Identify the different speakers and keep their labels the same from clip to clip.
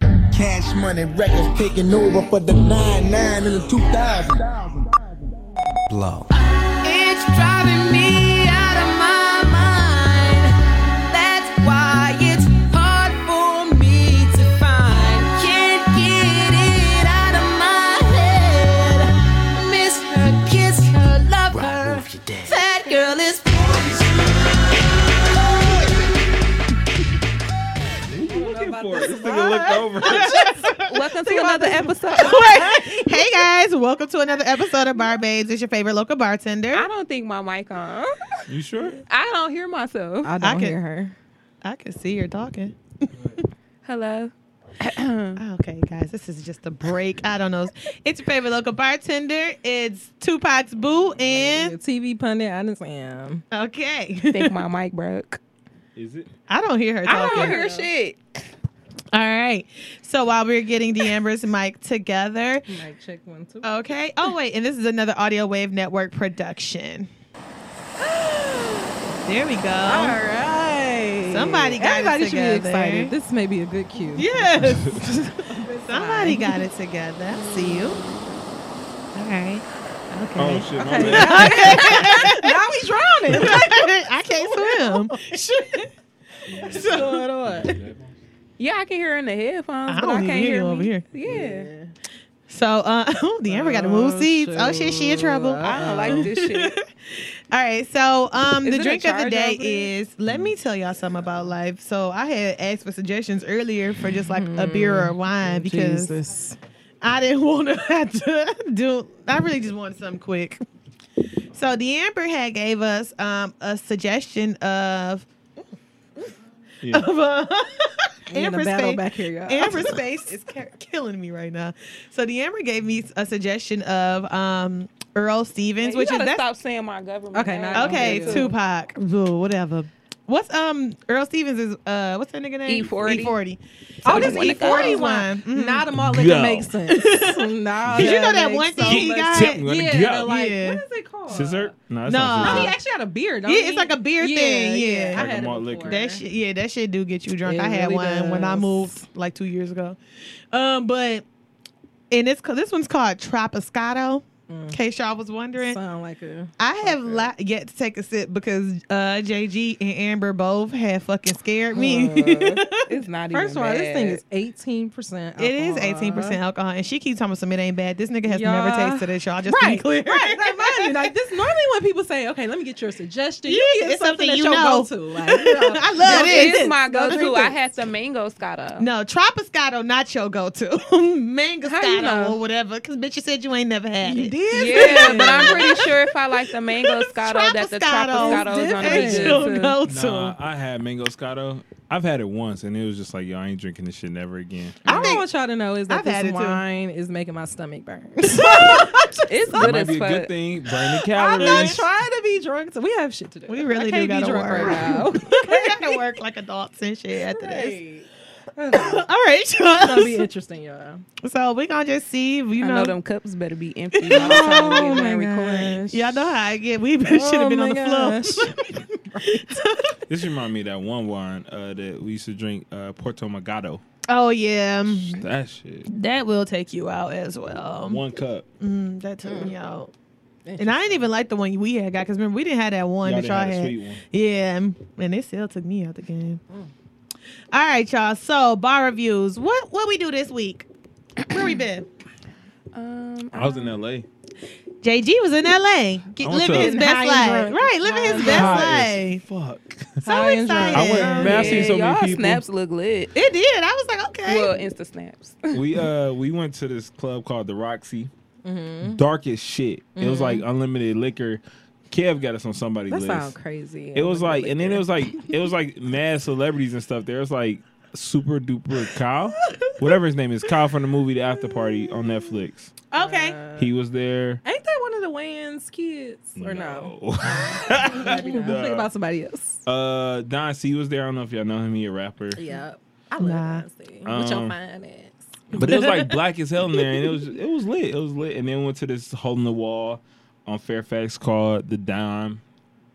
Speaker 1: Cash money records taking over for the 9 9 in the 2000. Blow.
Speaker 2: It's driving me out of my mind. That's why it's hard for me to find. Can't get it out of my head. Miss her, kiss her, love her. That girl is
Speaker 3: Welcome to another episode.
Speaker 4: hey guys, welcome to another episode of Barbades. It's your favorite local bartender.
Speaker 3: I don't think my mic on.
Speaker 5: You sure?
Speaker 3: I don't hear myself.
Speaker 6: I don't
Speaker 4: can-
Speaker 6: hear her.
Speaker 4: I can see you're talking.
Speaker 3: Hello.
Speaker 4: Okay, guys, this is just a break. I don't know. It's your favorite local bartender. It's Tupac's Boo
Speaker 6: The
Speaker 4: and
Speaker 6: TV pundit, I understand.
Speaker 4: okay.
Speaker 3: think my mic broke.
Speaker 5: Is it?
Speaker 4: I don't hear her talking.
Speaker 3: I don't hear shit.
Speaker 4: All right. So while we're getting D'Amber's mic together,
Speaker 6: Like check one two.
Speaker 4: okay. Oh wait, and this is another Audio Wave Network production. There we go.
Speaker 6: All right.
Speaker 4: Somebody got it
Speaker 6: Everybody should be
Speaker 4: together.
Speaker 6: excited. This may be a good cue.
Speaker 4: Yes. Somebody got it together. I see you. All right.
Speaker 5: Oh
Speaker 4: Okay.
Speaker 5: shit, my
Speaker 6: Oh
Speaker 5: bad.
Speaker 6: now we drowning.
Speaker 4: I can't swim.
Speaker 6: Going on.
Speaker 3: Yeah, I can hear her in the headphones,
Speaker 4: I
Speaker 3: but
Speaker 4: don't
Speaker 3: I
Speaker 4: even
Speaker 3: can't
Speaker 4: hear
Speaker 3: hear
Speaker 4: you over
Speaker 3: me.
Speaker 4: here.
Speaker 3: Yeah.
Speaker 4: So, uh, oh, the Amber got to move
Speaker 6: Oh,
Speaker 4: seats. Oh shit, she in trouble.
Speaker 3: I
Speaker 4: All
Speaker 3: don't like this shit.
Speaker 4: right. So, um,
Speaker 3: Is
Speaker 4: the
Speaker 3: it a
Speaker 4: drink of the
Speaker 3: charger
Speaker 4: day
Speaker 3: over there?
Speaker 4: is. Let me tell y'all something about life. So, I had asked for suggestions earlier for just like a beer or a wine
Speaker 3: Mm,
Speaker 4: because
Speaker 6: Jesus.
Speaker 4: I didn't want to have to do. I really just wanted something quick. So the Amber had gave us um, a suggestion of
Speaker 5: Yeah.
Speaker 4: of uh,
Speaker 6: in
Speaker 4: Amber
Speaker 6: a battle
Speaker 4: space.
Speaker 6: back here, y'all.
Speaker 4: Amber space is ca- killing me right now. So the Amber gave me a suggestion of um, Earl Stevens,
Speaker 3: you
Speaker 4: which is
Speaker 3: gotta
Speaker 4: that's
Speaker 3: stop saying my government.
Speaker 6: Okay,
Speaker 3: name.
Speaker 6: now I don't
Speaker 4: okay.
Speaker 6: get it.
Speaker 4: Tupac, Boo, whatever. What's um Earl Stevens is uh what's that nigga name?
Speaker 3: E40.
Speaker 4: E forty.
Speaker 6: Oh,
Speaker 4: So
Speaker 6: this
Speaker 4: this
Speaker 3: when
Speaker 6: E
Speaker 3: it
Speaker 6: forty
Speaker 3: goes-
Speaker 4: E40
Speaker 6: one.
Speaker 4: wine. Mhm.
Speaker 6: Not a malt liquor
Speaker 5: Yo.
Speaker 6: makes sense. Mm-hmm. nah,
Speaker 4: Did you know that one
Speaker 6: makes
Speaker 3: E
Speaker 4: thing he
Speaker 6: much
Speaker 4: got?
Speaker 6: sense.
Speaker 5: Tip, we're gonna
Speaker 6: Yeah,
Speaker 5: go.
Speaker 6: they're like
Speaker 4: Yeah.
Speaker 6: what is it called?
Speaker 5: Scissor? No, that's
Speaker 4: No.
Speaker 5: not
Speaker 6: No, he
Speaker 5: scissor.
Speaker 6: actually had a beard. Don't
Speaker 4: Uh, Yeah,
Speaker 6: he?
Speaker 4: it's like a beer thing, yeah.
Speaker 6: I
Speaker 5: Like a
Speaker 6: had it
Speaker 5: malt liquor.
Speaker 6: before.
Speaker 4: That shit, yeah, that shit do get you drunk.
Speaker 6: It
Speaker 4: I had
Speaker 6: really
Speaker 4: one when I
Speaker 6: does.
Speaker 4: moved like two years ago. Um, but and it's ca- this one's called Tropiscato. In case y'all was wondering,
Speaker 6: sound like a.
Speaker 4: I have la- yet to take a sip because uh JG and Amber both had fucking scared me.
Speaker 3: It's not even
Speaker 6: First of all, this
Speaker 3: bad.
Speaker 6: thing is eighteen percent.
Speaker 4: It is
Speaker 3: Uh-huh.
Speaker 4: eighteen percent alcohol, and she keeps telling me something it ain't bad. This nigga has never
Speaker 6: Y'all-
Speaker 4: tasted it, y'all. Just to be
Speaker 6: Right,
Speaker 4: clear,
Speaker 6: right. Like, mind you, like this. Normally, when people say, "Okay, let me get your suggestion," you
Speaker 4: Yeah,
Speaker 6: get
Speaker 4: it's
Speaker 6: something,
Speaker 4: something
Speaker 6: that
Speaker 4: you
Speaker 6: you
Speaker 4: know.
Speaker 6: go to. Like, you know,
Speaker 4: I love
Speaker 3: This
Speaker 4: it.
Speaker 3: is my go-to.
Speaker 6: drink
Speaker 3: I
Speaker 6: this.
Speaker 3: had some mango scotto.
Speaker 4: No, Tropiscato, not your go-to. Mangoscato
Speaker 3: you know?
Speaker 4: or whatever. Because bitch, you said you ain't never had
Speaker 6: You
Speaker 4: it.
Speaker 6: did,
Speaker 3: Yeah, but I'm pretty sure if I like the mango scotto, that the tropiscato is gonna be
Speaker 6: It's
Speaker 3: good too.
Speaker 4: go
Speaker 5: Nah, I had mango scotto. I've had it once, and it was just like, yo, I ain't drinking this shit never again.
Speaker 6: I
Speaker 4: I think-
Speaker 6: want y'all to know is that
Speaker 4: I've had it
Speaker 6: this
Speaker 4: too.
Speaker 6: wine is making my stomach burn.
Speaker 3: It's
Speaker 5: That
Speaker 3: good
Speaker 5: might
Speaker 3: as
Speaker 5: be a good
Speaker 3: fuck.
Speaker 5: thing. Burn the
Speaker 6: I'm not
Speaker 5: calories.
Speaker 6: trying to be drunk. So we have shit to do.
Speaker 4: We really
Speaker 6: I
Speaker 4: do
Speaker 6: can't
Speaker 4: gotta
Speaker 6: be drunk
Speaker 4: work.
Speaker 6: right
Speaker 4: we gotta work like adults and shit after this.
Speaker 6: now.
Speaker 4: All right,
Speaker 6: It's gonna be
Speaker 4: y'all.
Speaker 6: interesting, y'all.
Speaker 4: so we gonna just see. You
Speaker 3: You
Speaker 4: know,
Speaker 3: know, them cups better be empty. by
Speaker 5: Oh
Speaker 3: the time we get done recording.
Speaker 4: y'all know how I get. We should have been on the floor.
Speaker 5: This reminds me of that one wine uh, that we used to drink, uh, Porto Magado.
Speaker 4: oh yeah, mm,
Speaker 5: That shit.
Speaker 4: that will take you out as well.
Speaker 5: One cup.
Speaker 4: Mm, that took me out. And I didn't even like the one we had got because remember we didn't have that one
Speaker 5: Y'all
Speaker 4: that
Speaker 5: done
Speaker 4: y'all
Speaker 5: had a
Speaker 4: had.
Speaker 5: sweet one.
Speaker 4: Yeah, and- and it still took me out the game. All right, y'all. So bar reviews. What what we do this week? Where we been?
Speaker 3: Um,
Speaker 5: I was in L.A.
Speaker 4: JG was in LA, get,
Speaker 5: I went
Speaker 4: living
Speaker 5: to-
Speaker 4: his best
Speaker 6: High and
Speaker 4: life.
Speaker 6: drunk.
Speaker 4: Right, living his best
Speaker 5: High as
Speaker 4: life.
Speaker 5: Fuck.
Speaker 4: So
Speaker 6: and drunk.
Speaker 4: excited.
Speaker 5: I went mad. I've seen so many
Speaker 3: y'all
Speaker 5: people.
Speaker 3: snaps look lit.
Speaker 4: It did. I was like, okay.
Speaker 3: Well, Insta snaps.
Speaker 5: we uh we went to this club called the Roxy.
Speaker 6: Mm-hmm.
Speaker 5: Dark as shit. It was like unlimited liquor. Kev got us on somebody's
Speaker 6: That
Speaker 5: list.
Speaker 6: sounds crazy.
Speaker 5: It was like, and then it was like, it was like mad celebrities and stuff. There was like super duper Kyle, whatever his name is, Kyle from the movie The After Party on Netflix.
Speaker 4: okay.
Speaker 5: He was there.
Speaker 6: Ain't that one of the Wayans kids or no? Maybe not. I'm thinking
Speaker 5: No.
Speaker 6: about somebody else.
Speaker 5: uh, Don C was there. I don't know if y'all know him. He a rapper.
Speaker 6: Yeah, I love
Speaker 4: Nah.
Speaker 6: that scene. With your
Speaker 5: Um,
Speaker 6: fine ass.
Speaker 5: But it was like black as hell in there, and it was it was lit. It was lit. And then went to this hole in the wall on Fairfax called the Dime.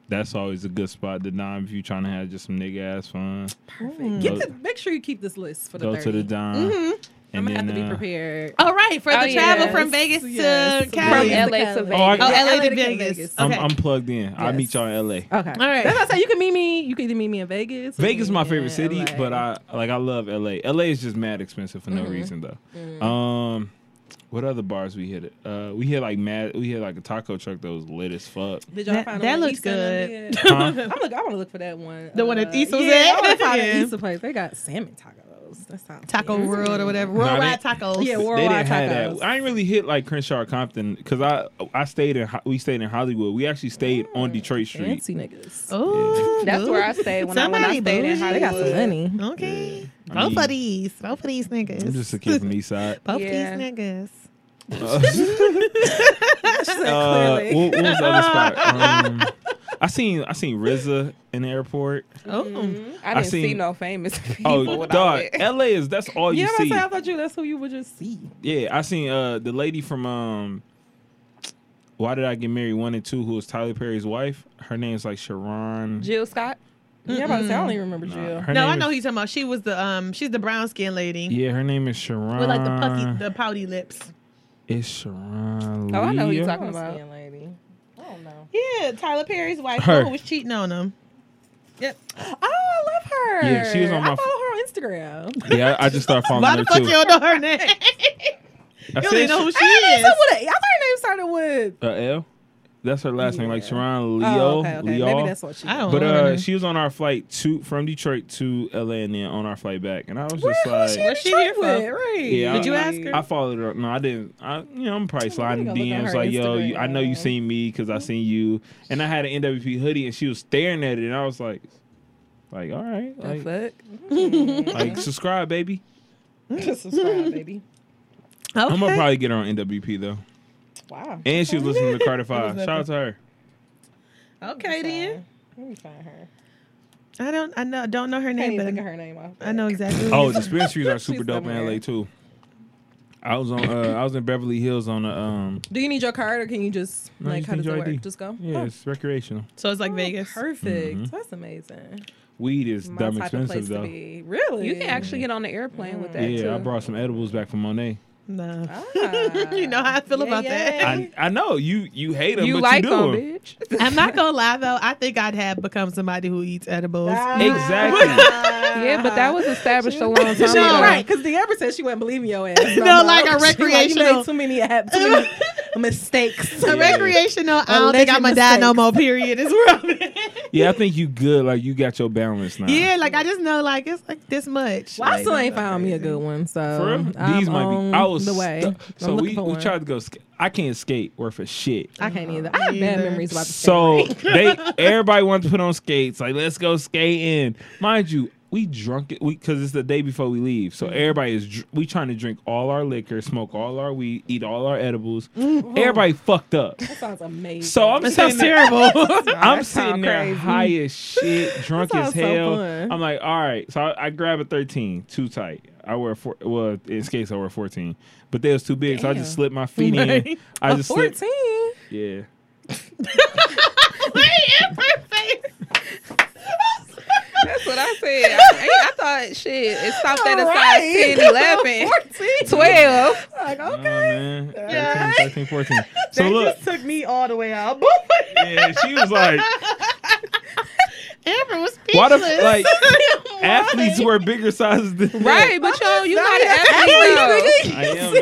Speaker 5: That's always a good spot. The Dime, if you trying to have just some nigga ass fun,
Speaker 6: Perfect. Get
Speaker 5: Go-
Speaker 6: the, make sure you keep this list for the
Speaker 5: go
Speaker 6: 30.
Speaker 5: to the Dime.
Speaker 3: I'm gonna have to be
Speaker 5: uh,
Speaker 3: prepared.
Speaker 4: All right, for
Speaker 7: Oh,
Speaker 4: the travel
Speaker 7: yes,
Speaker 4: from Vegas
Speaker 3: yes.
Speaker 4: to Cali.
Speaker 7: From
Speaker 3: Yes.
Speaker 7: LA to
Speaker 3: Oh,
Speaker 7: Vegas.
Speaker 5: I-
Speaker 4: Oh, LA, to
Speaker 3: to
Speaker 4: Vegas.
Speaker 3: Vegas.
Speaker 5: I'm,
Speaker 4: Okay.
Speaker 5: I'm plugged in. I'll
Speaker 3: Yes.
Speaker 5: meet y'all in LA.
Speaker 3: Okay.
Speaker 4: All right.
Speaker 3: That's what I say. You can meet me. You can either meet me in Vegas. or
Speaker 5: Vegas is
Speaker 3: meet
Speaker 5: my
Speaker 3: me
Speaker 5: favorite
Speaker 3: in
Speaker 5: city,
Speaker 3: LA.
Speaker 5: but I like I love LA. LA is just mad expensive for no reason though.
Speaker 3: Mm.
Speaker 5: Um, what other bars we hit? Uh, we hit like mad. We hit like a taco truck that was lit as fuck.
Speaker 3: Did y'all
Speaker 4: That-
Speaker 3: find
Speaker 4: that
Speaker 3: the one
Speaker 4: looks
Speaker 3: Issa and them did?
Speaker 5: Huh?
Speaker 3: I'm look. I want to look for that one.
Speaker 4: The one that Issa was
Speaker 3: yeah, I want
Speaker 4: at?
Speaker 3: to find
Speaker 4: Yeah.
Speaker 3: an Issa place. They got salmon tacos. That sounds
Speaker 4: Taco
Speaker 3: good.
Speaker 4: World or whatever.
Speaker 5: they-
Speaker 4: Worldwide tacos.
Speaker 3: Yeah,
Speaker 5: they
Speaker 3: worldwide
Speaker 5: didn't have
Speaker 3: tacos.
Speaker 5: that. I ain't really hit like Crenshaw Compton because I I stayed in Ho- we stayed in Hollywood. We actually stayed on Detroit Street.
Speaker 3: Mm. Fancy niggas.
Speaker 4: Oh,
Speaker 7: That's where I stayed when I when I
Speaker 4: Somebody
Speaker 7: stayed in
Speaker 4: bougie.
Speaker 3: They got some
Speaker 7: Hollywood.
Speaker 3: money.
Speaker 4: Okay.
Speaker 5: I
Speaker 4: Both
Speaker 5: mean,
Speaker 4: of these. Both of these niggas.
Speaker 5: I'm just a kid from the East Side.
Speaker 4: Both
Speaker 7: Yeah.
Speaker 4: these niggas.
Speaker 5: Uh, what, what was the other spot? Um, I seen I seen RZA in the airport.
Speaker 4: Oh.
Speaker 7: I
Speaker 5: I
Speaker 7: didn't see
Speaker 5: seen-
Speaker 7: no famous people.
Speaker 5: Oh,
Speaker 7: when I
Speaker 5: dog!
Speaker 7: went.
Speaker 5: LA is that's all you
Speaker 3: Yeah, I'm about
Speaker 5: see.
Speaker 3: to say, I thought you. That's who you would just see.
Speaker 5: Yeah, I seen uh the lady from um Why Did I Get Married One and Two, who was Tyler Perry's wife. Her name's like Sharon.
Speaker 7: Jill Scott.
Speaker 3: Yeah, I'm about to say, I don't even remember
Speaker 5: Nah,
Speaker 3: Jill.
Speaker 5: her
Speaker 4: No,
Speaker 5: name
Speaker 4: I know who
Speaker 5: is-
Speaker 4: you're talking about. She was the um she's the brown skinned lady.
Speaker 5: Yeah, Uh. her name is Sharon.
Speaker 4: With like the puffy the pouty lips.
Speaker 5: It's Sharon.
Speaker 7: Oh, I know who you're
Speaker 5: Leah?
Speaker 7: talking about.
Speaker 3: Skin lady. I don't know.
Speaker 4: Yeah, Tyler Perry's wife
Speaker 5: Her.
Speaker 4: who was cheating on him.
Speaker 3: Oh, I love her.
Speaker 5: Yeah, she was on my
Speaker 3: I
Speaker 5: f-
Speaker 3: follow her on Instagram.
Speaker 5: Yeah, I, I just started following
Speaker 4: Why
Speaker 5: her
Speaker 4: the fuck
Speaker 5: too.
Speaker 4: you don't know her name? you
Speaker 5: I
Speaker 4: don't even
Speaker 5: said
Speaker 4: know who
Speaker 5: Sh-
Speaker 4: she is.
Speaker 3: So what? I thought her name started with.
Speaker 5: uh, L. That's her last name, like
Speaker 3: Yeah.
Speaker 5: Sharon Leo.
Speaker 3: Oh, okay, okay.
Speaker 5: Leo.
Speaker 3: Maybe that's what she.
Speaker 4: I don't
Speaker 5: But
Speaker 4: know. her
Speaker 5: uh,
Speaker 4: name.
Speaker 5: she was on our flight to from Detroit to LA, and then on our flight back, and I was just
Speaker 3: Who was
Speaker 5: like,
Speaker 3: she in
Speaker 4: What's she
Speaker 3: Detroit
Speaker 4: here for?
Speaker 3: with? Right.
Speaker 5: Yeah,
Speaker 4: Did you ask her?
Speaker 5: I followed her. No, I didn't. I, you know, I'm probably
Speaker 3: Oh, we
Speaker 5: sliding
Speaker 3: gotta look on
Speaker 5: DMs
Speaker 3: her
Speaker 5: like, yo, you, I know you
Speaker 3: Instagram.
Speaker 5: seen me because I seen you, and I had an NWP hoodie, and she was staring at it, and I was like, like, all right,
Speaker 3: The
Speaker 5: like,
Speaker 3: fuck?
Speaker 5: like subscribe, baby.
Speaker 3: Just subscribe, baby.
Speaker 4: okay.
Speaker 5: I'm gonna probably get her on NWP though,
Speaker 3: Wow.
Speaker 5: and she was listening to Carter Five.
Speaker 3: nothing.
Speaker 5: Shout out to her.
Speaker 4: okay then.
Speaker 3: Let me find her.
Speaker 4: I don't I know don't know her
Speaker 3: I
Speaker 4: name,
Speaker 3: need to
Speaker 4: but
Speaker 3: look at
Speaker 4: I,
Speaker 3: her name off.
Speaker 4: I know exactly who
Speaker 5: Oh,
Speaker 4: it is.
Speaker 5: the dispensaries are super
Speaker 3: She's
Speaker 5: dope in
Speaker 3: somewhere.
Speaker 5: LA too. I was on, uh, I was in Beverly Hills on a, um,
Speaker 3: Do you need your card or can you just
Speaker 5: No,
Speaker 3: like
Speaker 5: just
Speaker 3: how
Speaker 5: need
Speaker 3: does it
Speaker 5: your
Speaker 3: work?
Speaker 5: ID.
Speaker 3: Just go.
Speaker 5: yeah,
Speaker 3: Oh,
Speaker 5: it's recreational.
Speaker 4: So it's like
Speaker 3: oh,
Speaker 4: Vegas.
Speaker 3: Perfect.
Speaker 5: Mhm.
Speaker 3: That's amazing.
Speaker 5: Weed is
Speaker 3: My
Speaker 5: dumb
Speaker 3: type of
Speaker 5: expensive
Speaker 3: place to
Speaker 5: though.
Speaker 3: be. Really?
Speaker 7: You can actually get on the airplane with that
Speaker 5: Yeah,
Speaker 7: too.
Speaker 5: I brought some edibles back from Monet.
Speaker 4: No.
Speaker 3: Ah.
Speaker 4: You know how I feel
Speaker 3: Yeah,
Speaker 4: about that.
Speaker 3: yeah.
Speaker 5: I, I know you you hate them,
Speaker 7: you
Speaker 5: but
Speaker 7: like
Speaker 5: you
Speaker 7: them,
Speaker 5: do 'em.
Speaker 7: bitch.
Speaker 4: I'm not gonna lie though. I think I'd have become somebody who eats edibles.
Speaker 3: Ah, Exactly.
Speaker 7: Yeah, but that was established a long time
Speaker 3: She
Speaker 7: ago.
Speaker 3: was right, because the Amber said she wouldn't believe your ass. And
Speaker 4: No,
Speaker 3: I'm
Speaker 4: like a
Speaker 3: she like, you
Speaker 4: recreational-
Speaker 3: made too many, ab- too many mistakes.
Speaker 4: So
Speaker 5: Yeah.
Speaker 4: recreational. I don't think
Speaker 3: Alleged
Speaker 4: I'm gonna die no
Speaker 3: mistakes.
Speaker 4: more. Period. Is where I'm at.
Speaker 5: Yeah, I think you good. Like you got your balance now.
Speaker 4: Yeah, like I just know like it's like this much.
Speaker 3: Well, I
Speaker 4: Like,
Speaker 3: still
Speaker 4: that's
Speaker 3: ain't
Speaker 4: not
Speaker 3: found me a
Speaker 4: crazy.
Speaker 3: good one, so
Speaker 5: For real?
Speaker 3: I'm
Speaker 5: These might
Speaker 3: on
Speaker 5: be. I was
Speaker 3: the way.
Speaker 5: stu- so
Speaker 3: I'm looking
Speaker 5: we,
Speaker 3: for
Speaker 5: we
Speaker 3: one.
Speaker 5: tried to go. Sk- I can't skate worth a shit.
Speaker 3: I can't either. I have bad
Speaker 4: Either.
Speaker 3: memories about the
Speaker 5: So they everybody wanted to put on skates. Like let's go skating. Mind you, we drunk it. We because it's the day before we leave. So
Speaker 3: Mm-hmm.
Speaker 5: everybody is dr- we trying to drink all our liquor, smoke all our weed, eat all our edibles.
Speaker 3: Mm-hmm.
Speaker 5: Everybody fucked up.
Speaker 3: That sounds amazing.
Speaker 5: So I'm
Speaker 4: That
Speaker 5: sitting
Speaker 4: sounds
Speaker 5: there-
Speaker 4: terrible.
Speaker 5: I'm
Speaker 7: that
Speaker 5: sitting
Speaker 7: sound
Speaker 5: there
Speaker 7: crazy.
Speaker 5: high as shit, drunk
Speaker 3: That
Speaker 5: as
Speaker 3: sounds so
Speaker 5: hell.
Speaker 3: fun.
Speaker 5: I'm like, all right. So I, I grab a 13, too tight. I wear four. Well, in skates, I wear 14, but they was too big, so I just
Speaker 3: Damn.
Speaker 5: slipped my feet in. I just slipped.
Speaker 3: 14.
Speaker 5: Yeah.
Speaker 7: That's what I said. I, I thought shit. It stopped at a size 10, 11, 12.
Speaker 3: Like,
Speaker 5: Oh,
Speaker 3: okay.
Speaker 5: man. 13, 13, 14. So
Speaker 4: They
Speaker 5: look,
Speaker 4: just took me all the way out.
Speaker 5: yeah, she was like,
Speaker 4: Amber was speechless.
Speaker 5: why the f- like athletes wear bigger sizes than that?
Speaker 7: Right, but yo, you not an athlete
Speaker 3: Athlete,
Speaker 5: I am,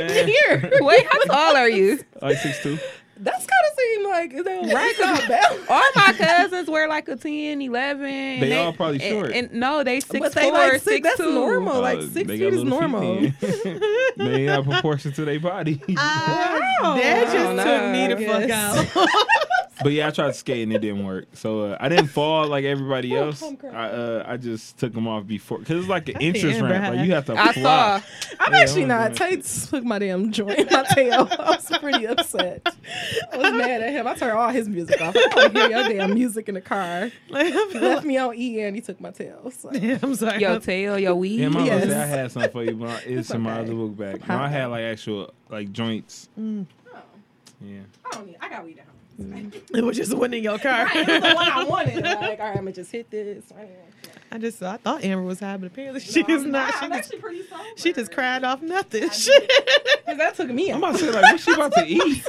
Speaker 3: nigga.
Speaker 5: man.
Speaker 7: though. Wait, how tall are you?
Speaker 5: Like six two.
Speaker 3: That's kind of seem like is that
Speaker 7: Right,
Speaker 3: right? Not bad.
Speaker 7: All my cousins wear like a 10, 11. and
Speaker 5: They all probably
Speaker 4: eh,
Speaker 5: short.
Speaker 7: And, and no, they six
Speaker 3: But they like six. That's normal.
Speaker 5: Uh,
Speaker 3: Oh, like six
Speaker 5: they
Speaker 3: feet
Speaker 5: got
Speaker 3: is
Speaker 5: little
Speaker 3: normal.
Speaker 5: then. they not proportion to their body.
Speaker 7: Uh,
Speaker 4: Wow. That
Speaker 3: I
Speaker 4: just
Speaker 3: don't
Speaker 4: took
Speaker 3: know,
Speaker 4: me
Speaker 3: I
Speaker 4: the fuck
Speaker 3: guess.
Speaker 4: out.
Speaker 5: But yeah, I tried to skate and it didn't work. So uh, I didn't fall like everybody
Speaker 3: Oh,
Speaker 5: else.
Speaker 3: come
Speaker 5: I
Speaker 3: correct.
Speaker 5: uh, I just took them off before because it's like an
Speaker 4: see
Speaker 5: entrance
Speaker 4: Amber
Speaker 5: ramp. Like you have to.
Speaker 7: I
Speaker 5: fly.
Speaker 7: saw.
Speaker 3: I'm
Speaker 5: Yeah,
Speaker 3: actually
Speaker 5: I
Speaker 3: not.
Speaker 5: was gonna-
Speaker 3: Tate took my damn joint, in my tail. I was pretty upset. I was mad at him. I turned all his music off. I don't wanna hear your damn music in the car.
Speaker 4: Like, I
Speaker 3: He
Speaker 4: feel
Speaker 3: left me on E and he took my tail. So.
Speaker 4: like- I'm sorry.
Speaker 7: Yo, tail, your weed.
Speaker 5: Yeah, my mama said I
Speaker 3: Yes.
Speaker 5: had something for you, but it's in my
Speaker 3: okay.
Speaker 5: other book bag. No, I had like actual like joints.
Speaker 4: Mm.
Speaker 5: Yeah.
Speaker 3: I don't need. I got weed at home.
Speaker 4: It was just one in your car.
Speaker 6: That's the one I wanted. Like, all right, I'm gonna just hit this.
Speaker 4: I just I thought Amber was high, but apparently she is not. She
Speaker 6: I'm
Speaker 4: just,
Speaker 6: actually pretty sober.
Speaker 4: she just cried off nothing.
Speaker 6: Cause that took me.
Speaker 5: I'm
Speaker 6: out.
Speaker 5: about to say like, what's she about to eat?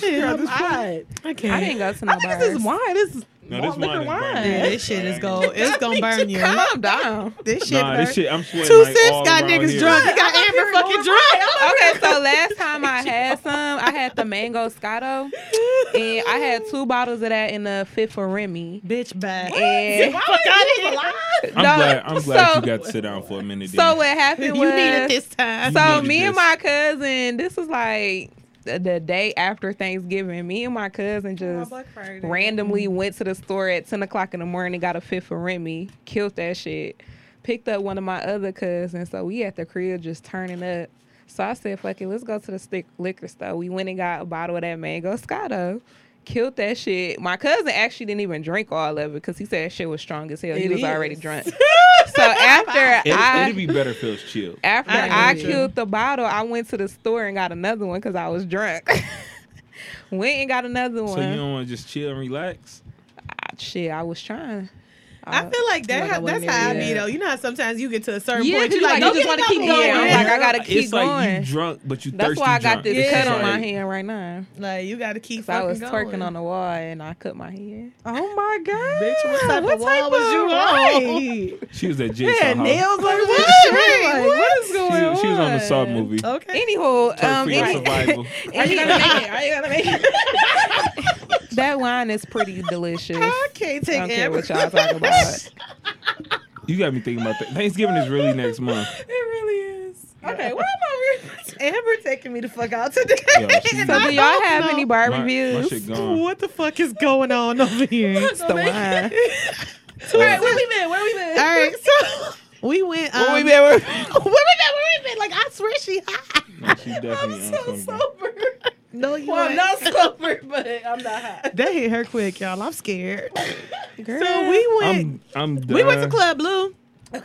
Speaker 5: She got
Speaker 4: I'm
Speaker 5: this-
Speaker 6: God.
Speaker 4: I can't.
Speaker 3: I didn't go to no
Speaker 6: I think this
Speaker 3: bars.
Speaker 6: is wine. This is
Speaker 5: No,
Speaker 6: malt
Speaker 5: this wine
Speaker 6: liquor
Speaker 5: is
Speaker 6: wine.
Speaker 5: burning.
Speaker 4: Yeah, this shit is going. It's gonna burn you.
Speaker 3: Calm down.
Speaker 4: This shit.
Speaker 5: Nah, this
Speaker 4: burn.
Speaker 5: shit. I'm sweating.
Speaker 4: Two
Speaker 5: like,
Speaker 4: sips
Speaker 5: all
Speaker 4: got
Speaker 5: around
Speaker 4: niggas
Speaker 5: here.
Speaker 4: drunk. You got Amber fucking drunk.
Speaker 3: Okay, so last time I had some, I had the mango scotto, and I had two bottles of that in the fit for Remy.
Speaker 4: Bitch, bad.
Speaker 3: And
Speaker 4: Fuck out of here.
Speaker 5: I'm
Speaker 3: No,
Speaker 5: glad. I'm glad
Speaker 3: so-
Speaker 5: you got to sit down for a minute.
Speaker 3: so
Speaker 5: then.
Speaker 3: what happened was
Speaker 4: You need it this time.
Speaker 5: You
Speaker 3: so
Speaker 5: needed
Speaker 3: me and
Speaker 5: this.
Speaker 3: my cousin. This was like the, the day after Thanksgiving. Me and my cousin
Speaker 6: Oh,
Speaker 3: just randomly went to the store at 10 o'clock in the morning, got a fit for Remy, killed that shit, picked up one of my other cousins. So we at the crib just turning up. So I said, fuck it, let's go to the stick liquor store. We went and got a bottle of that mango scotto. Killed that shit. My cousin actually didn't even drink all of it because he said that shit was strong as hell. he
Speaker 6: It
Speaker 3: was already
Speaker 6: is.
Speaker 3: drunk. so after
Speaker 5: It,
Speaker 3: I
Speaker 5: it'd be better if it was chill.
Speaker 3: after
Speaker 4: I
Speaker 3: I,
Speaker 4: agree.
Speaker 3: killed the bottle, I went to the store and got another one because I was drunk. went and got another one.
Speaker 5: So you don't want to just chill and relax.
Speaker 3: I- shit, I was trying.
Speaker 4: I feel like that.
Speaker 3: Like I
Speaker 4: that's
Speaker 3: wasn't
Speaker 4: how I
Speaker 3: there
Speaker 4: be
Speaker 3: yet.
Speaker 4: though. You know how sometimes you get to a certain
Speaker 3: Yeah,
Speaker 4: point, you
Speaker 3: you
Speaker 4: like,
Speaker 3: like, you just
Speaker 4: want
Speaker 3: wanna
Speaker 4: to
Speaker 3: keep going.
Speaker 4: Yeah.
Speaker 3: I'm like, I gotta keep
Speaker 5: it's like
Speaker 3: going.
Speaker 5: you drunk, but you
Speaker 3: That's
Speaker 5: thirsty.
Speaker 3: why I got
Speaker 5: drunk.
Speaker 3: this
Speaker 5: It's
Speaker 3: cut on
Speaker 5: like-
Speaker 3: my hand right now.
Speaker 4: like you got to keep.
Speaker 3: 'Cause I
Speaker 4: fucking
Speaker 3: was
Speaker 4: going.
Speaker 3: twerking on the wall and I cut my head.
Speaker 6: Oh my god.
Speaker 4: Bitch, what type
Speaker 6: What
Speaker 4: of wall
Speaker 6: type
Speaker 4: was
Speaker 6: of-
Speaker 4: you
Speaker 6: right.
Speaker 4: on?
Speaker 5: She was at Jigsaw
Speaker 4: Yeah,
Speaker 5: House.
Speaker 4: nails like what?
Speaker 6: Like, what is
Speaker 5: She,
Speaker 6: going
Speaker 5: she
Speaker 6: on?
Speaker 5: was on the Saw movie.
Speaker 4: Okay.
Speaker 3: Anywho,
Speaker 5: Turf
Speaker 3: um,
Speaker 5: for your
Speaker 3: any-
Speaker 5: survival.
Speaker 6: Are you gonna make it? Are you gonna make it?
Speaker 3: that wine is pretty delicious.
Speaker 4: I
Speaker 3: I
Speaker 4: can't
Speaker 3: don't
Speaker 4: take
Speaker 3: care
Speaker 4: Amber.
Speaker 3: what y'all talk about.
Speaker 5: You got me thinking about that. Thanksgiving is really next month.
Speaker 6: It really is.
Speaker 4: Okay, why am I? Re- Amber taking me the fuck out today.
Speaker 5: Yo, she-
Speaker 4: And
Speaker 3: So
Speaker 4: I
Speaker 3: do y'all
Speaker 4: don't
Speaker 3: have
Speaker 4: know.
Speaker 3: any bar
Speaker 5: My- my
Speaker 3: reviews?
Speaker 5: shit gone.
Speaker 4: What the fuck is going on over here?
Speaker 3: It's the wine.
Speaker 4: All right, where we
Speaker 6: been? Where we been?
Speaker 4: All right, so we went. Um,
Speaker 3: Oh, we been? Where-
Speaker 4: Where we been? Where we been? Like I swear she high.
Speaker 5: No, she definitely on
Speaker 6: I'm so
Speaker 5: something.
Speaker 6: sober.
Speaker 4: No, you.
Speaker 6: Well,
Speaker 4: ain't.
Speaker 6: I'm not sober, but I'm not high.
Speaker 4: That hit her quick, y'all. I'm scared.
Speaker 3: Girl.
Speaker 4: So we went.
Speaker 5: I'm, I'm done.
Speaker 4: we went to Club Blue.
Speaker 3: oh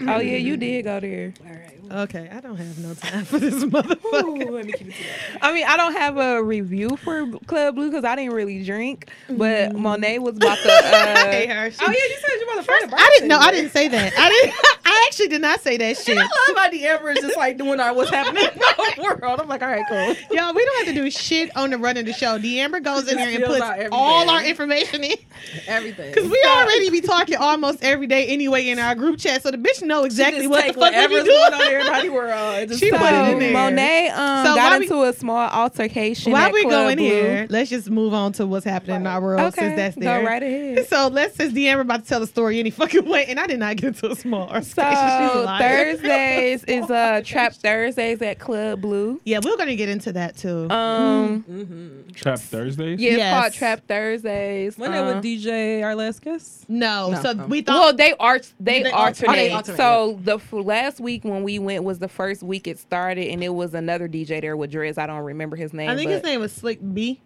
Speaker 3: yeah, you did go there.
Speaker 6: All right.
Speaker 4: Okay, I don't have no time for this motherfucker.
Speaker 6: Ooh, let me keep it together.
Speaker 3: I mean, I don't have a review for Club Blue because I didn't really drink, but Monet was about to.
Speaker 4: Mm-hmm. I hate
Speaker 3: Uh,
Speaker 4: her. She-
Speaker 6: Oh yeah, you said you want to find a
Speaker 4: I didn't. No, I didn't say that. I didn't. I actually did not say that shit.
Speaker 6: I love how the Amber is just like doing our what's happening in the world. I'm like, all right, cool.
Speaker 4: Y'all, we don't have to do shit on the run of the show. D'Amber goes in
Speaker 6: She
Speaker 4: here and
Speaker 6: spills
Speaker 4: puts
Speaker 6: out everything.
Speaker 4: all our information in.
Speaker 6: Everything.
Speaker 4: Because we already be talking almost every day anyway in our group chat. So the bitch know exactly
Speaker 6: Just
Speaker 4: what the
Speaker 6: take
Speaker 4: fuck we be
Speaker 6: whatever's going on in
Speaker 4: doing.
Speaker 6: everybody's world. and just
Speaker 4: She
Speaker 6: put
Speaker 4: put it
Speaker 3: so
Speaker 4: in there.
Speaker 3: Monet um,
Speaker 4: So why
Speaker 3: got
Speaker 4: we-
Speaker 3: into a small altercation.
Speaker 4: While
Speaker 3: at
Speaker 4: we
Speaker 3: Club
Speaker 4: going
Speaker 3: Blue.
Speaker 4: here, let's just move on to what's happening in our world
Speaker 3: okay,
Speaker 4: since that's there.
Speaker 3: go right ahead.
Speaker 4: So let's since D'Amber about to tell the story any fucking way, and I did not get into a small or
Speaker 3: So Thursdays is uh, Trap Thursdays at Club Blue.
Speaker 4: Yeah, we're gonna get into that too.
Speaker 3: Um,
Speaker 5: Trap Thursdays.
Speaker 3: yeah, it's
Speaker 4: Yes.
Speaker 3: called Trap Thursdays.
Speaker 6: When
Speaker 3: uh,
Speaker 6: it with DJ our last guest?
Speaker 4: no,
Speaker 6: no,
Speaker 4: so
Speaker 6: no.
Speaker 4: we
Speaker 3: well,
Speaker 4: thought
Speaker 3: they are they,
Speaker 4: They alternate.
Speaker 3: alternate.
Speaker 4: Oh, they
Speaker 6: alternate,
Speaker 3: So the f- last week when we went was the first week it started, and it was another DJ there with Drez. I don't remember his name.
Speaker 4: I think
Speaker 3: but-
Speaker 4: his name was Slick B.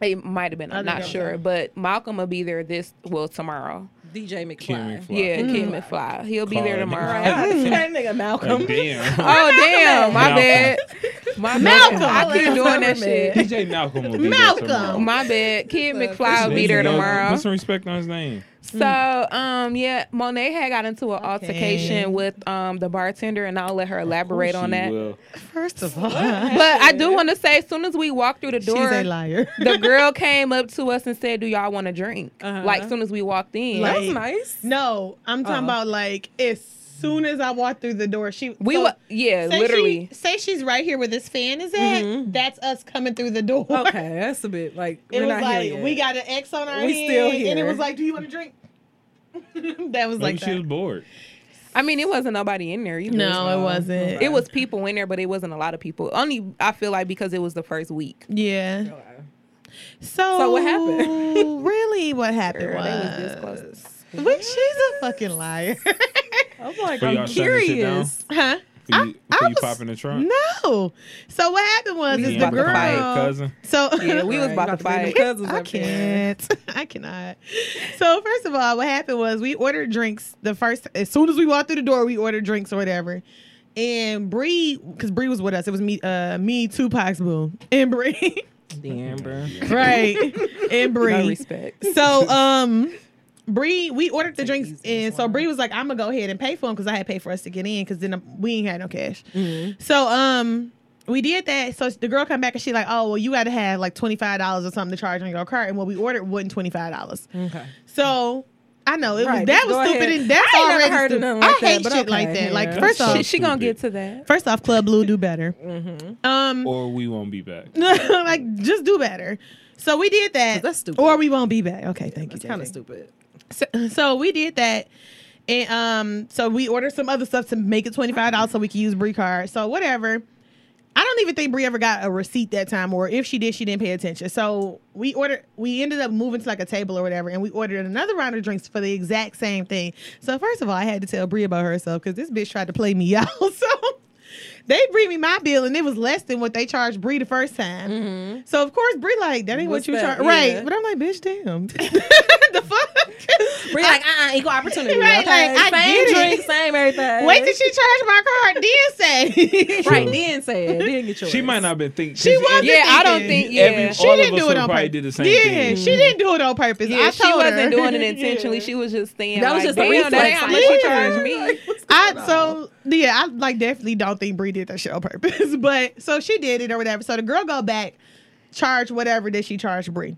Speaker 3: It might have been. I'm
Speaker 4: Other
Speaker 3: not
Speaker 4: girls.
Speaker 3: sure. But Malcolm will be there this well tomorrow.
Speaker 6: DJ McFly.
Speaker 5: Kim McFly.
Speaker 3: Yeah, Kid
Speaker 4: Mm.
Speaker 3: McFly. He'll be there
Speaker 5: Carl.
Speaker 3: tomorrow.
Speaker 5: Right.
Speaker 6: that nigga Malcolm.
Speaker 5: Like, damn.
Speaker 3: Oh damn! My
Speaker 5: Malcolm.
Speaker 3: bad. My
Speaker 4: Malcolm.
Speaker 3: Malcolm. I keep doing that shit.
Speaker 5: DJ Malcolm will be
Speaker 4: Malcolm.
Speaker 5: There tomorrow.
Speaker 3: My bad. Kid McFly will be
Speaker 5: Listen,
Speaker 3: there
Speaker 5: yo,
Speaker 3: tomorrow.
Speaker 5: Put some respect on his name.
Speaker 3: So, um, yeah, Monet had got into an altercation with um the bartender, and I'll let her elaborate
Speaker 5: She
Speaker 3: on that.
Speaker 5: will.
Speaker 4: First of all, she's
Speaker 3: But I do want to say, as soon as we walked through the door,
Speaker 4: a liar.
Speaker 3: the girl came up to us and said, "Do y'all want a drink?"
Speaker 6: Uh-huh.
Speaker 3: Like, soon as we walked in,
Speaker 4: Like-
Speaker 6: That was nice.
Speaker 4: No, I'm talking
Speaker 3: Uh-huh.
Speaker 6: Oh.
Speaker 4: about like as soon as I walked through the door, she
Speaker 3: we
Speaker 4: so,
Speaker 3: wa- yeah,
Speaker 4: say
Speaker 3: literally.
Speaker 4: she, say she's right here where this fan is at. That's us coming through the door.
Speaker 6: Mm-hmm. Okay, that's a bit like
Speaker 4: It
Speaker 6: we're
Speaker 4: was
Speaker 6: not
Speaker 4: like
Speaker 6: here yet.
Speaker 4: we got an X on our
Speaker 6: We
Speaker 4: head,
Speaker 6: still
Speaker 4: and it
Speaker 6: here.
Speaker 4: was like, do you want a drink? that was
Speaker 5: Maybe
Speaker 4: like
Speaker 5: she was
Speaker 4: that.
Speaker 5: bored.
Speaker 3: I mean, it wasn't nobody in there either.
Speaker 4: No, it wasn't.
Speaker 3: It was people in there, but it wasn't a lot of people. Only I feel like because it was the first week.
Speaker 4: yeah. So,
Speaker 6: So what happened?
Speaker 4: really, what happened
Speaker 3: Girl,
Speaker 4: was,
Speaker 3: they was this close.
Speaker 4: Wait, she's a fucking liar.
Speaker 6: I'm like,
Speaker 5: But y'all shutting
Speaker 6: I'm
Speaker 5: this shit
Speaker 6: curious.
Speaker 4: huh?
Speaker 5: Were you,
Speaker 4: I
Speaker 5: were you
Speaker 4: was-
Speaker 5: popping the trunk?
Speaker 4: No. So what happened was
Speaker 5: You
Speaker 4: is
Speaker 5: ain't
Speaker 4: the
Speaker 5: about to fight your
Speaker 4: girl.
Speaker 5: cousin.
Speaker 4: So
Speaker 3: Yeah, we was about to fight.
Speaker 4: I can't. I cannot. So first of all, what happened was we ordered drinks the first as soon as we walked through the door, we ordered drinks or whatever. And Bree, because Bree was with us, it was me, uh, me, Tupac's boo, and Bree.
Speaker 3: The Amber.
Speaker 4: right. And
Speaker 6: No
Speaker 4: Bree.
Speaker 6: respect.
Speaker 4: So um Bree, we ordered the drinks and so Bree was like, I'm gonna go ahead and pay for them because I had paid for us to get in because then um, we ain't had no cash.
Speaker 6: Mm-hmm.
Speaker 4: So um we did that. So the girl come back and she like, oh well, you gotta have like twenty five dollars or something to charge on your card. And what we ordered wasn't twenty five dollars.
Speaker 3: Okay.
Speaker 4: So I know it was
Speaker 6: Right,
Speaker 4: that
Speaker 6: just
Speaker 4: was
Speaker 6: go
Speaker 4: stupid
Speaker 6: ahead.
Speaker 4: and that's
Speaker 6: I ain't never
Speaker 4: already
Speaker 6: heard of
Speaker 4: stupid.
Speaker 6: nothing like
Speaker 4: I
Speaker 6: that,
Speaker 4: hate
Speaker 6: but
Speaker 4: shit
Speaker 6: okay,
Speaker 4: like that.
Speaker 6: yeah. Mm.
Speaker 4: Like
Speaker 5: That's
Speaker 4: first
Speaker 5: so
Speaker 4: off,
Speaker 3: She, she gonna get to that.
Speaker 4: first off, Club Blue do better. Um,
Speaker 5: or we won't be back.
Speaker 4: like just do better. So we did that.
Speaker 6: That's stupid.
Speaker 4: Or we won't be back. Okay, thank you.
Speaker 6: It's kind of
Speaker 4: JJ.
Speaker 6: stupid.
Speaker 4: So, so we did that. And um, so we ordered some other stuff to make it twenty five dollars so we could use Bree card. So whatever. I don't even think Bree ever got a receipt that time, or if she did, she didn't pay attention. So we ordered we ended up moving to like a table or whatever, and we ordered another round of drinks for the exact same thing. So first of all, I had to tell Bree about herself because this bitch tried to play me out. So they bring me my bill and it was less than what they charged Bree the first time. So of course Bree like that ain't
Speaker 6: Mm-hmm. What's
Speaker 4: what you
Speaker 6: that?
Speaker 4: charge, right?
Speaker 6: Yeah.
Speaker 4: But I'm like, bitch, damn, the fuck.
Speaker 6: Bree like, uh, uh equal opportunity.
Speaker 4: Right,
Speaker 6: okay?
Speaker 4: like, I
Speaker 6: same
Speaker 4: get it.
Speaker 6: drink, same everything.
Speaker 4: Wait till she charge my card, then say.
Speaker 6: right then say it. Then get yours.
Speaker 5: She might not have been thinking.
Speaker 4: She wasn't.
Speaker 3: Yeah, I don't
Speaker 4: thinking.
Speaker 3: think.
Speaker 5: Yeah, every-
Speaker 3: Yeah.
Speaker 4: She
Speaker 5: All
Speaker 4: didn't
Speaker 5: of us
Speaker 4: do it on
Speaker 5: probably
Speaker 4: purpose.
Speaker 5: did the same
Speaker 4: yeah,
Speaker 5: thing.
Speaker 4: she didn't do it on purpose.
Speaker 3: Yeah,
Speaker 4: I
Speaker 3: she
Speaker 4: told
Speaker 3: wasn't
Speaker 4: her.
Speaker 3: doing it intentionally. She was just saying
Speaker 6: That was
Speaker 3: like,
Speaker 6: just a
Speaker 3: "Damn, that ain't
Speaker 6: reflex,
Speaker 3: how
Speaker 6: like,
Speaker 3: much you
Speaker 4: yeah.
Speaker 3: charge me."
Speaker 4: I so yeah, I like definitely don't think Bree did that shit on purpose. But so she did it or whatever. So the girl go back, charge whatever that she charged Bree.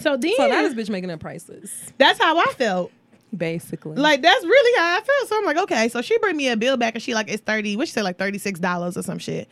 Speaker 4: So then
Speaker 6: So that is bitch making up prices.
Speaker 4: that's how I felt.
Speaker 3: Basically,
Speaker 4: Like that's really how I feel. So I'm like, okay. So she bring me a bill back and she like it's thirty. What she said like thirty six dollars or some shit.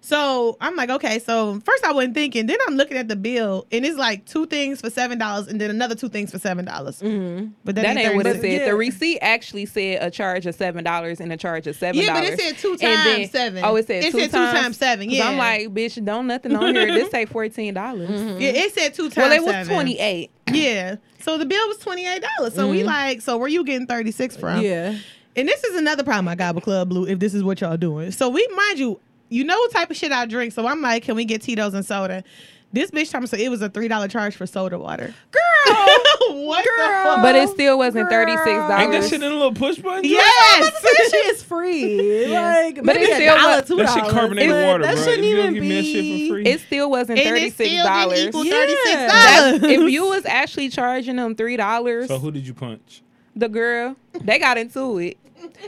Speaker 4: So I'm like, okay. So first I wasn't thinking. Then I'm looking at the bill and it's like two things for seven dollars and then another two things for seven dollars. But that,
Speaker 3: Mm-hmm. that ain't what it
Speaker 4: $36.
Speaker 3: said. The receipt actually said a charge of seven dollars and a charge of seven.
Speaker 4: Yeah, but it said two
Speaker 3: And then-
Speaker 4: times seven.
Speaker 3: Oh, it said
Speaker 4: It
Speaker 3: two
Speaker 4: said two
Speaker 3: times,
Speaker 4: times seven,
Speaker 3: 'Cause I'm
Speaker 4: yeah.
Speaker 3: like, bitch, don't nothing on here. This say fourteen dollars.
Speaker 4: Yeah, it said two times.
Speaker 3: Well, it was
Speaker 4: seven.
Speaker 3: twenty Mm-hmm. eight.
Speaker 4: Yeah. So the bill was twenty eight dollars. So we like, so where you getting thirty six from?
Speaker 6: Yeah.
Speaker 4: And this is another problem I got with Club Blue. If this is what y'all doing, so we mind you, you know what type of shit I drink. So I'm like, can we get Tito's and soda? This bitch told me so it was a three dollar charge for soda water. Girl, what the fuck?
Speaker 3: But it still wasn't thirty six
Speaker 5: Ain't that
Speaker 3: dollars.
Speaker 5: shit in a little push button? Drake?
Speaker 4: yes,
Speaker 6: This shit is free. Like,
Speaker 3: But
Speaker 6: maybe
Speaker 3: it
Speaker 6: a
Speaker 3: still
Speaker 6: dollar,
Speaker 3: was-
Speaker 6: two
Speaker 5: That shit
Speaker 6: dollars,
Speaker 5: carbonated
Speaker 6: but
Speaker 5: water,
Speaker 6: That
Speaker 5: bro.
Speaker 6: shouldn't
Speaker 5: If you don't
Speaker 6: even
Speaker 5: give
Speaker 6: be.
Speaker 5: me that shit for free.
Speaker 3: It still wasn't
Speaker 4: and
Speaker 3: thirty
Speaker 4: it
Speaker 3: six
Speaker 4: still didn't
Speaker 3: dollars.
Speaker 4: equal
Speaker 6: Yeah.
Speaker 4: thirty six
Speaker 6: That's-
Speaker 4: dollars.
Speaker 3: If you was actually charging them three dollars,
Speaker 5: So who did you punch?
Speaker 3: the girl, they got into it.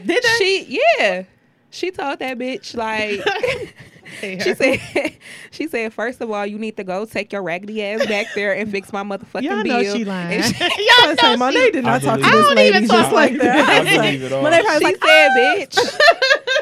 Speaker 4: did that,
Speaker 3: She yeah. She told that bitch like she said she said, first of all, you need to go take your raggedy ass back there and fix my motherfucking
Speaker 4: y'all know
Speaker 3: bill.
Speaker 4: she lying.
Speaker 3: And she,
Speaker 4: y'all
Speaker 6: Say,
Speaker 4: know
Speaker 6: my
Speaker 4: she.
Speaker 6: they did not
Speaker 5: I
Speaker 6: talk to
Speaker 5: believe
Speaker 4: I
Speaker 6: this
Speaker 4: don't
Speaker 6: lady
Speaker 4: even
Speaker 6: just
Speaker 4: talk
Speaker 6: like
Speaker 5: I
Speaker 6: that.
Speaker 5: believe it all.
Speaker 6: Monet probably
Speaker 3: she
Speaker 6: like,
Speaker 3: said, bitch. "Ah!"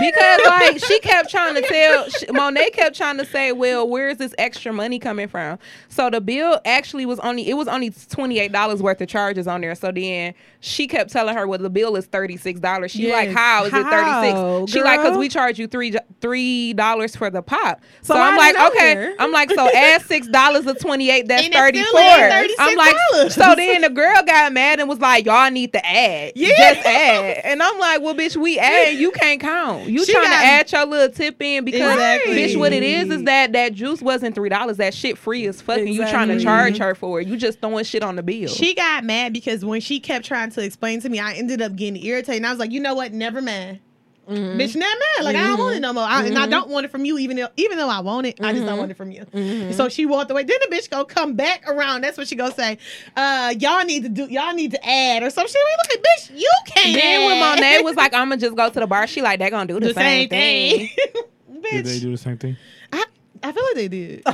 Speaker 3: because like she kept trying to tell she, Monet kept trying to say, well, where is this extra money coming from? So the bill actually was only it was only twenty eight dollars worth of charges on there. So then she kept telling her, well, the bill is thirty six dollars. She like,
Speaker 6: Yes.
Speaker 3: how is it thirty
Speaker 6: How,
Speaker 3: six? She like, cause
Speaker 6: girl?
Speaker 3: we charge you three three dollars for the pop. So,
Speaker 6: why
Speaker 3: I'm
Speaker 6: is
Speaker 3: like,
Speaker 6: it on
Speaker 3: okay,
Speaker 6: there?
Speaker 3: I'm like, so add six dollars to twenty eight. That's
Speaker 4: And it still
Speaker 3: thirty
Speaker 4: ain't
Speaker 3: four. I'm like,
Speaker 4: $36.
Speaker 3: so then the girl got mad and was like, y'all need to add.
Speaker 4: Yeah.
Speaker 3: Just add. And I'm like, well, bitch, we add. You can't count. You
Speaker 4: She
Speaker 3: trying
Speaker 4: got-
Speaker 3: to add your little tip in because,
Speaker 4: Exactly.
Speaker 3: bitch, what it is is that that juice wasn't three dollars. That shit free as fuck, and you trying to charge
Speaker 6: Exactly.
Speaker 3: her for it. You just throwing shit on the bill.
Speaker 4: She got mad because when she kept trying to explain to me, I ended up getting irritated. And I was like, you know what? Never mind. Bitch, never mind. Like I don't want it no more, I, and I don't want it from you. Even though, even though I want it, I just don't want it from you. So she walked away. Then the bitch go come back around. That's what she go say. Uh, y'all need to do. Y'all need to add or some shit. We like, bitch, you can't.
Speaker 3: then when
Speaker 4: add."
Speaker 3: Monet was like, I'm gonna just go to the bar. She like, they gonna do the,
Speaker 4: the same thing,
Speaker 5: Did they
Speaker 4: bitch.
Speaker 5: do the same thing?
Speaker 4: I, I feel like they did.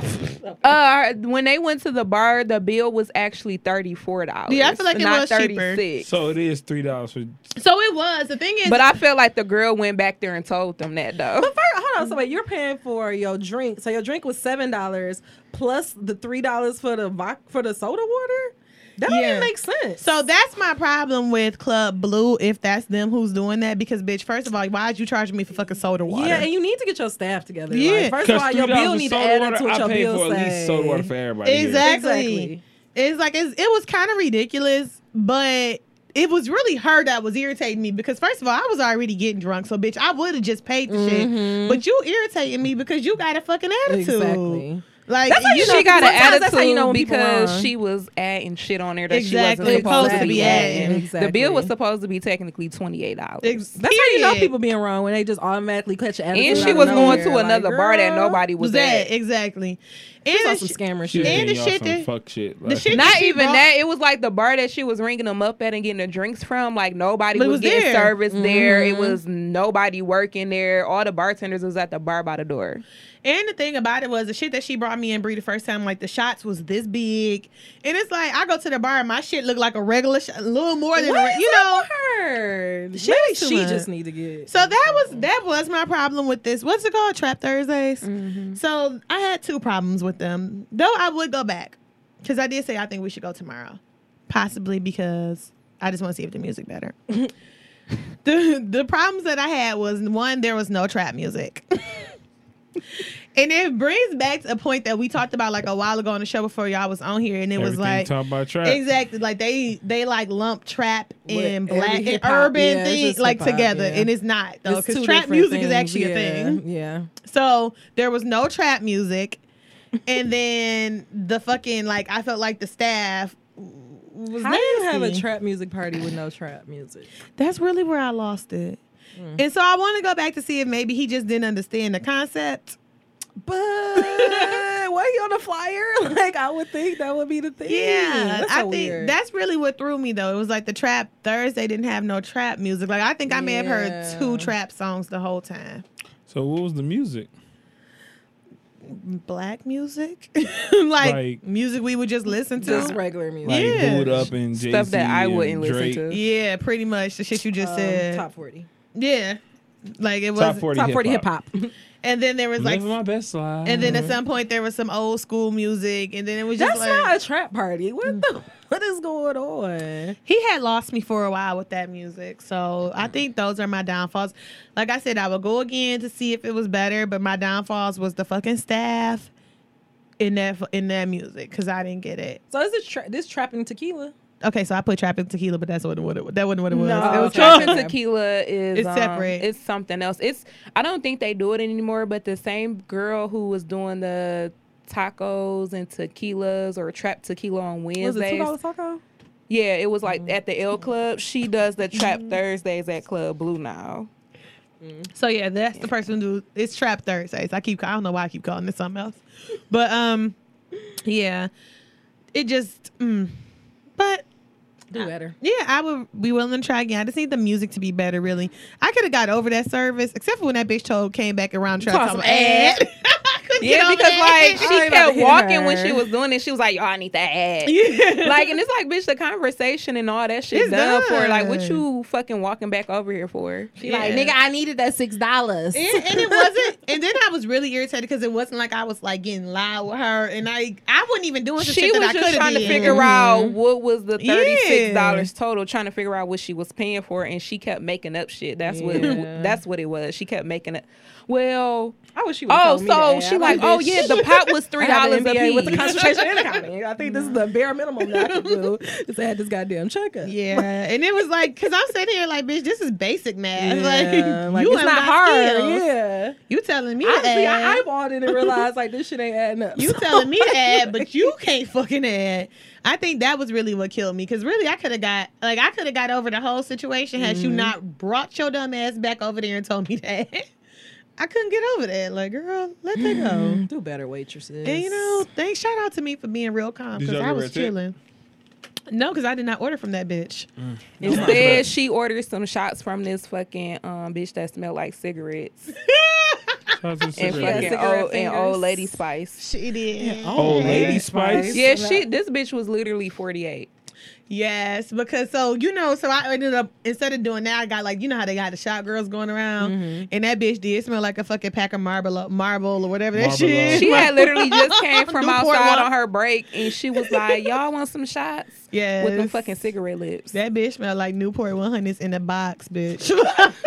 Speaker 3: Uh, when they went to the bar, the bill was actually thirty four dollars.
Speaker 4: Yeah, I feel like it was cheaper.
Speaker 5: So it is three dollars for.
Speaker 4: so it was. The thing is,
Speaker 3: But I feel like the girl went back there and told them that though.
Speaker 6: But first, hold on. So wait, you're paying for your drink. So your drink was seven dollars plus the three dollars for the vodka, for the soda water. That don't
Speaker 4: Yeah.
Speaker 6: even make sense.
Speaker 4: So that's my problem with Club Blue, if that's them who's doing that. Because, bitch, first of all, why'd you charge me for fucking soda water?
Speaker 6: yeah, and you need to get your staff together.
Speaker 4: Yeah.
Speaker 6: Like, first of all, your bill need to add up to what
Speaker 5: I
Speaker 6: your
Speaker 5: paid
Speaker 6: bill
Speaker 5: for at least
Speaker 6: say.
Speaker 5: soda water for everybody. here.
Speaker 4: exactly.
Speaker 6: Exactly.
Speaker 4: It's like, it's, it was kind of ridiculous, but it was really her that was irritating me. Because, first of all, I was already getting drunk. So,
Speaker 6: Mm-hmm.
Speaker 4: bitch, I would have just paid the shit. But you irritating me because you got a fucking attitude.
Speaker 6: Exactly.
Speaker 4: Like
Speaker 3: That's how
Speaker 4: you
Speaker 3: you
Speaker 4: know,
Speaker 3: she got an
Speaker 6: sometimes
Speaker 3: attitude
Speaker 6: that's how you know when people
Speaker 3: because
Speaker 6: wrong.
Speaker 3: she was adding shit on there that
Speaker 4: Exactly.
Speaker 3: she wasn't supposed
Speaker 4: Supposed
Speaker 3: to be
Speaker 4: to be
Speaker 3: adding.
Speaker 4: adding.
Speaker 6: Exactly.
Speaker 3: The bill was supposed to be technically twenty eight dollars.
Speaker 4: Ex-
Speaker 6: That's how you know
Speaker 4: period.
Speaker 6: people being wrong when they just automatically catch your attitude.
Speaker 3: and she
Speaker 6: out of
Speaker 3: was going
Speaker 6: nowhere.
Speaker 3: to
Speaker 6: Like,
Speaker 3: another bar that
Speaker 6: girl,
Speaker 3: nobody
Speaker 4: was
Speaker 3: was
Speaker 4: that
Speaker 3: at.
Speaker 4: exactly.
Speaker 6: She saw
Speaker 4: And
Speaker 6: some
Speaker 4: the sh-
Speaker 6: scammer
Speaker 5: She
Speaker 6: shit.
Speaker 5: was
Speaker 4: And
Speaker 5: getting
Speaker 4: the
Speaker 5: y'all
Speaker 4: shit
Speaker 5: some
Speaker 4: that-
Speaker 5: fuck shit.
Speaker 4: the
Speaker 5: Like,
Speaker 4: shit
Speaker 3: Not
Speaker 4: she
Speaker 3: even
Speaker 4: bought-
Speaker 3: that. It was like the bar that she was ringing them up at and getting the drinks from. Like nobody
Speaker 4: But it
Speaker 3: was,
Speaker 4: was
Speaker 3: getting
Speaker 4: there.
Speaker 3: service there. It was nobody working there. All the bartenders was at the bar by the door.
Speaker 4: And the thing about it was the shit that she brought me in Bree the first time, like the shots was this big, and it's like I go to the bar and my shit look like a regular, sh- a little more than a
Speaker 6: What
Speaker 4: re-
Speaker 6: is
Speaker 4: you know.
Speaker 6: Her. Maybe
Speaker 4: She
Speaker 6: She,
Speaker 4: was too much.
Speaker 6: just need to get.
Speaker 4: So that was that was my problem with this. What's it called? Trap Thursdays. So I had two problems with them, though I would go back because I did say I think we should go tomorrow, possibly because I just want to see if the music better. the the problems that I had was one there was no trap music. And it brings back a point that we talked about like a while ago on the show before y'all was on here, and it was
Speaker 5: everything
Speaker 4: like
Speaker 5: talking about trap.
Speaker 4: Exactly. Like they they like lump trap
Speaker 6: With
Speaker 4: and
Speaker 6: every
Speaker 4: black and
Speaker 6: hip-hop,
Speaker 4: urban
Speaker 6: yeah, it's
Speaker 4: things
Speaker 6: just
Speaker 4: like
Speaker 6: hip-hop,
Speaker 4: together.
Speaker 6: yeah.
Speaker 4: And it's not though.
Speaker 6: It's two
Speaker 4: Because trap
Speaker 6: different
Speaker 4: music is
Speaker 6: things,
Speaker 4: actually
Speaker 6: yeah,
Speaker 4: a thing.
Speaker 6: Yeah.
Speaker 4: So there was no trap music. and then the fucking like I felt like the staff was
Speaker 6: How do you have a
Speaker 4: nasty.
Speaker 6: trap music party with no trap music?
Speaker 4: That's really where I lost it.
Speaker 6: Mm.
Speaker 4: And so I want to go back to see if maybe he just didn't understand the concept.
Speaker 6: But why you on a flyer? Like I would think that would be the thing.
Speaker 4: Yeah,
Speaker 6: That's
Speaker 4: I
Speaker 6: so
Speaker 4: think
Speaker 6: weird.
Speaker 4: that's really what threw me though. It was like the trap Thursday didn't have no trap music. Like I think I may have heard
Speaker 6: Yeah.
Speaker 4: two trap songs the whole time.
Speaker 5: so what was the music?
Speaker 4: Black music, like,
Speaker 5: Like-
Speaker 4: music we would just listen to.
Speaker 6: just regular music.
Speaker 5: Like
Speaker 4: Yeah.
Speaker 5: boot up and Jay-Z
Speaker 3: Stuff that I
Speaker 5: and
Speaker 3: wouldn't listen
Speaker 5: Drake.
Speaker 3: to.
Speaker 4: Yeah, pretty much the shit you just
Speaker 6: Um,
Speaker 4: said.
Speaker 6: top forty.
Speaker 4: Yeah, like it was.
Speaker 5: Top forty.
Speaker 6: Top forty hip
Speaker 5: hip-hop.
Speaker 6: hop.
Speaker 4: And then there was like,
Speaker 5: Living my best life.
Speaker 4: and then at some point there was some old school music, and then it was just
Speaker 6: That's
Speaker 4: like
Speaker 6: not a trap party. What the? What is going on?
Speaker 4: he had lost me for a while with that music. So I think those are my downfalls. Like I said, I would go again to see if it was better, but my downfalls was the fucking staff in that in that music because I didn't get it.
Speaker 6: So is it tra- this trapping tequila?
Speaker 4: Okay, so I put trap in tequila, but that's what it, what it that wasn't what it was.
Speaker 6: No.
Speaker 4: it was
Speaker 6: Oh, Okay.
Speaker 4: trap.
Speaker 3: Trap and tequila is
Speaker 4: It's
Speaker 3: um,
Speaker 4: separate.
Speaker 3: It's something else. It's I don't think they do it anymore. But the same girl who was doing the tacos and tequilas or trap tequila on
Speaker 6: Was it two Mm-hmm.
Speaker 3: Wednesdays.
Speaker 6: dollar taco?
Speaker 3: yeah, it was like at the L Club. She does the trap
Speaker 6: Mm-hmm.
Speaker 3: Thursdays at Club Blue now.
Speaker 4: So yeah, that's the person who it's trap Thursdays. I keep I don't know why I keep calling it something else, but um, yeah, it just mm, but
Speaker 6: Do better.
Speaker 4: Yeah, I would be willing to try again. I just need the music to be better, really. I could have got over that service, except for when that bitch told came back around trying
Speaker 6: Toss
Speaker 4: to
Speaker 6: some ad.
Speaker 3: Yeah, because like
Speaker 6: I ain't
Speaker 3: she
Speaker 6: about to
Speaker 3: kept
Speaker 6: hit
Speaker 3: walking when she
Speaker 6: her.
Speaker 3: was doing it. She was like, "Yo, I need that ad."
Speaker 4: Yeah.
Speaker 3: Like, and it's like, bitch, the conversation and all that shit's
Speaker 4: It's
Speaker 3: done, for. Like, what
Speaker 4: done.
Speaker 3: you fucking walking back over here for?
Speaker 6: She
Speaker 4: Yeah.
Speaker 6: I needed that six dollars.
Speaker 4: and, and it wasn't. And then I was really irritated because it wasn't like I was like getting loud with her, and I I wasn't even doing some
Speaker 3: she
Speaker 4: shit that
Speaker 3: was
Speaker 4: I
Speaker 3: just
Speaker 4: coulda
Speaker 3: trying to
Speaker 4: did.
Speaker 3: figure out what was the thirty six dollars
Speaker 4: Yeah.
Speaker 3: total, trying to figure out what she was paying for, and she kept making up shit. That's
Speaker 6: Yeah.
Speaker 3: what that's what it was. She kept making it. Well,
Speaker 6: I wish you. would've
Speaker 3: oh,
Speaker 6: told me
Speaker 3: so
Speaker 6: that.
Speaker 3: she
Speaker 6: I'm
Speaker 3: like, oh
Speaker 6: bitch,
Speaker 3: yeah, the pot was
Speaker 6: I
Speaker 3: three
Speaker 6: have
Speaker 3: dollars
Speaker 6: an
Speaker 3: a
Speaker 6: MBA with the
Speaker 3: piece.
Speaker 6: concentration and accounting. I think this is the bare minimum that I can do. Just add this goddamn checkup.
Speaker 4: Yeah, and it was like because I'm sitting here like, bitch, this is basic math.
Speaker 6: Yeah,
Speaker 4: Like,
Speaker 6: like,
Speaker 4: you
Speaker 6: it's
Speaker 4: ain't
Speaker 6: not
Speaker 4: got
Speaker 6: hard.
Speaker 4: skills.
Speaker 6: Yeah.
Speaker 4: You telling me to
Speaker 6: Honestly,
Speaker 4: add.
Speaker 6: I eyeballed it and realized like this shit ain't adding up.
Speaker 4: You
Speaker 6: So-
Speaker 4: telling me to add, but you can't fucking add. I think that was really what killed me because really I could have got like I could have got over the whole situation had you not brought your dumb ass back over there and told me that. I couldn't get over that. Like, girl, let that go.
Speaker 6: do better, waitresses.
Speaker 4: And you know, thanks. Shout out to me for being real calm
Speaker 5: Did
Speaker 4: because
Speaker 5: y'all
Speaker 4: I
Speaker 5: give her
Speaker 4: was
Speaker 5: a tip?
Speaker 4: chilling. No, because I did not order from that bitch.
Speaker 3: Instead, she ordered some shots from this fucking um bitch that smelled like cigarettes
Speaker 5: How's this
Speaker 3: and
Speaker 5: cigarette?
Speaker 3: fucking
Speaker 6: cigarette
Speaker 3: old and
Speaker 6: fingers.
Speaker 3: old lady spice.
Speaker 4: She did.
Speaker 5: Old lady spice.
Speaker 3: Yeah, she. This bitch was literally forty eight.
Speaker 4: Yes, because so you know, so I ended up instead of doing that, I got like you know how they got the shot girls going around,
Speaker 3: Mm-hmm.
Speaker 4: and that bitch did smell like a fucking pack of marble, marble or whatever that
Speaker 5: Marble.
Speaker 4: shit.
Speaker 3: She had literally just came from
Speaker 4: Newport
Speaker 3: outside
Speaker 4: Rum.
Speaker 3: on her break, and she was like, "Y'all want some shots?"
Speaker 4: yes.
Speaker 3: With them fucking cigarette lips.
Speaker 4: That bitch smelled like Newport 100s in a box, bitch.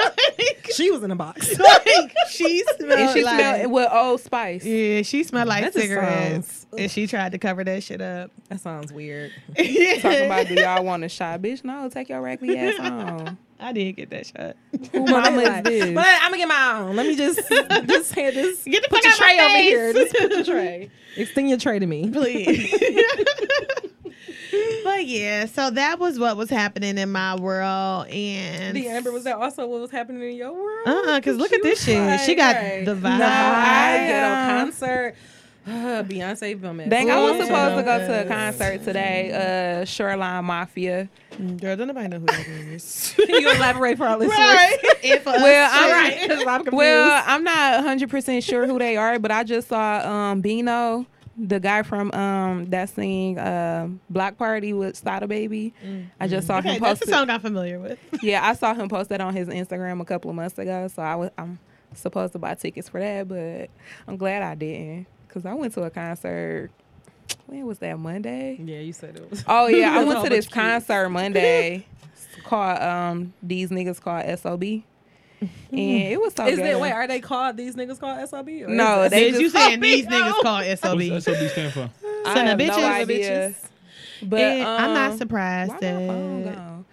Speaker 6: She was in a box.
Speaker 4: like she smelled.
Speaker 3: and she
Speaker 4: like-
Speaker 3: smelled it with Old Spice.
Speaker 4: Yeah, she smelled like
Speaker 6: That just
Speaker 4: cigarettes,
Speaker 6: sounds-
Speaker 4: and she tried to cover that shit up.
Speaker 6: That sounds weird.
Speaker 3: Talking about do y'all want a shot, bitch? No, take your raggedy ass home.
Speaker 4: I did get that shot.
Speaker 3: Who mama is
Speaker 6: But
Speaker 3: this?
Speaker 6: I'm gonna get my own. Let me just just hand this.
Speaker 4: Get the
Speaker 6: put
Speaker 4: fuck
Speaker 6: your
Speaker 4: out my
Speaker 6: tray over
Speaker 4: face.
Speaker 6: here. Just put your tray. Extend your tray to me.
Speaker 4: Please. but yeah, so that was what was happening in my world, and
Speaker 6: The Amber was that also what was happening in your world?
Speaker 4: Uh, uh cause look at this shit. she got the vibe.
Speaker 6: No, I
Speaker 3: I,
Speaker 6: get
Speaker 3: um,
Speaker 6: on concert. Uh, Beyonce bumming.
Speaker 3: Dang, I was
Speaker 4: Ooh.
Speaker 3: supposed to go to a concert today, uh, Shoreline Mafia.
Speaker 4: Girl, don't nobody know who that is.
Speaker 6: Can you elaborate for all this?
Speaker 4: right. And for us,
Speaker 3: Well, I'm
Speaker 4: too.
Speaker 3: right.
Speaker 6: Because I'm confused.
Speaker 3: Well, I'm not 100% sure who they are, but I just saw um, Bino, the guy from um, that sing uh, Block Party with Sada Baby. I just saw
Speaker 4: Okay,
Speaker 3: him
Speaker 4: that's
Speaker 3: post it.
Speaker 4: a song I'm familiar with.
Speaker 3: Yeah, I saw him post that on his Instagram a couple of months ago. So I was I'm supposed to buy tickets for that, but I'm glad I didn't because I went to a concert. When was that Monday?
Speaker 6: yeah, you said it was.
Speaker 3: Oh yeah, I
Speaker 6: That's
Speaker 3: went
Speaker 6: all
Speaker 3: to
Speaker 6: but
Speaker 3: this
Speaker 6: you.
Speaker 3: concert Monday. It's called um these niggas called Sob, and it was so.
Speaker 6: Is
Speaker 3: ghetto.
Speaker 6: that wait? Are they called these niggas called SOB? or
Speaker 3: No,
Speaker 6: is it-
Speaker 3: They
Speaker 4: Did you
Speaker 3: just-
Speaker 4: saying these niggas called
Speaker 5: What's
Speaker 4: SOB?
Speaker 5: SOB stand for?
Speaker 3: I
Speaker 4: Son
Speaker 3: have
Speaker 4: of bitches.
Speaker 3: no idea. But
Speaker 4: And I'm
Speaker 3: um,
Speaker 4: not
Speaker 3: Why
Speaker 4: surprised
Speaker 3: my phone
Speaker 4: that.
Speaker 3: gone?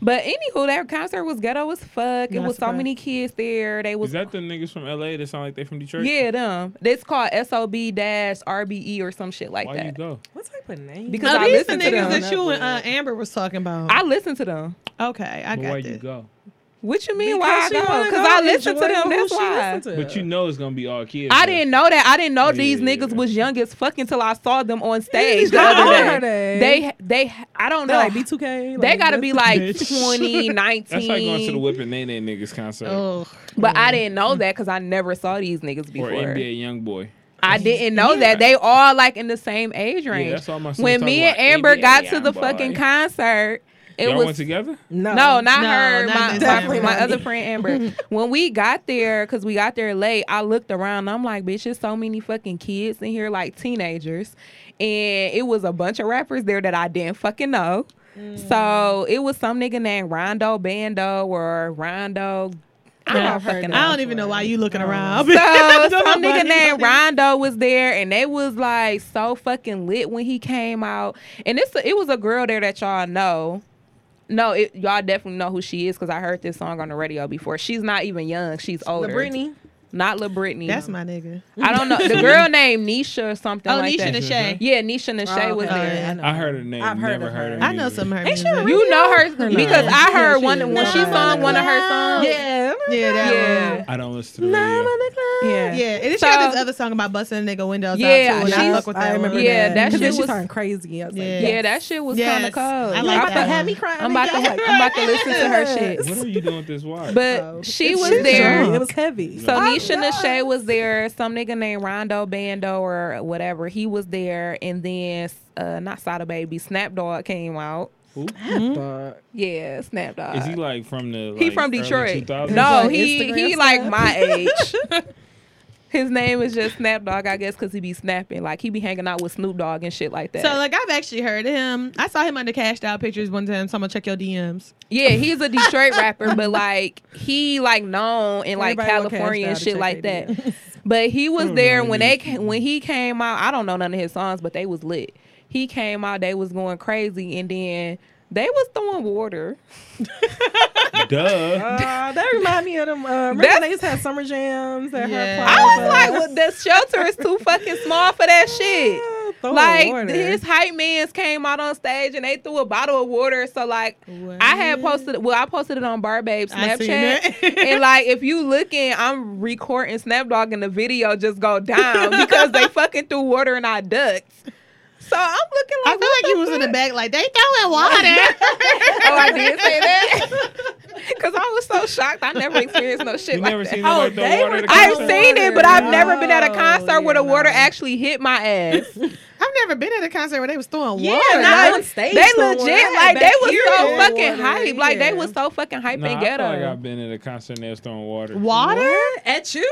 Speaker 3: But anywho, that concert was ghetto as fuck. It
Speaker 4: Not
Speaker 3: was so
Speaker 4: surprised.
Speaker 3: many kids there. They was
Speaker 5: Is that the niggas from LA that sound like they from Detroit?
Speaker 3: Yeah, them. It's called SOB dash RBE or some shit like
Speaker 5: Why you
Speaker 3: that.
Speaker 5: go?
Speaker 6: What type of name?
Speaker 3: Because
Speaker 4: Oh,
Speaker 3: I
Speaker 4: these the
Speaker 3: listen to
Speaker 4: niggas
Speaker 3: them.
Speaker 4: that you and uh, Amber was talking about.
Speaker 3: I listen to them.
Speaker 4: okay, I
Speaker 5: But why
Speaker 4: got
Speaker 5: you
Speaker 4: this.
Speaker 5: go?
Speaker 3: What you mean?
Speaker 6: Because
Speaker 3: why I
Speaker 6: she wanna
Speaker 3: go? Because
Speaker 6: go
Speaker 3: I listen to
Speaker 6: enjoy
Speaker 3: them.
Speaker 6: who
Speaker 3: That's
Speaker 6: she
Speaker 3: why.
Speaker 6: listen to.
Speaker 5: But you know it's gonna be all kids.
Speaker 3: I
Speaker 5: there.
Speaker 3: didn't know that. I didn't know these
Speaker 5: Yeah.
Speaker 3: niggas was young as fuck until I saw them on stage the
Speaker 6: How old
Speaker 3: other
Speaker 6: are
Speaker 3: day.
Speaker 6: they?
Speaker 3: They, they, I don't
Speaker 6: They're
Speaker 3: know.
Speaker 6: like B2K.
Speaker 3: they gotta be like
Speaker 5: Bitch.
Speaker 3: 20,
Speaker 5: That's like going to the
Speaker 3: 19.
Speaker 5: Whip and Nay Nay niggas concert
Speaker 4: Oh,
Speaker 3: But I didn't know that because I never saw these niggas
Speaker 5: Mm-hmm. or
Speaker 3: before.
Speaker 5: NBA YoungBoy.
Speaker 3: I didn't know that they all like in the same age range.
Speaker 5: that's all my sisters
Speaker 3: when
Speaker 5: talk
Speaker 3: me and
Speaker 5: about.
Speaker 3: Amber
Speaker 5: NBA
Speaker 3: got to the
Speaker 5: young boy.
Speaker 3: fucking concert, it
Speaker 5: Y'all
Speaker 3: was
Speaker 5: went together?
Speaker 6: no,
Speaker 3: No, not
Speaker 4: No,
Speaker 3: her.
Speaker 4: not
Speaker 3: my
Speaker 4: Miss
Speaker 3: my,
Speaker 4: Amber.
Speaker 3: my other friend Amber. when we got there, because we got there late, I looked around. I'm like, bitch, there's so many fucking kids in here, like teenagers. And it was a bunch of rappers there that I didn't fucking know. So it was some nigga named Rondo Bando or Rondo. I
Speaker 6: Yeah,
Speaker 3: don't
Speaker 6: I've heard
Speaker 3: fucking
Speaker 6: that.
Speaker 3: know.
Speaker 4: I don't even know why you looking around.
Speaker 3: So some
Speaker 4: Nobody
Speaker 3: nigga named
Speaker 4: knows.
Speaker 3: Rondo was there, and they was like so fucking lit when he came out. And it's a, it was a girl there that y'all know. No, it, y'all definitely know who she is because I heard this song on the radio before. She's not even young; she's older.
Speaker 6: Brittany.
Speaker 3: not La Brittany.
Speaker 4: That's my nigga.
Speaker 3: I don't know the girl named Nisha or something
Speaker 4: Oh,
Speaker 3: like
Speaker 4: Nisha
Speaker 3: that. Uh-huh.
Speaker 4: and Shay.
Speaker 3: yeah, Nisha and
Speaker 6: Oh,
Speaker 3: Shay was
Speaker 4: okay.
Speaker 3: there.
Speaker 4: yeah.
Speaker 5: I heard her name.
Speaker 6: I've heard
Speaker 5: never
Speaker 6: of
Speaker 5: heard
Speaker 6: her.
Speaker 5: her.
Speaker 4: I know some of her.
Speaker 6: Ain't she
Speaker 4: music.
Speaker 3: You know her
Speaker 6: name.
Speaker 3: because I
Speaker 6: Yeah,
Speaker 3: heard
Speaker 6: she
Speaker 3: one
Speaker 6: is.
Speaker 3: when she
Speaker 4: Nah,
Speaker 3: sung one of her songs.
Speaker 6: Yeah.
Speaker 4: Yeah, that
Speaker 3: Yeah.
Speaker 4: one.
Speaker 5: I don't listen to the radio.
Speaker 3: yeah,
Speaker 4: Yeah, and then she got this
Speaker 3: So-
Speaker 4: other song about busting a nigga windows
Speaker 3: Yeah,
Speaker 4: out too. And I
Speaker 3: she's-
Speaker 4: fuck with that.
Speaker 6: I remember
Speaker 4: one.
Speaker 3: Yeah,
Speaker 6: that.
Speaker 3: that
Speaker 6: 'Cause then
Speaker 3: shit
Speaker 6: she
Speaker 3: was-
Speaker 6: turned crazy. I was
Speaker 4: Yeah.
Speaker 6: like,
Speaker 3: Yeah, that shit was
Speaker 4: Yes.
Speaker 3: kind of cold.
Speaker 4: I
Speaker 3: You
Speaker 4: like
Speaker 3: about to
Speaker 4: that
Speaker 3: have
Speaker 4: one.
Speaker 3: me crying. I'm about
Speaker 6: again.
Speaker 3: to have, I'm about to listen to her
Speaker 4: Oh,
Speaker 3: shit.
Speaker 5: What are you doing with this wire?
Speaker 3: But she was there.
Speaker 6: It was heavy.
Speaker 3: So Nisha Nashay was there. Some nigga named Rondo Bando or whatever. He was there, and then uh, not Sada Baby, Snapdog came out.
Speaker 5: Who?
Speaker 3: Yeah, Snapdog.
Speaker 5: Is he like from the? Like,
Speaker 3: He from
Speaker 5: early
Speaker 3: Detroit.
Speaker 5: 2000s?
Speaker 3: No,
Speaker 6: Like
Speaker 3: he
Speaker 6: Instagram
Speaker 3: he
Speaker 6: stuff?
Speaker 3: like my age. His name is just Snapdog, I guess, because he be snapping. Like he be hanging out with Snoop Dogg and shit like that.
Speaker 4: So like I've actually heard of him. I saw him under cashed out pictures one time. Someone check your DMs.
Speaker 3: Yeah, he's a Detroit rapper, but like he like known in like
Speaker 6: Everybody want
Speaker 3: California
Speaker 6: Cash
Speaker 3: and
Speaker 6: Doll to
Speaker 3: shit
Speaker 6: check
Speaker 3: like
Speaker 6: their
Speaker 3: that. But he
Speaker 5: I
Speaker 3: was
Speaker 5: don't
Speaker 3: there
Speaker 5: know
Speaker 3: when
Speaker 5: any
Speaker 3: they
Speaker 5: of these
Speaker 3: ca- when he came out. I don't know none of his songs, but they was lit. He came out, they was going crazy, and then they was throwing water.
Speaker 5: Duh.
Speaker 6: Uh, that remind me of them. Uh, remember
Speaker 3: That's-
Speaker 6: they used to have summer jams at
Speaker 4: Yeah.
Speaker 6: her
Speaker 3: I was like, well,
Speaker 6: plaza?
Speaker 3: the shelter is too fucking small for that shit.
Speaker 6: Uh,
Speaker 4: Oh,
Speaker 6: throw
Speaker 3: Like
Speaker 6: water.
Speaker 3: his hype mans came out on stage and they threw a bottle of water. So like I had posted, well, I posted it on Bar Babe
Speaker 4: I seen
Speaker 3: Snapchat,
Speaker 4: that.
Speaker 3: and like if you looking, I'm recording Snapdog and the video just go down because they fucking threw water in our ducks. So I'm looking
Speaker 4: I
Speaker 3: like
Speaker 4: feel like he was in the back like they throwing water.
Speaker 3: oh, I did say that because I was so shocked. I never experienced no shit
Speaker 5: You
Speaker 3: like
Speaker 5: never
Speaker 3: that.
Speaker 5: seen
Speaker 3: oh,
Speaker 5: nobody throw
Speaker 6: they
Speaker 5: water
Speaker 6: were-
Speaker 5: at a
Speaker 3: I've
Speaker 5: concert?
Speaker 3: seen it, but I've never been at a
Speaker 6: Oh,
Speaker 3: concert where the
Speaker 6: yeah,
Speaker 3: water
Speaker 6: no.
Speaker 3: actually hit my ass.
Speaker 4: I've never been at a concert where they was throwing
Speaker 6: Yeah,
Speaker 4: water.
Speaker 6: nah,
Speaker 4: Like,
Speaker 6: on stage
Speaker 3: they
Speaker 6: somewhere.
Speaker 3: legit
Speaker 6: Yeah,
Speaker 3: like they
Speaker 6: back
Speaker 3: was
Speaker 6: here,
Speaker 3: so
Speaker 6: yeah.
Speaker 3: fucking
Speaker 6: Water,
Speaker 3: hype. Like they
Speaker 6: yeah.
Speaker 3: was so fucking hype
Speaker 5: Nah,
Speaker 3: and
Speaker 5: I feel
Speaker 3: ghetto.
Speaker 5: like I've been at a concert and they was throwing water.
Speaker 4: water?
Speaker 6: at you.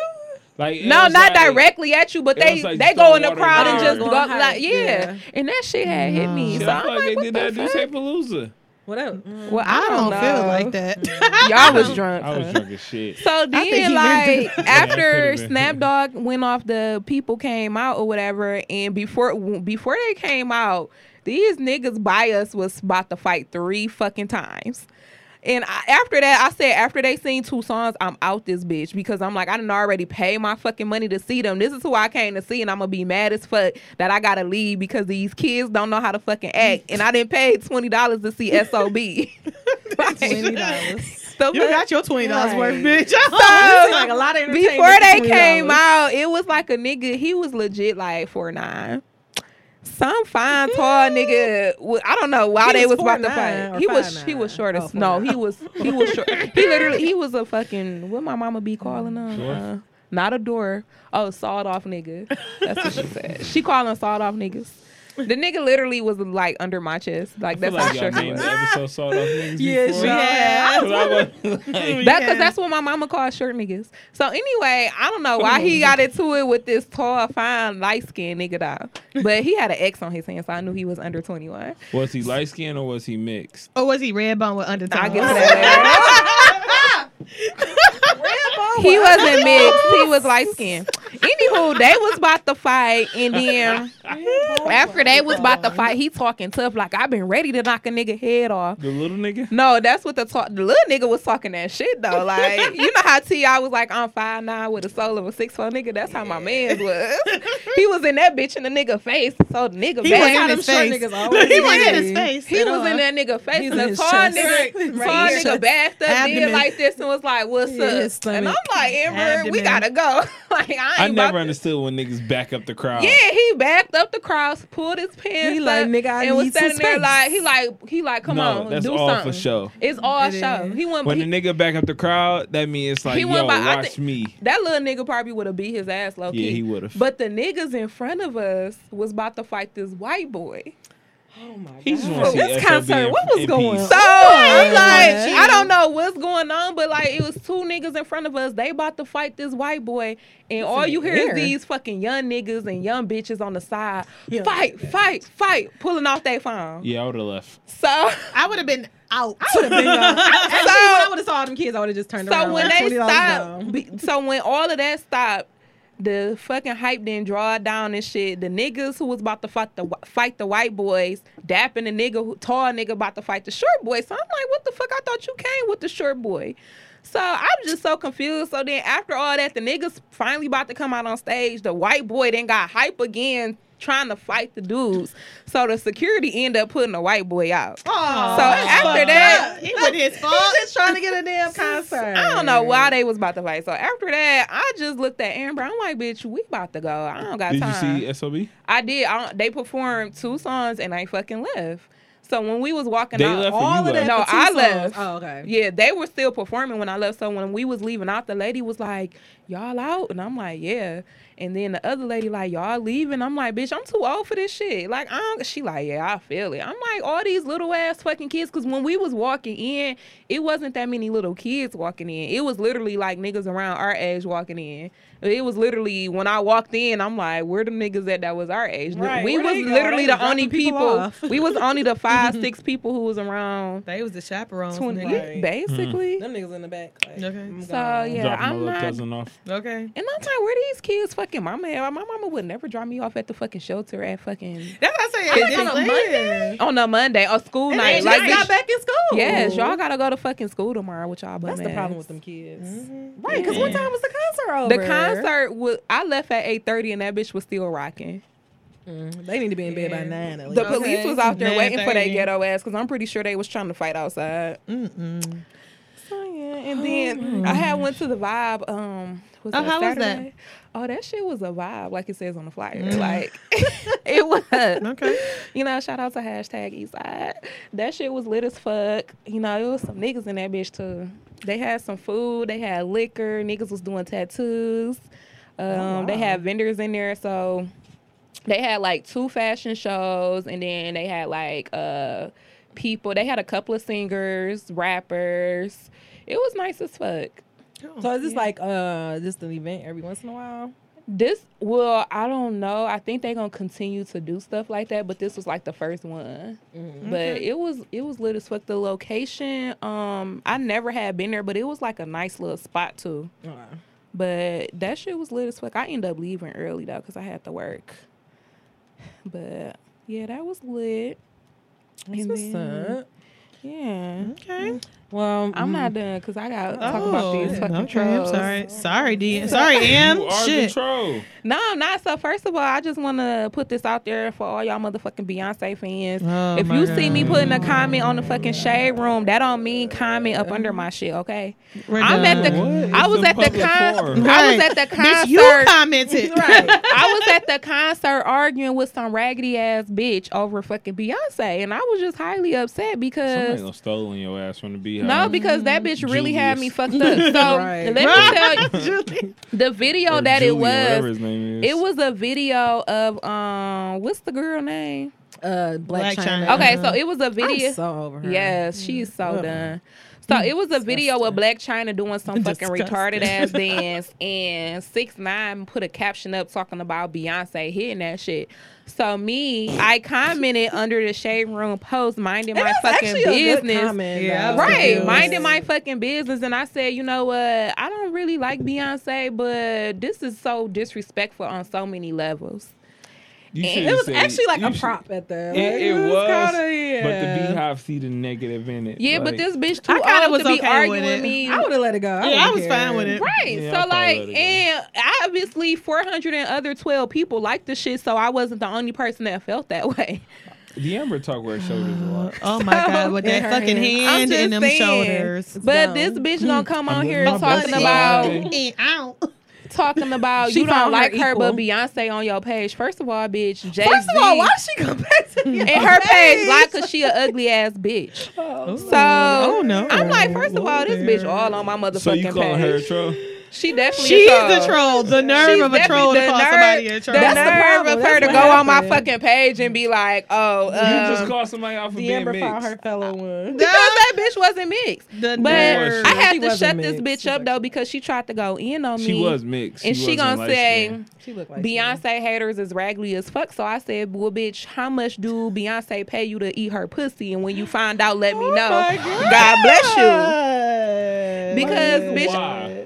Speaker 5: Like it
Speaker 3: No,
Speaker 5: was
Speaker 3: not
Speaker 5: like-
Speaker 3: directly at you, but
Speaker 5: it
Speaker 3: they
Speaker 5: was like
Speaker 3: they
Speaker 5: just
Speaker 3: go
Speaker 5: throwing
Speaker 3: in the
Speaker 5: water
Speaker 3: crowd
Speaker 5: in
Speaker 3: and
Speaker 5: the
Speaker 3: just
Speaker 5: air.
Speaker 3: go
Speaker 6: Going hype,
Speaker 3: like yeah.
Speaker 6: yeah.
Speaker 3: and that shit had hit me.
Speaker 5: Shit,
Speaker 3: So
Speaker 5: I
Speaker 3: I'm
Speaker 5: feel
Speaker 3: like,
Speaker 5: like they
Speaker 3: what
Speaker 5: did
Speaker 3: the
Speaker 5: that at
Speaker 3: fuck?
Speaker 5: Palooza.
Speaker 6: Whatever.
Speaker 3: Well, I,
Speaker 4: I don't feel
Speaker 3: know.
Speaker 4: like that.
Speaker 3: Y'all was drunk.
Speaker 5: I was
Speaker 3: huh?
Speaker 5: drunk as shit.
Speaker 3: So
Speaker 4: think he
Speaker 3: then,
Speaker 4: meant
Speaker 3: like
Speaker 5: that. Yeah, that
Speaker 3: after
Speaker 5: could've been.
Speaker 3: Snapdog went off, the people came out or whatever, and before before they came out, these niggas by us was about to fight three fucking times. And I, after that, I said after they sing two songs, I'm out this bitch because I'm like I didn't already pay my fucking money to see them. This is who I came to see, and I'm gonna be mad as fuck that I gotta leave because these kids don't know how to fucking act, and I didn't pay twenty dollars to see sob. Like,
Speaker 6: $20.
Speaker 3: the
Speaker 4: you
Speaker 3: fuck?
Speaker 4: got your twenty dollars worth,
Speaker 6: Right.
Speaker 4: bitch. I
Speaker 3: So,
Speaker 6: Like a lot of entertainment
Speaker 3: before they
Speaker 6: for $20.
Speaker 3: came out, it was like a nigga. He was legit like four nine. Some fine tall nigga. wa- I don't know why
Speaker 6: He
Speaker 3: they
Speaker 6: was
Speaker 3: was about to
Speaker 6: 4'9" or
Speaker 3: fight. He was he
Speaker 6: 5'9"?
Speaker 3: was short
Speaker 6: Oh,
Speaker 3: as no. He was he was short. he literally he was a fucking what my mama be calling him.
Speaker 5: Sure.
Speaker 3: Uh, not a door. Oh, sawed off nigga. That's what she said. She called him sawed off niggas. The nigga literally was like under my chest. Like
Speaker 5: I
Speaker 3: that's
Speaker 5: feel
Speaker 3: how
Speaker 5: like y'all
Speaker 3: short he
Speaker 5: named
Speaker 3: was.
Speaker 5: the episode sawed off niggas
Speaker 6: Yeah,
Speaker 5: before.
Speaker 6: sure.
Speaker 3: Yeah.
Speaker 5: Cause I was like,
Speaker 3: That because
Speaker 4: Yeah.
Speaker 3: that's what my mama calls short niggas. So anyway, I don't know why he got into it with this tall, fine, light skinned nigga though. But he had an X on his hand, so I knew he was under twenty one.
Speaker 5: was he light skinned or was he mixed?
Speaker 4: Or was he red bone with undertone?
Speaker 3: I give it that. he wasn't mixed. He was light skinned. Anywho, they was about to fight, and then after they was about to fight, he talking tough like I've been ready to knock a nigga head off.
Speaker 5: The little nigga?
Speaker 3: No, that's what the talk. The little nigga was talking that shit though. Like you know how Ti was like, I'm five nine with a soul of a six four nigga. That's how my man was. he was in that bitch in the nigga face. So the nigga
Speaker 4: He
Speaker 3: back.
Speaker 4: was in
Speaker 6: Them
Speaker 4: his
Speaker 6: short
Speaker 4: face.
Speaker 6: niggas always
Speaker 4: He was in
Speaker 6: be-
Speaker 4: his face.
Speaker 3: He
Speaker 4: at
Speaker 3: was
Speaker 4: all.
Speaker 3: in that nigga face.
Speaker 6: uh, He's
Speaker 3: and
Speaker 6: in
Speaker 3: the
Speaker 6: his
Speaker 3: tall
Speaker 6: chest.
Speaker 3: nigga,
Speaker 6: Right,
Speaker 3: tall
Speaker 6: right.
Speaker 3: nigga bashed up, did
Speaker 4: Abdomen.
Speaker 3: like this and was like, "What's
Speaker 6: Yeah, his
Speaker 3: up?" And I'm
Speaker 6: stomach.
Speaker 3: like, "Amber, we
Speaker 4: Abdomen.
Speaker 3: gotta go." like I, ain't
Speaker 5: I
Speaker 3: about
Speaker 5: never
Speaker 3: to-
Speaker 5: understood when niggas back up the crowd.
Speaker 3: yeah, he backed up the cross, pulled his pants
Speaker 6: He like,
Speaker 3: up,
Speaker 6: "Nigga, I
Speaker 3: and was
Speaker 6: need some
Speaker 3: standing there
Speaker 6: space."
Speaker 3: like he like he like, come
Speaker 5: No,
Speaker 3: on,
Speaker 5: that's
Speaker 3: do
Speaker 5: all for
Speaker 3: something.
Speaker 5: show.
Speaker 3: It's all
Speaker 6: It
Speaker 3: show.
Speaker 6: is.
Speaker 3: He went
Speaker 5: When
Speaker 3: he,
Speaker 5: the nigga back up the crowd, that means it's like,
Speaker 3: He
Speaker 5: yo,
Speaker 3: went by- I
Speaker 5: watch
Speaker 3: think-
Speaker 5: me.
Speaker 3: That little nigga probably would have beat his ass low key.
Speaker 5: Yeah, he would've.
Speaker 3: But the niggas in front of us was about to fight this white boy.
Speaker 6: Oh my
Speaker 5: He just want to see
Speaker 6: This
Speaker 5: SOB
Speaker 6: concert,
Speaker 5: in-
Speaker 6: what was
Speaker 5: in
Speaker 6: going
Speaker 5: peace.
Speaker 3: So I'm like,
Speaker 6: shit.
Speaker 3: I don't know what's going on, but like it was two niggas in front of us. They about to fight this white boy, and all you hear
Speaker 6: air.
Speaker 3: is these fucking young niggas and young bitches on the side fight, fight, fight, pulling off their phone.
Speaker 5: Yeah, I would have left.
Speaker 3: So.
Speaker 4: I would have been out.
Speaker 6: Actually,
Speaker 3: So-
Speaker 6: when I would have saw them kids, I would have just turned around.
Speaker 3: So when
Speaker 6: like,
Speaker 3: they
Speaker 6: $20
Speaker 3: stopped,
Speaker 6: down.
Speaker 3: be- so when all of that stopped, the fucking hype didn't draw it down and shit. The niggas who was about to fight the wh- fight the white boys, dapping the nigga who, tall nigga about to fight the short boy. So I'm like, what the fuck? I thought you came with the short boy. So I'm just so confused. So then after all that, the niggas finally about to come out on stage. The white boy then got hype again. Trying to fight the dudes, so the security end up putting the white boy out.
Speaker 4: Aw,
Speaker 3: so
Speaker 4: that's
Speaker 3: after
Speaker 4: fucked
Speaker 3: that,
Speaker 4: up. it was his fault.
Speaker 6: Just trying to get a damn concert.
Speaker 3: I don't know why they was about to fight. So after that, I just looked at Amber. I'm like, bitch, we about to go. I don't got
Speaker 5: Did you
Speaker 3: time.
Speaker 5: see SOB?
Speaker 3: I did. I, they performed two songs and I fucking left. So when we was walking
Speaker 5: They
Speaker 3: out,
Speaker 5: left or
Speaker 3: all
Speaker 5: you
Speaker 3: of that.
Speaker 5: left?
Speaker 3: No,
Speaker 6: For two
Speaker 3: I
Speaker 6: songs.
Speaker 3: left.
Speaker 6: Oh, okay.
Speaker 3: Yeah, they were still performing when I left. So when we was leaving out, the lady was like, "Y'all out?" And I'm like, "Yeah." And then the other lady like, "Y'all leaving?" I'm like, "Bitch, I'm too old for this shit." Like, I don't. She like, "Yeah, I feel it." I'm like, all these little ass fucking kids. Because when we was walking in, it wasn't that many little kids walking in. It was literally like niggas around our age walking in. It was literally when I walked in, I'm like, "Where the niggas at that was our age?"
Speaker 6: Right,
Speaker 3: we
Speaker 6: where
Speaker 3: was
Speaker 6: they go?
Speaker 3: literally
Speaker 6: They
Speaker 3: the
Speaker 6: dropping
Speaker 3: only
Speaker 6: people
Speaker 3: people.
Speaker 6: off.
Speaker 3: we was only the five, six people who was around.
Speaker 4: They was the chaperones.
Speaker 3: 20,
Speaker 4: nigga.
Speaker 6: Right.
Speaker 3: basically.
Speaker 6: Them niggas in the back. Like,
Speaker 4: Okay.
Speaker 6: I'm
Speaker 3: So
Speaker 6: gone.
Speaker 3: yeah,
Speaker 5: Dropping my
Speaker 3: I'm
Speaker 5: little
Speaker 3: not.
Speaker 5: cousin off.
Speaker 4: Okay.
Speaker 3: And I'm like, where these kids fucking mama at? My mama would never drop me off at the fucking shelter at fucking
Speaker 4: That's what I
Speaker 3: Like,
Speaker 4: said.
Speaker 3: on a on a Monday or school
Speaker 6: And
Speaker 3: night.
Speaker 6: they
Speaker 3: Like,
Speaker 6: just got
Speaker 3: bitch,
Speaker 6: back in school.
Speaker 3: yes, y'all gotta go to fucking school tomorrow with y'all.
Speaker 6: That's
Speaker 3: bum
Speaker 6: the problem
Speaker 3: ass.
Speaker 6: with them kids. Right, because what
Speaker 3: Yeah.
Speaker 6: time was the concert over?
Speaker 3: The concert was. I left at eight thirty, and that bitch was still rocking.
Speaker 6: Mm, They need to be in bed by nine. At
Speaker 3: The
Speaker 6: least.
Speaker 3: police was out there waiting for their
Speaker 4: 9:30.
Speaker 3: ghetto ass because I'm pretty sure they was trying to fight outside.
Speaker 4: Mm-mm.
Speaker 3: So yeah, and then I had went to the vibe. Um, was
Speaker 4: Oh,
Speaker 3: that
Speaker 4: how was that? Mm.
Speaker 3: Saturday? Oh, that shit was a vibe, like it says on the flyer. Like it was.
Speaker 4: Okay.
Speaker 3: You know, shout out to hashtag Eastside. That shit was lit as fuck. You know, it was some niggas in that bitch too. They had some food, they had liquor, niggas was doing tattoos. Um, They had vendors in there, so they had like two fashion shows, and then they had like uh, people. They had a couple of singers, rappers. It was nice as fuck.
Speaker 6: So is this like uh just an event every once in a while?
Speaker 3: This well, I don't know. I think they're gonna continue to do stuff like that, but this was like the first one. But it was it was lit as fuck. The location, um, I never had been there, but it was like a nice little spot too. But that shit was lit as fuck. I ended up leaving early though because I had to work. But yeah, that was lit.
Speaker 8: That's
Speaker 3: And
Speaker 8: what's
Speaker 3: then-
Speaker 8: up.
Speaker 3: Yeah,
Speaker 4: Okay.
Speaker 8: Well,
Speaker 3: I'm
Speaker 8: mm,
Speaker 3: not done because I got to talk about these fucking
Speaker 4: Oh, okay. I'm
Speaker 3: trolls.
Speaker 4: sorry. Sorry, D. Sorry, Am.
Speaker 5: You are the
Speaker 4: Shit.
Speaker 5: troll.
Speaker 3: No, I'm not. So first of all, I just want to put this out there for all y'all motherfucking Beyonce fans.
Speaker 4: Oh,
Speaker 3: if
Speaker 4: my
Speaker 3: you see me
Speaker 4: God.
Speaker 3: putting a comment on the fucking shade room, that don't mean comment up under my shit, okay?
Speaker 4: We're
Speaker 3: I'm at the.
Speaker 4: done.
Speaker 5: What?
Speaker 3: I was
Speaker 5: It's a
Speaker 3: at the
Speaker 5: public
Speaker 3: con.
Speaker 5: forum.
Speaker 3: I was
Speaker 4: Right.
Speaker 3: at the
Speaker 4: Bitch, you
Speaker 3: concert.
Speaker 4: commented.
Speaker 3: I was at the concert arguing with some raggedy ass bitch over fucking Beyonce, and I was just highly upset
Speaker 5: Somebody
Speaker 3: because
Speaker 5: done stolen your ass from the beehive.
Speaker 3: no, because that bitch really had me
Speaker 5: Julius.
Speaker 3: fucked up. So
Speaker 6: Right.
Speaker 3: let me tell you,
Speaker 4: Julie.
Speaker 3: the video
Speaker 5: Or
Speaker 3: that
Speaker 5: Julia,
Speaker 3: it was.
Speaker 5: Whatever his name is.
Speaker 3: It was a video of um, what's the girl name?
Speaker 6: Uh,
Speaker 4: Blac
Speaker 6: Black,
Speaker 4: Chyna.
Speaker 6: China.
Speaker 3: Okay, so it was a
Speaker 6: I'm
Speaker 3: video.
Speaker 6: so over her.
Speaker 3: Yes, she's so done. So it was a video of Black China doing some fucking retarded ass dance, and Six Nine put a caption up talking about Beyonce hitting that shit. So me, I commented under the shade room post, minding my fucking business.
Speaker 4: Yeah,
Speaker 6: Yeah,
Speaker 3: Right,
Speaker 4: Yes.
Speaker 3: minding my fucking business, and I said, you know what? I don't really like Beyonce, but this is so disrespectful on so many levels.
Speaker 5: You
Speaker 3: it
Speaker 5: should've
Speaker 6: It was
Speaker 5: said-
Speaker 6: actually like
Speaker 5: you
Speaker 6: a
Speaker 5: should-
Speaker 6: prop at the.
Speaker 5: It, it was,
Speaker 6: Kinda,
Speaker 5: but
Speaker 6: yeah.
Speaker 5: the beehive see the negative in it.
Speaker 3: Yeah,
Speaker 5: like,
Speaker 3: but this bitch too
Speaker 4: I kinda
Speaker 3: old
Speaker 4: was
Speaker 3: to be
Speaker 4: okay with
Speaker 3: arguing
Speaker 4: it.
Speaker 3: with me.
Speaker 6: I would have let it go.
Speaker 4: Yeah, I
Speaker 6: wouldn't
Speaker 4: was fine with
Speaker 6: cared.
Speaker 4: it.
Speaker 3: Right.
Speaker 5: Yeah,
Speaker 3: so
Speaker 5: I'll probably
Speaker 3: like
Speaker 5: let it go.
Speaker 3: and obviously 400 and other 12 people liked the shit so I wasn't the only person that felt that way.
Speaker 5: the Amber talk where shoulders a lot.
Speaker 4: Oh my God, with that
Speaker 6: her
Speaker 4: fucking
Speaker 3: I'm
Speaker 4: hand
Speaker 3: just
Speaker 4: and them
Speaker 3: saying.
Speaker 4: shoulders.
Speaker 3: But
Speaker 6: dumb.
Speaker 3: this bitch gonna come on
Speaker 5: I'm
Speaker 3: here
Speaker 5: with my
Speaker 3: talking
Speaker 5: best
Speaker 3: about
Speaker 5: friend.
Speaker 4: And out.
Speaker 3: talking about
Speaker 6: She
Speaker 3: you don't
Speaker 6: found her
Speaker 3: like her, but
Speaker 6: equal.
Speaker 3: Beyonce on your page. First of all, bitch, Jay Z
Speaker 6: First of all, why she come back to you?
Speaker 3: and her page like cause she an ugly ass bitch. So
Speaker 4: oh, no.
Speaker 3: I'm like, first of all, this bitch all on my motherfucking
Speaker 5: So you calling her a
Speaker 3: page.
Speaker 5: troll?
Speaker 3: She definitely
Speaker 4: She's
Speaker 3: a troll.
Speaker 4: the troll. The nerve
Speaker 3: She's
Speaker 4: of a troll to
Speaker 3: definitely
Speaker 4: call
Speaker 3: the
Speaker 4: somebody
Speaker 3: nerve-
Speaker 4: a troll.
Speaker 3: The
Speaker 6: That's the
Speaker 3: nerve
Speaker 6: problem.
Speaker 3: of her
Speaker 6: That's
Speaker 3: to go
Speaker 6: what
Speaker 3: on my
Speaker 6: happened.
Speaker 3: fucking page and be like, "Oh, um,
Speaker 5: you just called somebody out for
Speaker 6: The
Speaker 5: being
Speaker 6: Amber
Speaker 5: mixed.
Speaker 6: found her fellow one.
Speaker 3: because that bitch wasn't mixed."
Speaker 4: The
Speaker 3: But
Speaker 4: nerve.
Speaker 3: I had
Speaker 6: She
Speaker 3: to shut
Speaker 6: wasn't
Speaker 3: this
Speaker 6: mixed.
Speaker 3: bitch up though because she tried to go in on me.
Speaker 5: She was mixed.
Speaker 3: and she
Speaker 5: wasn't
Speaker 3: gonna say
Speaker 5: light-skinned.
Speaker 6: She looked like
Speaker 3: Beyonce haters is raggedy as fuck. So I said, "Well, bitch, how much do Beyonce pay you to eat her pussy? And when you find out, let me
Speaker 4: Oh
Speaker 3: know. God. bless you." Because bitch,
Speaker 5: Why?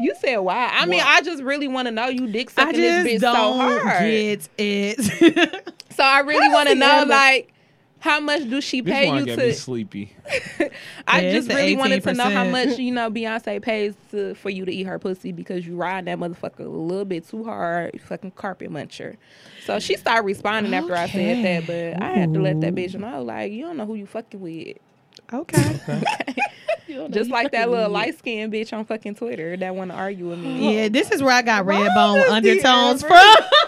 Speaker 3: you said why? I mean,
Speaker 5: Why?
Speaker 3: I just really want to know you dick
Speaker 4: I
Speaker 3: sucking this bitch
Speaker 4: just
Speaker 3: so
Speaker 4: don't
Speaker 3: hard.
Speaker 4: get it.
Speaker 3: So I really
Speaker 6: does
Speaker 3: want to
Speaker 6: the
Speaker 3: know,
Speaker 6: Amber-
Speaker 3: like, how much do she
Speaker 5: This
Speaker 3: pay
Speaker 5: one
Speaker 3: you
Speaker 5: got
Speaker 3: to?
Speaker 5: me sleepy.
Speaker 3: I
Speaker 4: Yeah,
Speaker 3: just
Speaker 4: it's the
Speaker 3: really wanted to know how
Speaker 4: 18%.
Speaker 3: much you know Beyonce pays to, for you to eat her pussy because you ride that motherfucker a little bit too hard, you fucking carpet muncher. So she started responding after I said that, but I had to let that bitch know, like, you don't know who you fucking with.
Speaker 4: okay.
Speaker 3: Just like that little light skinned bitch on fucking Twitter that want to argue with me.
Speaker 4: Yeah, this is where I got red bone
Speaker 6: does the
Speaker 4: undertones
Speaker 6: Amber-
Speaker 4: from.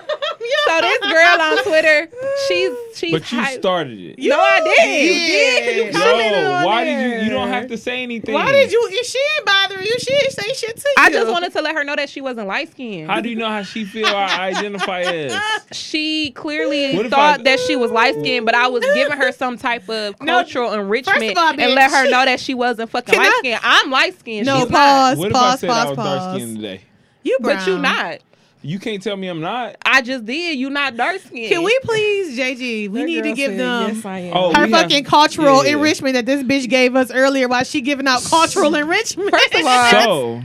Speaker 3: So this girl on Twitter, she's she's
Speaker 5: But you
Speaker 3: hype-
Speaker 5: started it.
Speaker 4: No, I did.
Speaker 6: You did. You
Speaker 5: Yo,
Speaker 6: commented on
Speaker 5: why did
Speaker 6: there.
Speaker 5: you? You don't have to say anything.
Speaker 4: Why did you? If she ain't bothering you, she ain't say shit to you.
Speaker 3: I just wanted to let her know that she wasn't light skinned.
Speaker 5: How do you know how she feel? or identify as.
Speaker 3: she clearly
Speaker 5: What if
Speaker 3: thought
Speaker 5: I-
Speaker 3: that she was light skinned, but I was giving her some type of
Speaker 4: No,
Speaker 3: cultural enrichment
Speaker 4: all,
Speaker 3: and let her
Speaker 4: bitch.
Speaker 3: know that she wasn't fucking
Speaker 4: Can I-
Speaker 3: light skinned. I'm light skinned.
Speaker 4: No,
Speaker 3: she's not.
Speaker 4: pause,
Speaker 5: What if I
Speaker 4: pause,
Speaker 5: said I
Speaker 4: pause,
Speaker 5: was dark skinned
Speaker 4: pause.
Speaker 5: today?
Speaker 4: You,
Speaker 3: But you
Speaker 4: brown.
Speaker 3: not.
Speaker 5: You can't tell me I'm not.
Speaker 3: I just did. You not dark skinned.
Speaker 4: Can we please, JG? We
Speaker 6: That
Speaker 4: need to
Speaker 6: girl
Speaker 4: give
Speaker 6: said,
Speaker 4: them
Speaker 6: Yes, I am.
Speaker 5: Oh,
Speaker 4: her
Speaker 5: we have-
Speaker 4: fucking cultural
Speaker 5: yeah.
Speaker 4: enrichment that this bitch gave us earlier while she giving out cultural enrichment.
Speaker 3: First of all,
Speaker 5: So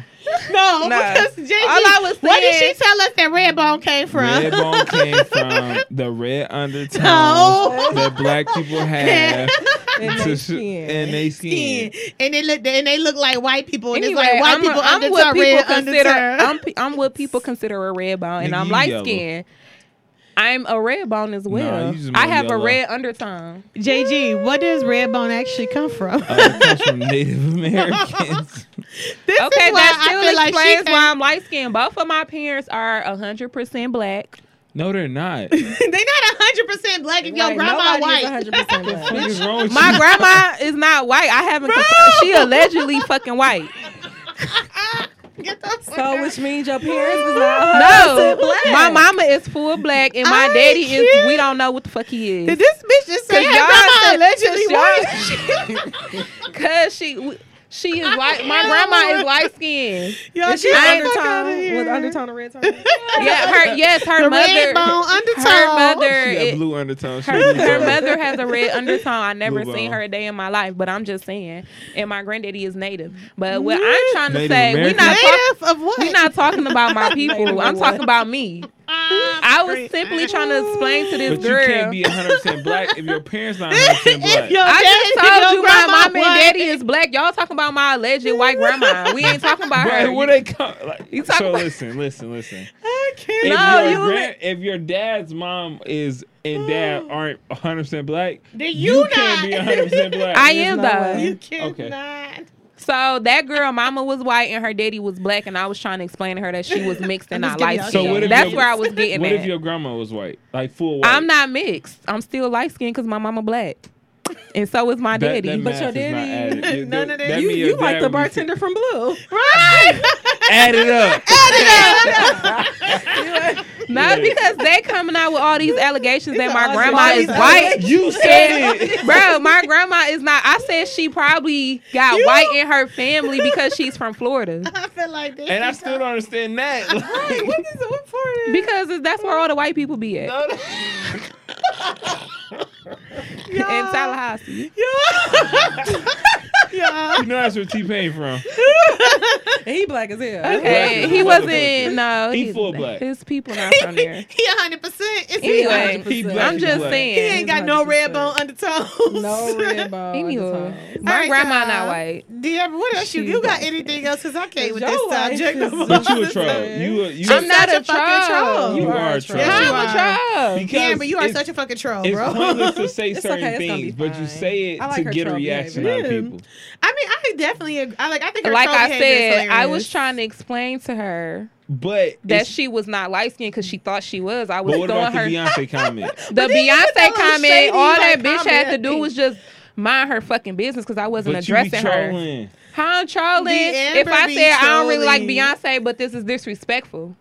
Speaker 4: no,
Speaker 3: Nah.
Speaker 4: because JG,
Speaker 3: All I was
Speaker 4: what did she
Speaker 3: saying-
Speaker 4: tell us that red bone came from?
Speaker 5: red bone came from the red undertones
Speaker 4: No.
Speaker 5: that black people have
Speaker 6: And
Speaker 5: to
Speaker 6: they
Speaker 5: sh-
Speaker 6: skin.
Speaker 5: and they skin.
Speaker 4: skin. And they look, and they look like white people, and
Speaker 3: Anyway,
Speaker 4: it's like white
Speaker 3: I'm,
Speaker 4: people
Speaker 3: I'm
Speaker 4: under
Speaker 3: what people
Speaker 4: red
Speaker 3: consider.
Speaker 4: undertone.
Speaker 3: I'm, pe- I'm what people consider a red bone, and
Speaker 5: Nigga,
Speaker 3: I'm
Speaker 5: you
Speaker 3: light
Speaker 5: yellow.
Speaker 3: skinned. I'm a red bone as well.
Speaker 5: you just
Speaker 3: I
Speaker 5: more
Speaker 3: have a
Speaker 5: yellow.
Speaker 3: red undertone.
Speaker 4: JG, what does red bone actually come from?
Speaker 5: Uh, it comes from Native Americans.
Speaker 4: This
Speaker 3: Okay,
Speaker 4: is why
Speaker 3: that still
Speaker 4: I feel like she
Speaker 3: explains why
Speaker 4: can't-
Speaker 3: I'm light skinned. Both of my parents are 100% black.
Speaker 5: No, they're not. What
Speaker 4: they not hundred percent black if your
Speaker 6: Right,
Speaker 4: grandma
Speaker 6: nobody is
Speaker 4: white.
Speaker 6: 100% black.
Speaker 5: the fuck is wrong with
Speaker 3: My
Speaker 5: you?
Speaker 3: grandma is not white. I haven't. confirmed- She allegedly fucking white.
Speaker 4: Get the fuck out.
Speaker 6: So, which means your parents is not
Speaker 3: No,
Speaker 6: black.
Speaker 3: my mama is full black, and my
Speaker 4: I
Speaker 3: daddy is.
Speaker 4: can't.
Speaker 3: We don't know what the fuck he
Speaker 4: Did
Speaker 3: is.
Speaker 4: this bitch just say
Speaker 3: Cause
Speaker 4: her
Speaker 3: y'all
Speaker 4: grandma
Speaker 3: said-
Speaker 4: allegedly
Speaker 3: y'all-
Speaker 4: white?
Speaker 3: Cause she, She is like my grandma is light skinned.
Speaker 4: Y'all,
Speaker 6: she
Speaker 4: get the fuck outta
Speaker 6: undertone
Speaker 4: here.
Speaker 6: with undertone of red tone?
Speaker 3: Yeah, her yes, her
Speaker 4: The
Speaker 3: mother
Speaker 4: red bone undertone.
Speaker 3: her mother
Speaker 5: She got
Speaker 3: it-
Speaker 5: blue undertone. She
Speaker 3: her,
Speaker 5: blue
Speaker 3: her
Speaker 5: bone.
Speaker 3: mother has a red undertone. I never
Speaker 5: Blue
Speaker 3: seen
Speaker 5: bone.
Speaker 3: her a day in my life, but I'm just saying. And my granddaddy is native. But what I'm trying to
Speaker 5: Native
Speaker 3: say, we're
Speaker 5: American.
Speaker 3: not talking
Speaker 4: Native of what?
Speaker 3: we're not talking about my people. I'm talking about me.
Speaker 4: Ah,
Speaker 3: I was simply trying to explain to this
Speaker 5: But
Speaker 3: girl.
Speaker 5: you can't be 100 percent black if your parents not 100 percent black.
Speaker 4: Yo,
Speaker 3: I just
Speaker 4: Oh, daddy,
Speaker 3: told
Speaker 4: your
Speaker 3: you my
Speaker 4: grandma
Speaker 3: mom and
Speaker 4: black.
Speaker 3: daddy is black. Y'all talking about my alleged white grandma. We ain't talking about her.
Speaker 5: But where they come? Like,
Speaker 3: You talk
Speaker 5: so
Speaker 3: about-
Speaker 5: listen, listen, listen.
Speaker 4: I can't.
Speaker 5: If,
Speaker 3: No,
Speaker 5: your
Speaker 3: you-
Speaker 5: gran- if your dad's mom is and dad aren't 100 percent black,
Speaker 4: Mm. Then
Speaker 5: you,
Speaker 4: you
Speaker 5: can't be
Speaker 4: not.
Speaker 5: 100 percent black.
Speaker 3: I am
Speaker 6: no
Speaker 3: though.
Speaker 6: way.
Speaker 4: You cannot.
Speaker 5: Okay.
Speaker 3: So that girl, mama was white and her daddy was black, and I was trying to explain to her that she was mixed and
Speaker 4: I'm
Speaker 3: not
Speaker 4: just giving
Speaker 3: light
Speaker 4: y'all
Speaker 5: So what
Speaker 3: skinned.
Speaker 5: if
Speaker 3: That's
Speaker 5: your-
Speaker 3: where I was getting
Speaker 5: What
Speaker 3: at.
Speaker 5: if your grandma was white, like full white?
Speaker 3: I'm not mixed. I'm still light skinned because my mama black, and so is my
Speaker 5: That-
Speaker 3: daddy.
Speaker 5: that
Speaker 6: But
Speaker 5: math
Speaker 6: your
Speaker 5: is not
Speaker 6: daddy-
Speaker 5: added. You-
Speaker 4: none of that.
Speaker 5: that
Speaker 6: You,
Speaker 5: mean your
Speaker 6: you like
Speaker 5: dad
Speaker 6: the
Speaker 5: was-
Speaker 6: bartender from Blue.
Speaker 5: Add it up.
Speaker 3: Not
Speaker 5: Yeah.
Speaker 3: because they coming out with all these allegations that my
Speaker 6: all
Speaker 3: grandma
Speaker 6: these
Speaker 3: is white.
Speaker 5: You said it.
Speaker 3: Bro, my grandma is not. I said she probably got
Speaker 4: You-
Speaker 3: white in her family because she's from Florida.
Speaker 4: I feel like this.
Speaker 5: And I still don't understand that. Like,
Speaker 4: What is what for? it?
Speaker 3: Because it's- that's where all the white people be at
Speaker 5: no, that-
Speaker 3: in Tallahassee.
Speaker 5: you know that's where T Pain from.
Speaker 6: And he black as hell.
Speaker 3: Okay,
Speaker 5: Black
Speaker 3: he
Speaker 5: people.
Speaker 3: wasn't. No,
Speaker 5: He
Speaker 3: he's
Speaker 5: full black.
Speaker 3: His people not from there.
Speaker 4: He hundred percent.
Speaker 3: Anyway,
Speaker 5: He black,
Speaker 3: I'm
Speaker 5: he
Speaker 3: just
Speaker 5: black.
Speaker 4: he ain't
Speaker 3: saying.
Speaker 4: got no red bone undertones.
Speaker 6: No red bone.
Speaker 3: Anyway,
Speaker 4: All
Speaker 3: my
Speaker 4: right,
Speaker 3: grandma
Speaker 4: y'all.
Speaker 3: not white.
Speaker 4: Deborah, what else you
Speaker 3: She
Speaker 4: you got? Anything else? Cause I can't with this
Speaker 6: Your wife
Speaker 4: subject.
Speaker 6: is-
Speaker 4: no more.
Speaker 5: But you a troll. You a, you
Speaker 3: I'm not a
Speaker 4: such a fucking
Speaker 3: troll.
Speaker 4: troll.
Speaker 5: You are a
Speaker 6: troll.
Speaker 5: troll.
Speaker 4: Yes, you
Speaker 3: I'm
Speaker 4: are.
Speaker 3: a troll.
Speaker 5: Because
Speaker 4: Yeah, but you are
Speaker 5: it's-
Speaker 4: such a fucking troll,
Speaker 5: It's
Speaker 4: Oh, bro.
Speaker 5: pointless to say
Speaker 6: It's
Speaker 5: certain
Speaker 6: okay, it's gonna be
Speaker 5: things, but you
Speaker 6: fine.
Speaker 5: say it
Speaker 6: I like
Speaker 5: to
Speaker 6: her
Speaker 5: get a
Speaker 6: troll
Speaker 5: reaction
Speaker 4: behavior.
Speaker 5: out of
Speaker 4: Yeah.
Speaker 5: people.
Speaker 4: I mean, I could definitely. Ag- I like. I think. Her
Speaker 3: Like
Speaker 4: troll
Speaker 3: I
Speaker 4: behavior is
Speaker 3: said, I was
Speaker 4: hilarious.
Speaker 3: trying to explain to her
Speaker 5: But
Speaker 3: that
Speaker 5: it's-
Speaker 3: she was not light skinned because she thought she was. I was
Speaker 5: but what
Speaker 3: throwing
Speaker 5: about the
Speaker 3: her
Speaker 5: Beyonce comment?
Speaker 3: the
Speaker 4: But then you get
Speaker 3: Beyonce
Speaker 4: those
Speaker 3: comment,
Speaker 4: shady,
Speaker 3: all that
Speaker 4: like,
Speaker 3: bitch had to
Speaker 4: comments.
Speaker 3: do was just mind her fucking business because I wasn't
Speaker 5: But you be
Speaker 3: addressing her.
Speaker 5: trolling.
Speaker 3: How I'm trolling?
Speaker 4: The
Speaker 3: If I
Speaker 4: Amber
Speaker 3: said
Speaker 4: be
Speaker 3: I don't really like
Speaker 4: trolling.
Speaker 3: Beyonce, but this is disrespectful.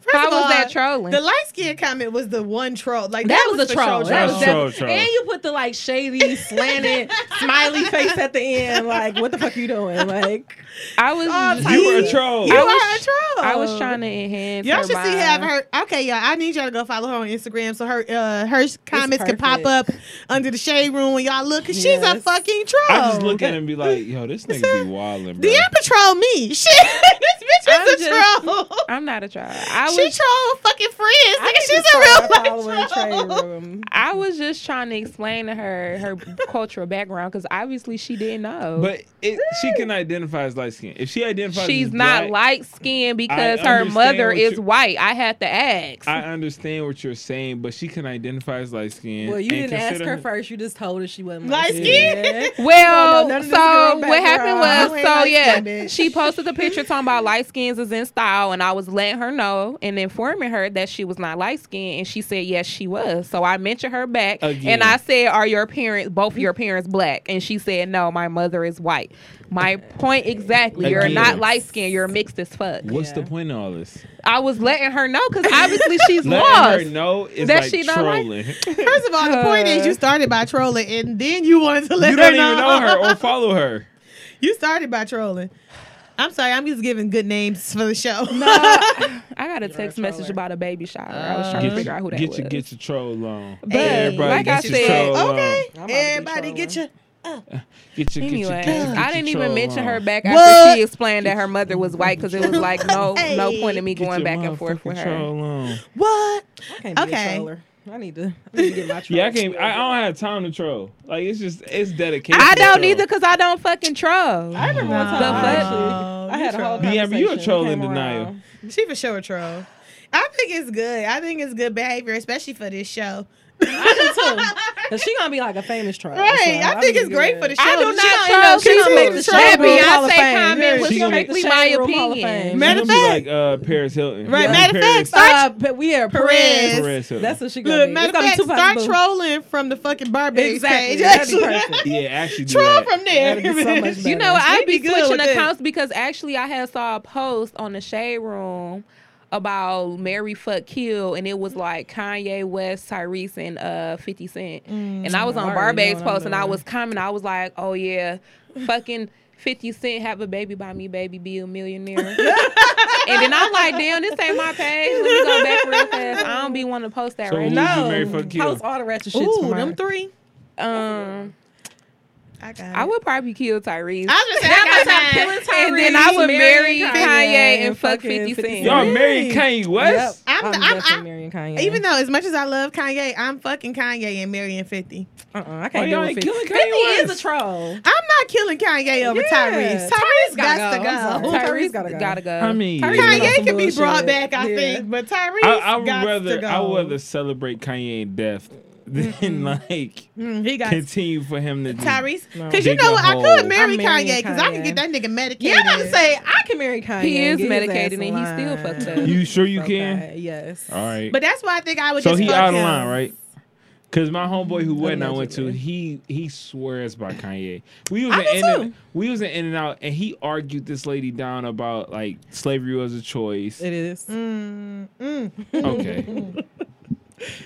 Speaker 4: First
Speaker 3: How
Speaker 4: of
Speaker 3: was
Speaker 4: all,
Speaker 3: that trolling?
Speaker 4: The light skin comment was the one troll. Like
Speaker 6: That, was,
Speaker 4: the
Speaker 6: a troll. That was
Speaker 3: Oh,
Speaker 5: That was
Speaker 6: definitely-
Speaker 5: troll, troll.
Speaker 6: And you put the like shady, slanted, smiley face at the end. Like, what the fuck you doing? Like,
Speaker 3: I was.
Speaker 4: all type
Speaker 5: You were a
Speaker 4: of-
Speaker 5: troll.
Speaker 4: You
Speaker 3: I
Speaker 4: are a
Speaker 3: was-
Speaker 4: troll.
Speaker 3: I was trying to enhance.
Speaker 4: Y'all
Speaker 3: her
Speaker 4: should see
Speaker 3: vibe.
Speaker 4: have her. Okay, y'all. I need y'all to go follow her on Instagram so her uh, her comments can pop up
Speaker 6: perfect.
Speaker 4: under the shade room when y'all look. 'cause she's a
Speaker 6: Yes.
Speaker 4: fucking troll.
Speaker 5: I just look at him and be like, yo, this nigga be wildin', bro.
Speaker 4: The Amber troll me. Shit, this bitch
Speaker 3: I'm
Speaker 4: is a
Speaker 3: just-
Speaker 4: troll.
Speaker 3: I'm not a troll. I
Speaker 4: she
Speaker 3: was.
Speaker 4: troll fucking friends. Nigga,
Speaker 6: need to
Speaker 4: she's a
Speaker 6: start
Speaker 4: real
Speaker 6: following
Speaker 4: life troll.
Speaker 6: Trey Room.
Speaker 3: I was just trying to explain to her her cultural background because obviously she didn't know.
Speaker 5: But it, she can identify as light skin. If she identifies,
Speaker 3: she's
Speaker 5: as
Speaker 3: not
Speaker 5: black,
Speaker 3: light skinned because her
Speaker 5: understand
Speaker 3: mother
Speaker 5: what
Speaker 3: is
Speaker 5: you-
Speaker 3: white. I had to ask.
Speaker 5: I understand what you're saying, but she can identify as light skin.
Speaker 6: Well, you
Speaker 5: and
Speaker 6: didn't ask
Speaker 5: consider
Speaker 6: her first. You just told her she wasn't
Speaker 4: Light
Speaker 6: light
Speaker 4: skin?
Speaker 3: Well,
Speaker 6: Oh, no, none of this
Speaker 3: so
Speaker 6: girl
Speaker 3: what happened
Speaker 6: background.
Speaker 3: was,
Speaker 4: I
Speaker 3: so
Speaker 4: ain't
Speaker 3: yeah,
Speaker 4: like that bitch.
Speaker 3: she posted the picture talking about light skins is in style, and I was letting her know and informing her that she was not light skinned, and she said yes, she was. So I mentioned her back,
Speaker 5: Again.
Speaker 3: and I said, "Are your parents, both of your parents, black?" And she said, "No, my mother is white." My point exactly. You're
Speaker 5: Again.
Speaker 3: not light skinned. You're mixed as fuck.
Speaker 5: What's the
Speaker 6: Yeah.
Speaker 5: point of all this?
Speaker 3: I was letting her know because obviously she's
Speaker 5: Letting
Speaker 3: lost.
Speaker 5: her know is
Speaker 3: That
Speaker 5: like
Speaker 3: she not like-
Speaker 5: trolling.
Speaker 4: First of all, the point is you started by trolling and then you wanted to let
Speaker 5: you
Speaker 4: her
Speaker 5: don't even know her Oh. or follow her.
Speaker 4: You started by trolling. I'm sorry, I'm just giving good names for the show.
Speaker 3: I got a text message
Speaker 6: troller.
Speaker 3: about a baby shower. I was
Speaker 4: Uh,
Speaker 3: trying
Speaker 5: Get
Speaker 3: to Uh-huh. figure out who
Speaker 5: your
Speaker 3: that
Speaker 5: get
Speaker 3: was.
Speaker 5: your get your troll on.
Speaker 3: But,
Speaker 5: Everybody
Speaker 3: like I
Speaker 5: get your
Speaker 3: said-
Speaker 5: troll uh,
Speaker 4: okay,
Speaker 5: on.
Speaker 6: about to be
Speaker 4: everybody get your
Speaker 6: trolling.
Speaker 5: Get your, get your,
Speaker 3: Anyway,
Speaker 5: get your,
Speaker 3: I didn't even
Speaker 5: troll
Speaker 3: mention
Speaker 5: on.
Speaker 3: her back
Speaker 4: What?
Speaker 3: after she explained that her mother was white because it was like no no
Speaker 4: Hey.
Speaker 3: point in me
Speaker 5: Get
Speaker 3: going
Speaker 5: your
Speaker 3: back and forth with
Speaker 5: motherfucking
Speaker 3: her.
Speaker 5: troll on.
Speaker 4: what?
Speaker 6: I can't be
Speaker 4: Okay.
Speaker 6: a troller. I need to. I need to get my troll.
Speaker 5: Yeah, I can't. I, I don't have time to troll. Like it's just it's dedication.
Speaker 3: I
Speaker 5: to
Speaker 3: don't
Speaker 5: troll.
Speaker 3: either because I don't fucking troll.
Speaker 6: I remember one time.
Speaker 3: The
Speaker 6: I
Speaker 3: fuck?
Speaker 6: actually, I
Speaker 4: You
Speaker 6: had a whole
Speaker 4: troll.
Speaker 5: Yeah,
Speaker 6: conversation.
Speaker 5: but you a troll
Speaker 6: Came
Speaker 5: in denial.
Speaker 6: around.
Speaker 4: She for sure a troll. I think it's good. I think it's good behavior, especially for this show.
Speaker 6: I do too. 'Cause she gonna be like a famous troll.
Speaker 4: Right.
Speaker 6: so
Speaker 4: I think it's
Speaker 6: good.
Speaker 4: great for the show.
Speaker 3: I do not
Speaker 4: She gonna end
Speaker 3: troll.
Speaker 4: up-
Speaker 3: She
Speaker 4: she gonna
Speaker 3: make
Speaker 4: make
Speaker 3: the
Speaker 4: the
Speaker 3: that
Speaker 4: shade room Hall
Speaker 6: of
Speaker 3: Beyonce
Speaker 6: Fame.
Speaker 3: comment
Speaker 6: Yeah,
Speaker 3: was
Speaker 5: she gonna make
Speaker 3: strictly
Speaker 6: the
Speaker 3: my
Speaker 6: shade room Hall of
Speaker 3: opinion.
Speaker 6: Fame.
Speaker 4: Matter
Speaker 5: She
Speaker 4: of
Speaker 5: gonna
Speaker 4: fact-
Speaker 5: be like uh, Paris Hilton.
Speaker 4: Right,
Speaker 5: Yeah.
Speaker 4: matter of
Speaker 5: Paris-
Speaker 4: fact,
Speaker 6: Uh, but we are
Speaker 4: Perez.
Speaker 6: Perez.
Speaker 5: Paris Hilton.
Speaker 6: That's what she gonna
Speaker 4: Look,
Speaker 6: be.
Speaker 4: matter of
Speaker 6: It's gonna
Speaker 4: fact,
Speaker 6: be Tupac's
Speaker 4: start
Speaker 6: boo.
Speaker 4: trolling from the fucking Barbies
Speaker 6: Exactly.
Speaker 4: page.
Speaker 6: That'd be
Speaker 4: Actually.
Speaker 6: perfect.
Speaker 5: yeah, actually do
Speaker 4: Troll
Speaker 5: that.
Speaker 4: from there.
Speaker 6: That'd be so much
Speaker 4: bitch.
Speaker 3: You know,
Speaker 6: Better.
Speaker 3: I'd
Speaker 4: We'd
Speaker 3: be
Speaker 4: be good
Speaker 3: switching
Speaker 4: with it.
Speaker 3: accounts because actually I had saw a post on the shade room about Mary Fuck Kill, and it was like Kanye West, Tyrese, and uh 50 Cent. and I was on
Speaker 6: Mm, I already know
Speaker 3: Barbabe's
Speaker 6: what I'm
Speaker 3: post, and I
Speaker 6: doing.
Speaker 3: was commenting. I was like, "Oh yeah, fucking 50 Cent have a baby by me, baby, be a millionaire. and then I'm like, damn, this ain't my page. Let me go back real fast. I don't be wanting to post that
Speaker 5: So
Speaker 3: right
Speaker 5: who's
Speaker 3: now.
Speaker 5: you married for kill?
Speaker 6: Post all the ratchet shit.
Speaker 4: Ooh, them three.
Speaker 3: Um,
Speaker 4: I got. It.
Speaker 3: I would probably kill Tyrese.
Speaker 4: I was just saying, I got time.
Speaker 3: and then I would marry Kanye, and fuck 50 Cent.
Speaker 5: Y'all married Kanye West?
Speaker 4: I'm-
Speaker 6: I'm,
Speaker 4: I'm-
Speaker 6: definitely
Speaker 4: I'm-
Speaker 6: marrying Kanye.
Speaker 4: Even though, as much as I love Kanye, I'm fucking Kanye and marrying 50.
Speaker 6: uh-uh, I
Speaker 5: Why
Speaker 6: can't
Speaker 5: y'all
Speaker 6: do
Speaker 5: ain't
Speaker 6: it.
Speaker 5: killing
Speaker 6: Fifty
Speaker 5: Kanye
Speaker 6: is a
Speaker 5: West?
Speaker 6: troll.
Speaker 4: I'm not killing Kanye over
Speaker 6: Yeah.
Speaker 4: Tyrese. Tyrese
Speaker 6: gotta
Speaker 4: got
Speaker 6: go. I'm
Speaker 4: to go.
Speaker 6: sorry.
Speaker 3: Tyrese
Speaker 6: Tyrese gotta go.
Speaker 3: Gotta go.
Speaker 5: I mean,
Speaker 6: Kanye
Speaker 5: yeah.
Speaker 6: on
Speaker 4: Kanye
Speaker 6: some
Speaker 4: can be brought
Speaker 6: bullshit.
Speaker 4: back, I
Speaker 6: Yeah.
Speaker 4: think, but Tyrese
Speaker 5: I, I would
Speaker 4: got to
Speaker 5: rather
Speaker 4: go.
Speaker 5: I would rather celebrate Kanye's death than like
Speaker 4: Mm, he got
Speaker 5: continue for him to just-
Speaker 4: Tyrese,
Speaker 6: No.
Speaker 4: because you
Speaker 5: Dig
Speaker 4: know
Speaker 5: a
Speaker 4: what, I
Speaker 5: hole.
Speaker 4: could marry
Speaker 6: I'm marrying
Speaker 4: Kanye because I can
Speaker 6: Kanye.
Speaker 4: get that nigga medicated.
Speaker 6: Yeah, I'm about to say I can marry Kanye.
Speaker 3: He is
Speaker 6: Get his
Speaker 3: medicated
Speaker 6: ass
Speaker 3: and he still
Speaker 6: in
Speaker 3: fucked
Speaker 6: line.
Speaker 3: up.
Speaker 5: You sure you
Speaker 6: Okay,
Speaker 5: can?
Speaker 6: Yes.
Speaker 5: All right.
Speaker 4: But that's why I think I would
Speaker 5: so
Speaker 4: just
Speaker 5: he
Speaker 4: fuck
Speaker 5: out of
Speaker 4: him.
Speaker 5: line, right? Because my homeboy who wedding I went to,
Speaker 6: Allegedly.
Speaker 5: he he swears by Kanye. We was
Speaker 6: I
Speaker 5: in
Speaker 6: do
Speaker 5: in and,
Speaker 6: too.
Speaker 5: we was in in and out, and he argued this lady down about like slavery was a choice.
Speaker 6: It is.
Speaker 4: Mm, mm.
Speaker 5: Okay,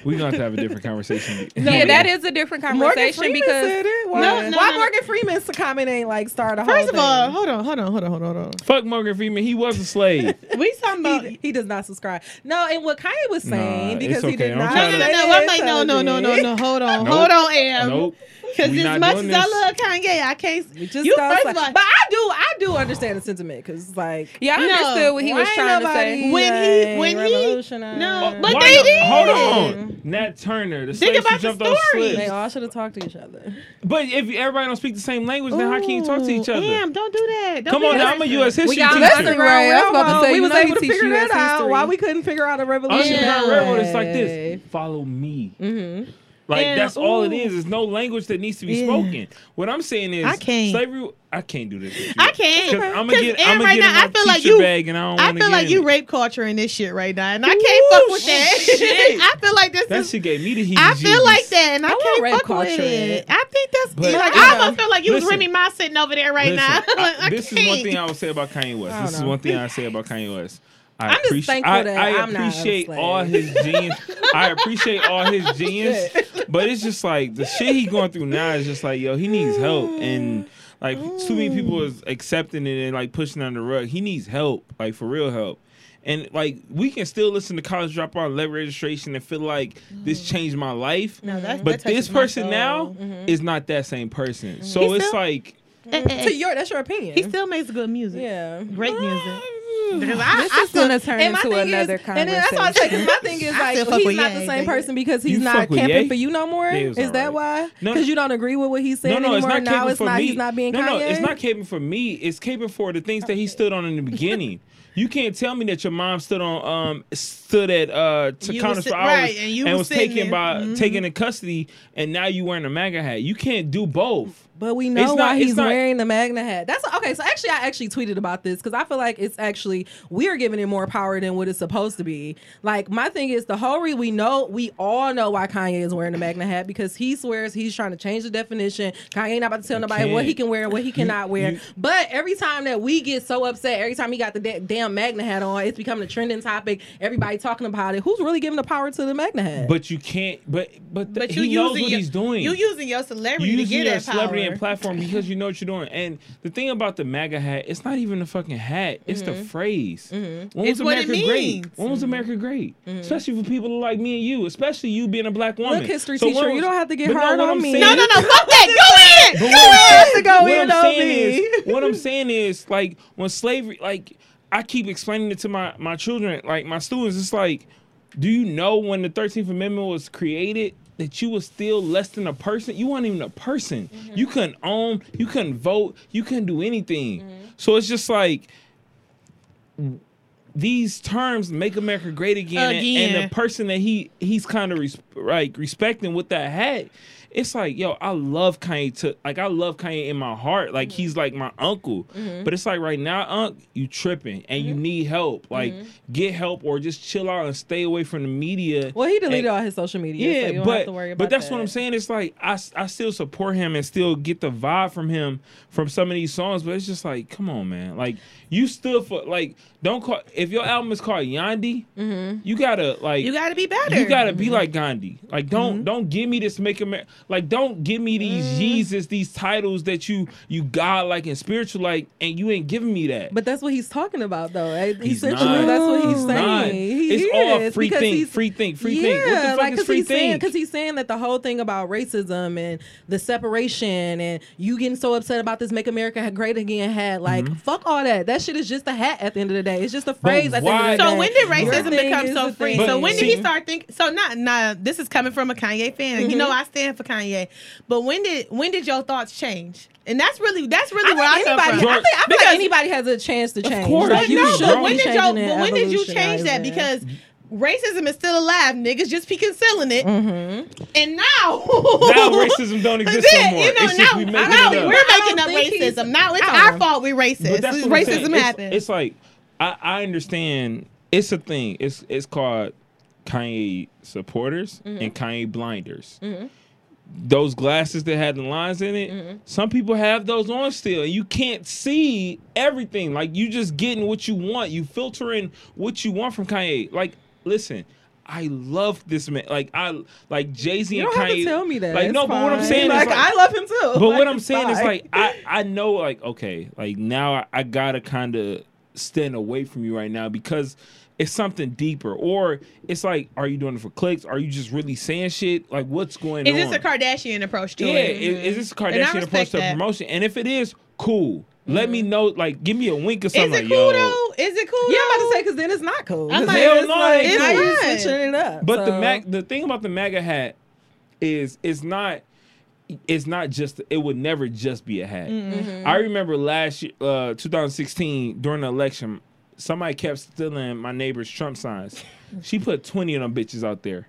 Speaker 5: we gonna have to have a different conversation.
Speaker 3: yeah, that is a different conversation because
Speaker 6: said it. Why,
Speaker 4: No, no, no,
Speaker 6: why
Speaker 4: no.
Speaker 6: Morgan Freeman's comment ain't like start a whole
Speaker 4: First of
Speaker 6: thing?
Speaker 4: all, hold on, hold on, hold on, hold on, hold
Speaker 5: Fuck Morgan Freeman, he was a slave.
Speaker 4: on. We talking about
Speaker 6: he, he does not subscribe. No, and what Kanye was saying
Speaker 5: Nah,
Speaker 6: because
Speaker 5: it's
Speaker 6: he
Speaker 5: okay.
Speaker 6: did
Speaker 5: I'm
Speaker 4: No,
Speaker 6: not.
Speaker 5: trying
Speaker 4: no,
Speaker 5: to-
Speaker 4: no, no. I'm like, no, no, no, no, no. Hold on,
Speaker 5: Nope.
Speaker 4: hold on, Em.
Speaker 5: nope.
Speaker 4: Because
Speaker 5: We
Speaker 4: as
Speaker 5: not
Speaker 4: much as
Speaker 5: doing
Speaker 4: I
Speaker 5: this.
Speaker 4: love Kanye, I can't.
Speaker 6: We just
Speaker 4: you
Speaker 6: don't
Speaker 4: first
Speaker 6: like-
Speaker 4: of all,
Speaker 6: but I do, I do understand the sentiment because like
Speaker 3: yeah, I
Speaker 4: No,
Speaker 3: understood what he was
Speaker 6: why ain't
Speaker 3: trying to
Speaker 6: nobody,
Speaker 3: say.
Speaker 4: When he- when he-
Speaker 6: revolutionized?
Speaker 4: no, but
Speaker 5: Why
Speaker 4: they
Speaker 5: not-
Speaker 4: did.
Speaker 5: Hold on, Nat Turner, the slaves who
Speaker 4: about the
Speaker 5: jumped off
Speaker 4: story.
Speaker 5: slips.
Speaker 6: they all should have talked to each other.
Speaker 5: But if everybody don't speak the same language, then how can you talk to each other?
Speaker 4: Damn, don't do that. Don't
Speaker 5: Come
Speaker 4: do
Speaker 5: on,
Speaker 4: that.
Speaker 5: now, I'm a U.S. history
Speaker 3: We got
Speaker 5: teacher.
Speaker 3: lesson
Speaker 5: Underground
Speaker 3: right. I was about to say,
Speaker 6: we
Speaker 3: you
Speaker 6: was
Speaker 3: know
Speaker 6: able
Speaker 3: he
Speaker 6: to
Speaker 3: teach
Speaker 6: figure
Speaker 3: US
Speaker 6: that out.
Speaker 3: history.
Speaker 6: Why we couldn't figure out a revolution?
Speaker 4: Underground
Speaker 5: Railroad is like this: follow me.
Speaker 6: Mm-hmm.
Speaker 5: Like
Speaker 4: And-
Speaker 5: that's all it
Speaker 4: ooh.
Speaker 5: is. There's no language that needs to be
Speaker 4: Yeah.
Speaker 5: spoken. What I'm saying is,
Speaker 4: I can't.
Speaker 5: Slavery. I can't do this. With you.
Speaker 4: I can't.
Speaker 5: I'm gonna
Speaker 4: Because,
Speaker 5: get.
Speaker 4: Aaron,
Speaker 5: I'm gonna
Speaker 4: right
Speaker 5: get
Speaker 4: now,
Speaker 5: in my
Speaker 4: I feel like
Speaker 5: teacher
Speaker 4: you-
Speaker 5: bag, and I don't
Speaker 4: I
Speaker 5: wanna
Speaker 4: feel
Speaker 5: get
Speaker 4: like
Speaker 5: in
Speaker 4: you
Speaker 5: it.
Speaker 4: rape culture in this shit right now, and I can't fuck with that. I feel like this
Speaker 5: That
Speaker 4: is.
Speaker 5: shit gave me the heebie
Speaker 4: I feel like that, and I,
Speaker 6: I want
Speaker 4: can't
Speaker 6: rape
Speaker 4: fuck with
Speaker 6: culture
Speaker 4: it.
Speaker 6: in it.
Speaker 4: I think that's.
Speaker 5: But-
Speaker 4: like,
Speaker 5: Yeah.
Speaker 4: I almost feel like you was
Speaker 5: Listen.
Speaker 4: Remy Ma sitting over there right now. Like, I
Speaker 5: this
Speaker 4: can't.
Speaker 5: is one thing I would say about Kanye West.
Speaker 6: I
Speaker 5: This is
Speaker 6: don't know.
Speaker 5: one thing I say about Kanye West. I
Speaker 6: I'm just
Speaker 5: appreci-
Speaker 6: thankful
Speaker 5: I,
Speaker 6: that
Speaker 5: I
Speaker 6: I'm not a
Speaker 5: appreciate
Speaker 6: slave.
Speaker 5: all his genius. I appreciate all his genius, but it's just like the shit he going through now is just like yo, he needs help, and like too many people is accepting it and like pushing on the rug. He needs help, like for real help. And like we can still listen to college dropout letter registration and feel like this changed my life,
Speaker 4: No, that-
Speaker 5: but
Speaker 4: that touches
Speaker 5: this
Speaker 4: my
Speaker 5: person
Speaker 4: soul.
Speaker 5: now is not that same person. So
Speaker 4: He's
Speaker 5: it's
Speaker 4: still-
Speaker 5: like
Speaker 4: Eh, eh, eh.
Speaker 6: To your, that's your opinion.
Speaker 4: He still makes good music.
Speaker 6: yeah.
Speaker 4: Great music.
Speaker 3: This is gonna turn
Speaker 6: And my
Speaker 3: into
Speaker 6: thing
Speaker 3: another
Speaker 6: is, and then that's why I say 'cause my thing is
Speaker 4: I still
Speaker 6: like
Speaker 4: fuck
Speaker 6: he's
Speaker 4: with
Speaker 6: not
Speaker 4: Ye,
Speaker 6: the same
Speaker 4: baby.
Speaker 6: person because he's
Speaker 5: You fuck
Speaker 6: not
Speaker 5: with
Speaker 6: camping
Speaker 5: Ye?
Speaker 6: for you no more.
Speaker 5: Ye
Speaker 6: Is
Speaker 5: was
Speaker 6: that
Speaker 5: alright.
Speaker 6: why?
Speaker 5: No, no.
Speaker 6: Because you don't agree with what he's saying anymore. now
Speaker 5: caping
Speaker 6: it's not. He's not being
Speaker 5: no,
Speaker 6: Kanye.
Speaker 5: no, it's not caping for me. It's caping for the things that he stood on in the beginning. you can't tell me that your mom stood on um stood at uh to
Speaker 4: You
Speaker 5: counters
Speaker 4: was
Speaker 5: for
Speaker 4: sit-
Speaker 5: hours
Speaker 4: right, and you was
Speaker 5: was
Speaker 4: sitting
Speaker 5: taken
Speaker 4: there. Mm-hmm.
Speaker 5: by taken in custody and now you wearing a MAGA hat. You can't do both.
Speaker 6: But we know
Speaker 5: not-
Speaker 6: why
Speaker 5: it's
Speaker 6: he's
Speaker 5: not-
Speaker 6: wearing the Magna hat. That's okay. So actually, I actually tweeted about this because I feel like it's actually we are giving it more power than what it's supposed to be. Like my thing is the whole re we know we all know why Kanye is wearing the Magna hat because he swears he's trying to change the definition. Kanye ain't about to tell nobody what he
Speaker 5: can't.
Speaker 6: can wear and what he cannot wear.
Speaker 5: you-
Speaker 6: but every time that we get so upset, every time he got the da- damn Magna hat on, it's becoming a trending topic. Everybody talking about it. Who's really giving the power to the Magna hat?
Speaker 5: But you can't but but,
Speaker 4: But you
Speaker 5: he knows
Speaker 4: using
Speaker 5: what
Speaker 4: your,
Speaker 5: he's doing.
Speaker 4: You using your celebrity
Speaker 5: you
Speaker 4: to get
Speaker 5: using your
Speaker 4: that power.
Speaker 5: celebrity and platform because you know what you're doing. And the thing about the MAGA hat, it's not even the fucking hat. It's the phrase. When
Speaker 4: Mm-hmm. It's
Speaker 5: was
Speaker 4: what it
Speaker 5: America
Speaker 4: means. Mm-hmm.
Speaker 5: great? When was America great? Especially for people like me and you, especially you being a black woman.
Speaker 6: history
Speaker 5: when
Speaker 6: teacher,
Speaker 5: was-
Speaker 6: you don't have to get
Speaker 5: but
Speaker 6: hard
Speaker 5: what
Speaker 6: on
Speaker 5: I'm
Speaker 6: me.
Speaker 5: saying
Speaker 4: no,
Speaker 5: is-
Speaker 4: no, no. Fuck that. Go in. Go
Speaker 5: but what I'm-
Speaker 4: in.
Speaker 6: to go
Speaker 5: what I'm
Speaker 6: in on
Speaker 5: saying
Speaker 6: me.
Speaker 5: is, what I'm saying is, like when slavery, like I keep explaining it to my my children, like my students, it's like, do you know when the Thirteenth Amendment was created? That you were still less than a person. You weren't even a person.
Speaker 6: Mm-hmm.
Speaker 5: You couldn't own. You couldn't vote. You couldn't do anything.
Speaker 6: Mm-hmm.
Speaker 5: So it's just like these terms make America great again, and- And,
Speaker 4: Again.
Speaker 5: the person that he he's kind of res- like respecting with that hat. It's like, yo, I love Kanye to like I love Kanye in my heart. Like
Speaker 6: Mm-hmm.
Speaker 5: he's like my uncle. But it's like right now, Unc, you tripping and
Speaker 6: Mm-hmm.
Speaker 5: you need help. Like get help or just chill out and stay away from the media.
Speaker 6: well, he deleted
Speaker 5: And-
Speaker 6: all his social media. so
Speaker 5: yeah,
Speaker 6: you don't
Speaker 5: but
Speaker 6: have to worry about
Speaker 5: but that's what
Speaker 6: that.
Speaker 5: I'm saying. It's like I, s- I still support him and still get the vibe from him from some of these songs. But it's just like, come on, man. Like you stood for like don't call if your album is called Yandi,
Speaker 6: Mm-hmm.
Speaker 5: you gotta like
Speaker 4: You
Speaker 5: you,
Speaker 4: gotta be better. Mm-hmm.
Speaker 5: gotta be like Gandhi. Like don't don't give me this make America. Like, don't give me these
Speaker 4: Mm-hmm.
Speaker 5: Yeezus, these titles that you you God like and spiritual like, and you ain't giving me that.
Speaker 6: But that's what he's talking about, though.
Speaker 5: He's
Speaker 6: Essentially,
Speaker 5: not.
Speaker 6: that's what he's
Speaker 5: It's not.
Speaker 6: saying. He
Speaker 5: It's all
Speaker 6: is,
Speaker 5: free
Speaker 6: because
Speaker 5: think,
Speaker 6: he's-
Speaker 5: free think, free
Speaker 6: yeah,
Speaker 5: think. What the fuck
Speaker 6: like,
Speaker 5: is
Speaker 6: 'cause
Speaker 5: free
Speaker 6: he's saying,
Speaker 5: think?
Speaker 6: Because he's saying that the whole thing about racism and the separation and you getting so upset about this "Make America Great Again" hat, like
Speaker 5: Mm-hmm.
Speaker 6: fuck all that. That shit is just a hat at the end of the day. It's just a phrase. at the
Speaker 5: why-
Speaker 6: end of the
Speaker 4: So
Speaker 6: day.
Speaker 4: when did
Speaker 6: Your
Speaker 4: racism
Speaker 6: thing
Speaker 4: become
Speaker 6: is
Speaker 4: so
Speaker 6: the
Speaker 4: free?
Speaker 6: thing.
Speaker 4: so
Speaker 5: But
Speaker 4: when did he
Speaker 5: see-
Speaker 4: start thinking? So not, nah. This is coming from a Kanye fan.
Speaker 6: Mm-hmm.
Speaker 4: You know, I stand for Kanye. But when did when did your thoughts change? And that's really that's really where
Speaker 6: I
Speaker 4: I
Speaker 6: think
Speaker 4: come
Speaker 6: anybody,
Speaker 5: George-
Speaker 4: from.
Speaker 6: I think, I feel
Speaker 4: Because-
Speaker 6: like anybody has a chance to change.
Speaker 5: course.
Speaker 6: Like,
Speaker 5: But
Speaker 6: you
Speaker 5: no,
Speaker 6: should
Speaker 5: but
Speaker 6: be
Speaker 5: when
Speaker 4: did
Speaker 6: changing
Speaker 4: y'all-
Speaker 6: that
Speaker 4: but when did you
Speaker 6: evolution,
Speaker 4: change that?
Speaker 6: Isaiah.
Speaker 4: Because racism is still alive. Niggas just be concealing it.
Speaker 6: Mm-hmm.
Speaker 4: And now,
Speaker 5: now racism don't exist
Speaker 4: Then,
Speaker 5: no more.
Speaker 4: you know,
Speaker 5: it's just
Speaker 4: now,
Speaker 5: we making
Speaker 4: now
Speaker 5: it up.
Speaker 6: I
Speaker 4: we're
Speaker 6: don't
Speaker 4: making up
Speaker 6: think he's-
Speaker 4: racism. Now it's
Speaker 6: Uh-uh.
Speaker 4: our fault we racist.
Speaker 5: But that's what I'm saying.
Speaker 4: Racism
Speaker 5: It's-
Speaker 4: happens.
Speaker 5: It's like I, I understand. It's a thing. It's it's called Kanye supporters
Speaker 6: Mm-hmm.
Speaker 5: and Kanye blinders. Those glasses that had the lines in it.
Speaker 6: Mm-hmm.
Speaker 5: Some people have those on still, and you can't see everything. Like you just getting what you want. You filtering what you want from Kanye. Like listen. I love this man. Like I like Jay Z
Speaker 6: You
Speaker 5: and
Speaker 6: don't
Speaker 5: Kanye.
Speaker 6: have to tell me that.
Speaker 5: Like
Speaker 6: It's
Speaker 5: no, but what I'm
Speaker 6: fine.
Speaker 5: saying
Speaker 6: like,
Speaker 5: is like,
Speaker 6: I love him too.
Speaker 5: but what I'm saying is
Speaker 6: fine.
Speaker 5: like I I know like okay like now I, I gotta kind of stand away from you right now because it's something deeper or it's like are you doing it for clicks are you just really saying shit like what's going
Speaker 4: It's
Speaker 5: on
Speaker 4: just a Kardashian approach to
Speaker 5: yeah
Speaker 4: it.
Speaker 5: is, is this a
Speaker 4: And I
Speaker 5: Kardashian
Speaker 4: respect
Speaker 5: approach to
Speaker 4: that. Mm-hmm.
Speaker 5: promotion and if it is cool let me know like give me a wink or
Speaker 4: Is
Speaker 5: something
Speaker 4: it
Speaker 5: like,
Speaker 4: cool
Speaker 5: yo.
Speaker 4: though? Is it cool?
Speaker 6: Yeah, I'm about
Speaker 4: though?
Speaker 6: to say because then it's not cool.
Speaker 4: I'm
Speaker 6: 'Cause
Speaker 4: like,
Speaker 6: then
Speaker 5: hell no, it ain't
Speaker 6: now you're
Speaker 4: cool.
Speaker 6: switching it up.
Speaker 5: But the
Speaker 6: so-
Speaker 5: Mac, the thing about the MAGA hat is it's not it's not just it would never just be a hat. I remember last year, uh, 2016 during the election, somebody kept stealing my neighbor's Trump signs. she put 20 of them bitches out there.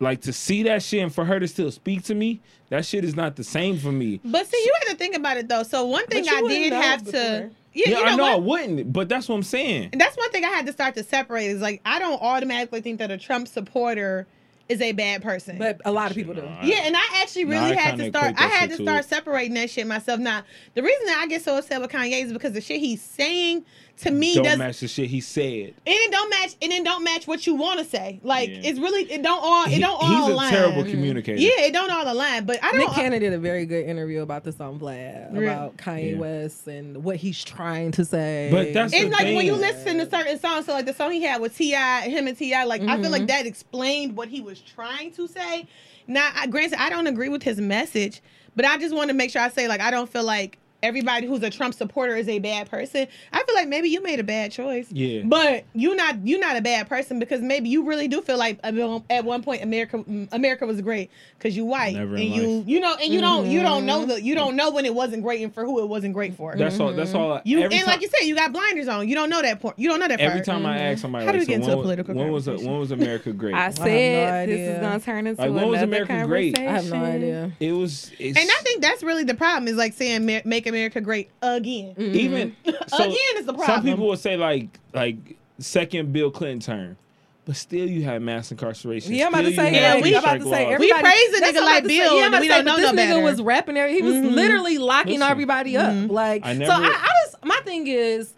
Speaker 5: Like to see that shit and for her to still speak to me, that shit is not the same for me.
Speaker 4: But see, you have to think about it though. So one thing
Speaker 6: you
Speaker 4: I
Speaker 6: wouldn't
Speaker 4: did
Speaker 6: know
Speaker 4: have to.
Speaker 6: before.
Speaker 4: Yeah,
Speaker 5: Yeah,
Speaker 4: you
Speaker 5: I know I
Speaker 4: what?
Speaker 5: wouldn't, but that's what I'm saying.
Speaker 4: That's one thing I had to start to separate. Is like I don't automatically think that a Trump supporter is a bad person.
Speaker 6: but a lot of people do.
Speaker 4: yeah, and I actually
Speaker 5: Nah,
Speaker 4: really
Speaker 5: I
Speaker 4: had to
Speaker 5: kinda
Speaker 4: start.
Speaker 5: equate
Speaker 4: I
Speaker 5: that
Speaker 4: had to
Speaker 5: shit to
Speaker 4: start
Speaker 5: it.
Speaker 4: separating that shit myself. Now, the reason that I get so upset with Kanye is because the shit he's saying to me
Speaker 5: Don't
Speaker 4: doesn't
Speaker 5: match the shit he said.
Speaker 4: and it don't match and it don't match what you want to say. Like
Speaker 5: Yeah.
Speaker 4: it's really it don't all it
Speaker 5: He-
Speaker 4: don't all
Speaker 5: he's a
Speaker 4: align.
Speaker 5: terrible communicator.
Speaker 4: Yeah, it don't all align. But I don't.
Speaker 6: Nick Cannon did a very good interview about this on Vlad
Speaker 4: Really?
Speaker 6: about Kanye
Speaker 5: Yeah.
Speaker 6: West and what he's trying to say.
Speaker 5: But that's
Speaker 4: it's
Speaker 5: the
Speaker 4: like when you
Speaker 5: thing.
Speaker 4: listen to certain songs, so like the song he had with Ti, him and Ti, like I
Speaker 5: Mm-hmm.
Speaker 4: feel like that explained what he was trying to say. Now, I, granted, I don't agree with his message, but I just want to make sure I say like I don't feel like everybody who's a Trump supporter is a bad person. I feel like maybe you made a bad choice.
Speaker 5: Yeah.
Speaker 4: But you're not you're not a bad person because maybe you really do feel like I mean, at one point America mm, America was great because you white
Speaker 5: Never
Speaker 4: and
Speaker 5: in
Speaker 4: you
Speaker 5: life. Mm-hmm.
Speaker 4: you know and you don't you don't know the you don't know when it wasn't great and for who it wasn't great for.
Speaker 5: That's all. That's all.
Speaker 4: You and
Speaker 5: every time-
Speaker 4: like you said, you got blinders on. You don't know that point. You don't know that
Speaker 5: Every
Speaker 4: part.
Speaker 5: time I ask somebody,
Speaker 4: How do
Speaker 5: like,
Speaker 4: we get
Speaker 5: so
Speaker 4: into
Speaker 5: when,
Speaker 4: a political
Speaker 5: when was when was America great?
Speaker 3: I
Speaker 6: no
Speaker 3: said this
Speaker 6: idea.
Speaker 3: is gonna turn into
Speaker 5: Like, when was
Speaker 3: another
Speaker 5: America great?
Speaker 3: conversation.
Speaker 5: I
Speaker 6: I have no idea.
Speaker 5: it was, it's,
Speaker 4: And I think that's really the problem is like saying "Ma- make America great again.
Speaker 6: Mm.
Speaker 5: even so,
Speaker 4: mm-hmm. Again is the
Speaker 5: Some
Speaker 4: problem.
Speaker 5: people will say like like second Bill Clinton term, but still you have mass incarceration.
Speaker 6: Yeah, I'm about
Speaker 5: Still
Speaker 6: to
Speaker 5: you
Speaker 6: say.
Speaker 5: have
Speaker 4: yeah, we-
Speaker 5: these
Speaker 6: I'm about to
Speaker 5: strike
Speaker 6: say.
Speaker 5: laws.
Speaker 6: Everybody,
Speaker 4: praise a
Speaker 6: that's
Speaker 4: nigga
Speaker 6: what I'm
Speaker 4: like
Speaker 6: about to say.
Speaker 4: Bill,
Speaker 6: Yeah, I'm
Speaker 4: and
Speaker 6: about
Speaker 4: we
Speaker 6: to say,
Speaker 4: don't know
Speaker 6: but this
Speaker 4: no better. Mm-hmm.
Speaker 6: nigga was rapping. every- He was literally locking
Speaker 5: Listen.
Speaker 6: everybody
Speaker 3: Mm-hmm.
Speaker 6: up. Like,
Speaker 5: I
Speaker 6: so
Speaker 5: never-
Speaker 6: I, I just my thing is.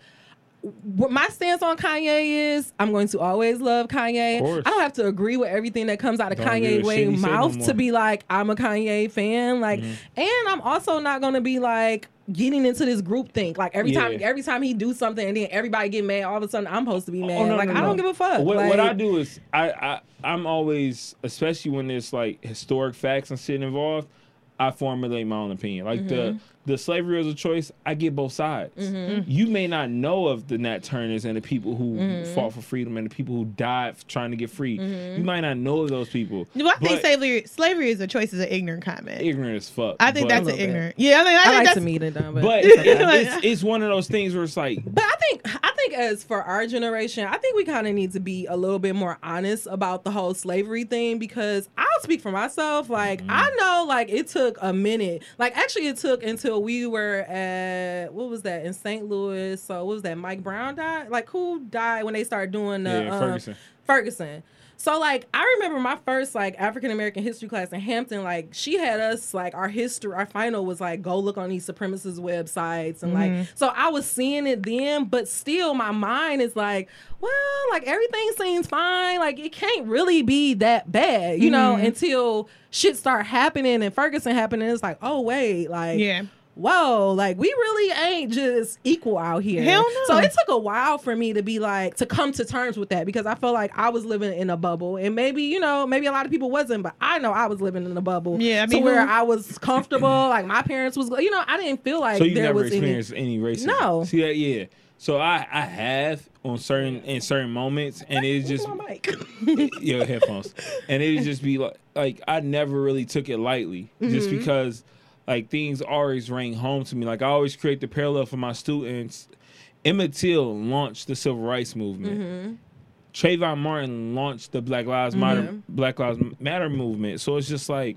Speaker 6: What my stance on Kanye is I'm going to always love Kanye.
Speaker 5: Of course.
Speaker 6: I don't have to agree with everything that comes out of
Speaker 5: Don't agree
Speaker 6: Kanye
Speaker 5: with shit
Speaker 6: way
Speaker 5: he say no
Speaker 6: mouth
Speaker 5: more. Mm-hmm.
Speaker 6: to be like I'm a Kanye fan like and I'm also not going to be like getting into this group think like every time
Speaker 5: Yeah.
Speaker 6: every time he do something and then everybody get mad all of a sudden I'm supposed to be mad
Speaker 5: Oh, no,
Speaker 6: like
Speaker 5: no,
Speaker 6: I
Speaker 5: no.
Speaker 6: don't give a fuck.
Speaker 5: What,
Speaker 6: like,
Speaker 5: what I do is I, I I'm always, especially when there's like historic facts and shit involved, I formulate my own opinion. Like
Speaker 4: Mm-hmm.
Speaker 5: the the slavery was a choice. I get both sides. You may not know of the Nat Turners and the people who
Speaker 4: Mm-hmm.
Speaker 5: fought for freedom and the people who died f- trying to get free. You might not know of those people.
Speaker 4: Well, I think
Speaker 5: but
Speaker 4: slavery slavery is a choice is an ignorant comment.
Speaker 5: ignorant as fuck.
Speaker 4: I think
Speaker 5: but,
Speaker 4: that's an
Speaker 6: little bit.
Speaker 4: ignorant. Yeah, I think, I
Speaker 6: I,
Speaker 4: think
Speaker 6: like
Speaker 4: that's
Speaker 6: to meet it done, but,
Speaker 5: But
Speaker 6: it's okay.
Speaker 5: it's, it's one of those things where it's like
Speaker 6: But I think I think as for our generation, I think we kind of need to be a little bit more honest about the whole slavery thing because I'll speak for myself. Like
Speaker 5: Mm-hmm.
Speaker 6: I know, like it took a minute. Like actually, it took until we were at what was that in St. Louis?
Speaker 4: uh,
Speaker 6: So what was that Mike Brown died? Like who died when they started doing the
Speaker 5: Yeah,
Speaker 6: um,
Speaker 5: Ferguson.
Speaker 6: Ferguson. So like I remember my first like African American history class in Hampton, like she had us like our history our final was like go look on these supremacist websites and like so I was seeing it then, but still my mind is like, well, like everything seems fine. Like it can't really be that bad, you know, until shit start happening and Ferguson happening, it's like, oh wait, like
Speaker 4: Yeah.
Speaker 6: whoa, like we really ain't just equal out here.
Speaker 4: Hell no.
Speaker 6: So it took a while for me to be like to come to terms with that because I felt like I was living in a bubble, and maybe you know, maybe a lot of people wasn't, but I know I was living in a bubble.
Speaker 4: Yeah, I mean,
Speaker 6: to where
Speaker 4: who-
Speaker 6: I was comfortable. like my parents was, you know, I didn't feel like
Speaker 5: so you
Speaker 6: there
Speaker 5: never
Speaker 6: was any.
Speaker 5: experienced any, racism.
Speaker 6: No.
Speaker 5: See that? Yeah. So I I have on certain in certain moments, and it's just
Speaker 6: My mic.
Speaker 5: your headphones, and it would just be like like I never really took it lightly, just
Speaker 6: Mm-hmm.
Speaker 5: because like things always rang home to me. Like I always create the parallel for my students. Emmett Till launched the civil rights movement.
Speaker 6: Mm-hmm.
Speaker 5: Trayvon Martin launched the Black Lives Matter
Speaker 6: Mm-hmm.
Speaker 5: Black Lives Matter movement. So it's just like,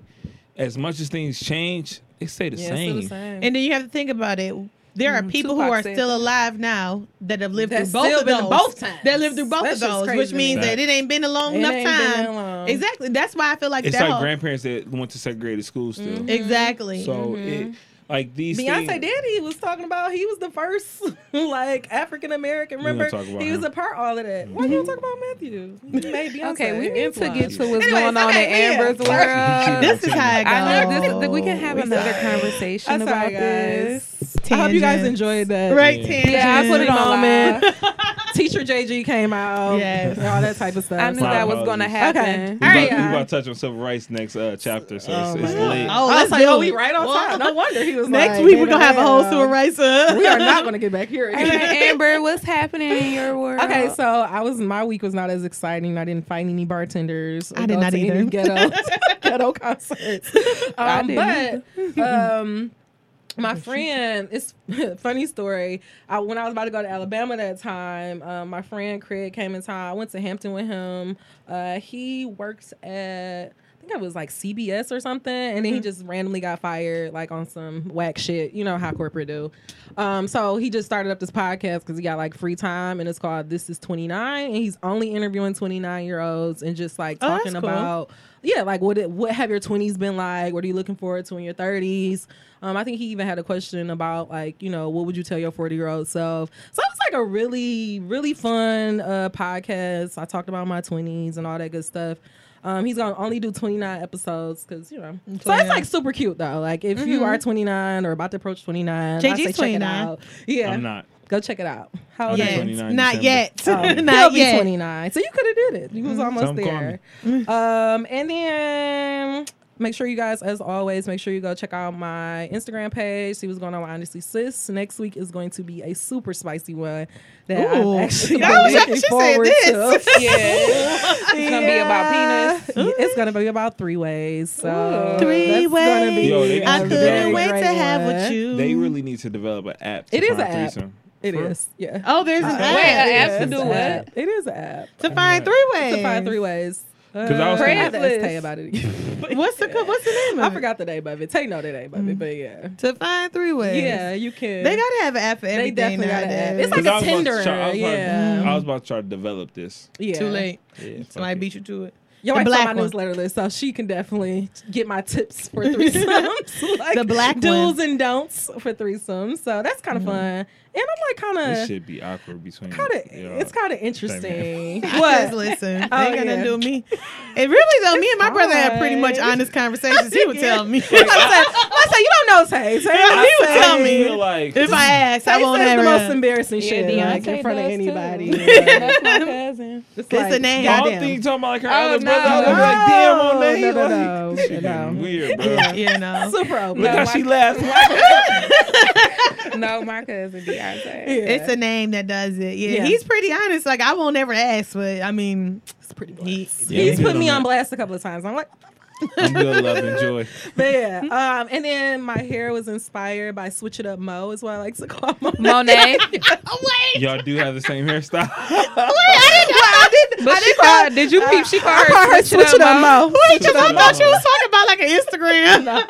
Speaker 5: as much as things change, they stay the
Speaker 6: Yeah, it's
Speaker 5: same.
Speaker 6: still the same.
Speaker 4: And then you have to think about it. There
Speaker 6: Mm,
Speaker 4: are people who
Speaker 3: Tupac
Speaker 4: are
Speaker 3: said
Speaker 4: still alive now that have lived
Speaker 6: That's
Speaker 4: through both
Speaker 6: still
Speaker 4: of
Speaker 6: been to
Speaker 4: those.
Speaker 6: both times.
Speaker 4: That lived through both
Speaker 6: That's
Speaker 4: of
Speaker 6: just
Speaker 4: those,
Speaker 6: crazy
Speaker 4: which
Speaker 6: to
Speaker 4: means
Speaker 5: me.
Speaker 4: that it ain't been a long
Speaker 6: It
Speaker 4: enough
Speaker 6: ain't been
Speaker 4: time.
Speaker 6: that long.
Speaker 4: Exactly. That's why I feel like
Speaker 5: It's
Speaker 4: that.
Speaker 5: like
Speaker 4: whole- Mm-hmm.
Speaker 5: grandparents that went to segregated schools still.
Speaker 6: Mm-hmm.
Speaker 4: exactly.
Speaker 5: So it
Speaker 4: Mm-hmm.
Speaker 5: like these
Speaker 6: Beyonce
Speaker 5: things,
Speaker 6: Daddy was talking about he was the first like African American.
Speaker 5: gonna
Speaker 6: Remember,
Speaker 5: talk about
Speaker 6: he was
Speaker 5: him. Mm-hmm.
Speaker 6: a part of all of that. Why you don't talk about Matthew? He made Beyonce.
Speaker 3: Okay, we need to
Speaker 6: influence.
Speaker 3: get to what's
Speaker 4: Anyways,
Speaker 3: going on
Speaker 4: okay,
Speaker 3: in
Speaker 4: yeah.
Speaker 3: Amber's world.
Speaker 4: this is how it goes.
Speaker 3: I know this. Is, we can have
Speaker 4: We
Speaker 3: another
Speaker 4: sorry.
Speaker 3: conversation
Speaker 6: I'm
Speaker 3: about
Speaker 6: sorry,
Speaker 3: this.
Speaker 6: guys. I hope you guys
Speaker 4: Tangents.
Speaker 6: enjoyed that.
Speaker 4: Right,
Speaker 5: Yeah.
Speaker 4: tangent.
Speaker 3: Yeah, I put it on
Speaker 6: moment. Teacher JG came out.
Speaker 4: Yes.
Speaker 6: and all that type of stuff.
Speaker 3: I knew
Speaker 5: My
Speaker 3: that was
Speaker 5: apologies.
Speaker 3: going to
Speaker 5: Okay.
Speaker 3: happen.
Speaker 5: we,
Speaker 4: All
Speaker 5: about,
Speaker 4: right,
Speaker 5: we
Speaker 4: y'all.
Speaker 5: about to touch on civil rights next uh, chapter, so
Speaker 6: Oh,
Speaker 5: it's, it's
Speaker 6: my
Speaker 5: late.
Speaker 4: God. Oh,
Speaker 6: I was
Speaker 4: let's
Speaker 6: like,
Speaker 4: do
Speaker 6: oh,
Speaker 4: it.
Speaker 6: we right on
Speaker 4: Whoa.
Speaker 6: time. No wonder he was
Speaker 4: Next
Speaker 6: like,
Speaker 4: week we're gonna have a whole
Speaker 6: damn.
Speaker 4: sewer rights up.
Speaker 6: We are not gonna get back here.
Speaker 3: All right, Amber, what's happening in your world?
Speaker 6: Okay, so I was my week was not as exciting. I didn't find any bartenders. or
Speaker 4: I did
Speaker 6: go
Speaker 4: not
Speaker 6: to any
Speaker 4: either.
Speaker 6: Ghetto, ghetto concerts.
Speaker 3: I
Speaker 6: Um,
Speaker 3: didn't
Speaker 6: but um, my friend, it's funny story. I, when I was about to go to Alabama that time, um, my friend Craig came in town. I went to Hampton with him. Uh, he works at. I think I was like CBS or something, and
Speaker 4: Mm-hmm.
Speaker 6: then he just randomly got fired, like on some whack shit. You know how corporate do. Um, so he just started up this podcast because he got like free time, and it's called "This Is 29," and he's only interviewing 29 year olds and just like
Speaker 4: Oh, that's
Speaker 6: talking
Speaker 4: cool.
Speaker 6: about, yeah, like what it, what have your 20s been like? What are you looking forward to in your 30s? Um, I think he even had a question about like you know what would you tell your 40 year old self? So it was like a really really fun uh, podcast. I talked about my 20s and all that good stuff. Um, he's gonna only do 29 episodes because you know. So it's
Speaker 4: 29.
Speaker 6: like super cute though. Like if you are 29 or about to approach 29,
Speaker 4: JG's
Speaker 6: I say check it
Speaker 4: 29.
Speaker 6: out. Yeah, Mm-hmm.
Speaker 5: I'm not.
Speaker 6: go check it out. How old
Speaker 5: I'm
Speaker 6: are
Speaker 5: Yeah.
Speaker 6: you?
Speaker 5: 29
Speaker 4: not
Speaker 5: December.
Speaker 4: yet.
Speaker 6: He'll
Speaker 4: not
Speaker 6: be
Speaker 4: yet. Mm-hmm.
Speaker 6: 29. So you could have did it. You was almost
Speaker 5: Some call
Speaker 6: there. Um, and then make sure you guys, as always, make sure you go check out my Instagram page. See what's going on with Honestly Sis. Next week is going to be a super spicy one that
Speaker 4: Ooh.
Speaker 6: I'm actually
Speaker 4: That was-
Speaker 6: been looking
Speaker 4: she said
Speaker 6: forward
Speaker 4: this.
Speaker 6: to.
Speaker 3: it's gonna be about penis.
Speaker 6: Yeah, It's gonna be about three ways. So
Speaker 3: Ooh.
Speaker 4: Three
Speaker 6: that's gonna be
Speaker 4: ways.
Speaker 5: Yo, they
Speaker 4: I
Speaker 5: Yeah,
Speaker 6: a
Speaker 4: couldn't
Speaker 5: very
Speaker 4: wait
Speaker 6: great
Speaker 4: to have
Speaker 6: one.
Speaker 4: with you.
Speaker 5: They really need to develop an app. To
Speaker 6: It is
Speaker 5: find
Speaker 6: an app.
Speaker 5: threesome.
Speaker 6: It
Speaker 5: For-
Speaker 6: is. Yeah.
Speaker 4: Oh, there's an
Speaker 3: Wait,
Speaker 4: app.
Speaker 3: an app to
Speaker 6: It's
Speaker 3: do
Speaker 6: an
Speaker 3: what?
Speaker 6: app. It is an app.
Speaker 4: to find three ways.
Speaker 6: To find three ways.
Speaker 5: Because I was
Speaker 6: Uh,
Speaker 5: thinking-
Speaker 6: I have to ask Tay
Speaker 3: Craigslist.
Speaker 6: about it. again.
Speaker 4: What's the co- what's the name? Of
Speaker 6: I forgot the name of it. Tay know the name of it, but yeah.
Speaker 4: It? To find three ways.
Speaker 6: Yeah, you can.
Speaker 4: They gotta have an app for
Speaker 6: They
Speaker 4: everything.
Speaker 6: definitely got that.
Speaker 4: nowadays.
Speaker 6: It's like
Speaker 5: 'Cause I
Speaker 6: a
Speaker 5: was about to
Speaker 6: Tinder.
Speaker 5: try- I was about-
Speaker 6: yeah.
Speaker 5: I was about to try to develop this.
Speaker 6: yeah.
Speaker 4: too late.
Speaker 5: Yeah, fuck
Speaker 4: Somebody
Speaker 5: it.
Speaker 4: beat you to it.
Speaker 6: Your
Speaker 4: The
Speaker 6: wife's
Speaker 4: black
Speaker 6: on my
Speaker 4: one.
Speaker 6: newsletter list, so she can definitely get my tips for threesomes. like
Speaker 4: The black
Speaker 6: do's
Speaker 4: one. Mm-hmm.
Speaker 6: and don'ts for threesomes. So that's kind of fun. And I'm like kind
Speaker 5: This
Speaker 6: of,
Speaker 5: should be awkward between.
Speaker 6: kind of,
Speaker 5: y'all.
Speaker 6: it's kind of interesting.
Speaker 4: What? Listen, they
Speaker 6: Oh,
Speaker 4: ain't got nothing
Speaker 6: yeah.
Speaker 4: to do with me. It really though. me and my brother had pretty much
Speaker 6: fine.
Speaker 4: honest conversations. He would tell me.
Speaker 6: I say you don't know Tay.
Speaker 4: he
Speaker 6: Tay,
Speaker 4: would
Speaker 6: Tay-
Speaker 4: tell
Speaker 5: I
Speaker 4: me.
Speaker 5: feel like
Speaker 4: if I ask, I
Speaker 6: Tay
Speaker 4: won't
Speaker 6: says the most
Speaker 4: ever.
Speaker 6: embarrassing shit like, in
Speaker 3: Beyonce
Speaker 6: front of
Speaker 3: does,
Speaker 6: anybody.
Speaker 3: too.
Speaker 6: It's
Speaker 3: That's my cousin.
Speaker 6: like,
Speaker 4: It's a name.
Speaker 5: I
Speaker 4: Goddamn.
Speaker 5: don't think talking about like her
Speaker 3: Oh,
Speaker 5: other
Speaker 3: no.
Speaker 5: brother. I was like, damn, on
Speaker 6: No,
Speaker 5: me.
Speaker 6: no, no, no,
Speaker 5: like, this shit
Speaker 6: no.
Speaker 5: getting weird, bro.
Speaker 4: You know.
Speaker 6: Super open.
Speaker 5: Look how she laughed.
Speaker 3: No, my cousin Beyonce.
Speaker 6: Yeah.
Speaker 4: It's a name that does it. Yeah,
Speaker 6: Yeah.
Speaker 4: he's pretty honest. Like I won't ever ask, but I mean,
Speaker 6: It's pretty black.
Speaker 4: he,
Speaker 5: Yeah,
Speaker 6: He's
Speaker 5: we
Speaker 6: put
Speaker 5: good
Speaker 6: me
Speaker 5: on
Speaker 6: on
Speaker 5: that.
Speaker 6: blast a couple of times. I'm like,
Speaker 5: I'm good, love, and joy.
Speaker 6: but yeah. Um, and then my hair was inspired by Switch It Up Mo, is what I like to call Mo.
Speaker 3: Monet.
Speaker 5: Y'all do have the same hairstyle.
Speaker 3: But she called. Did you peep? She called
Speaker 6: I
Speaker 3: her.
Speaker 6: call her
Speaker 3: switching
Speaker 6: Switch It Up Mo.
Speaker 4: Wait, 'cause I thought you was talking about like an Instagram.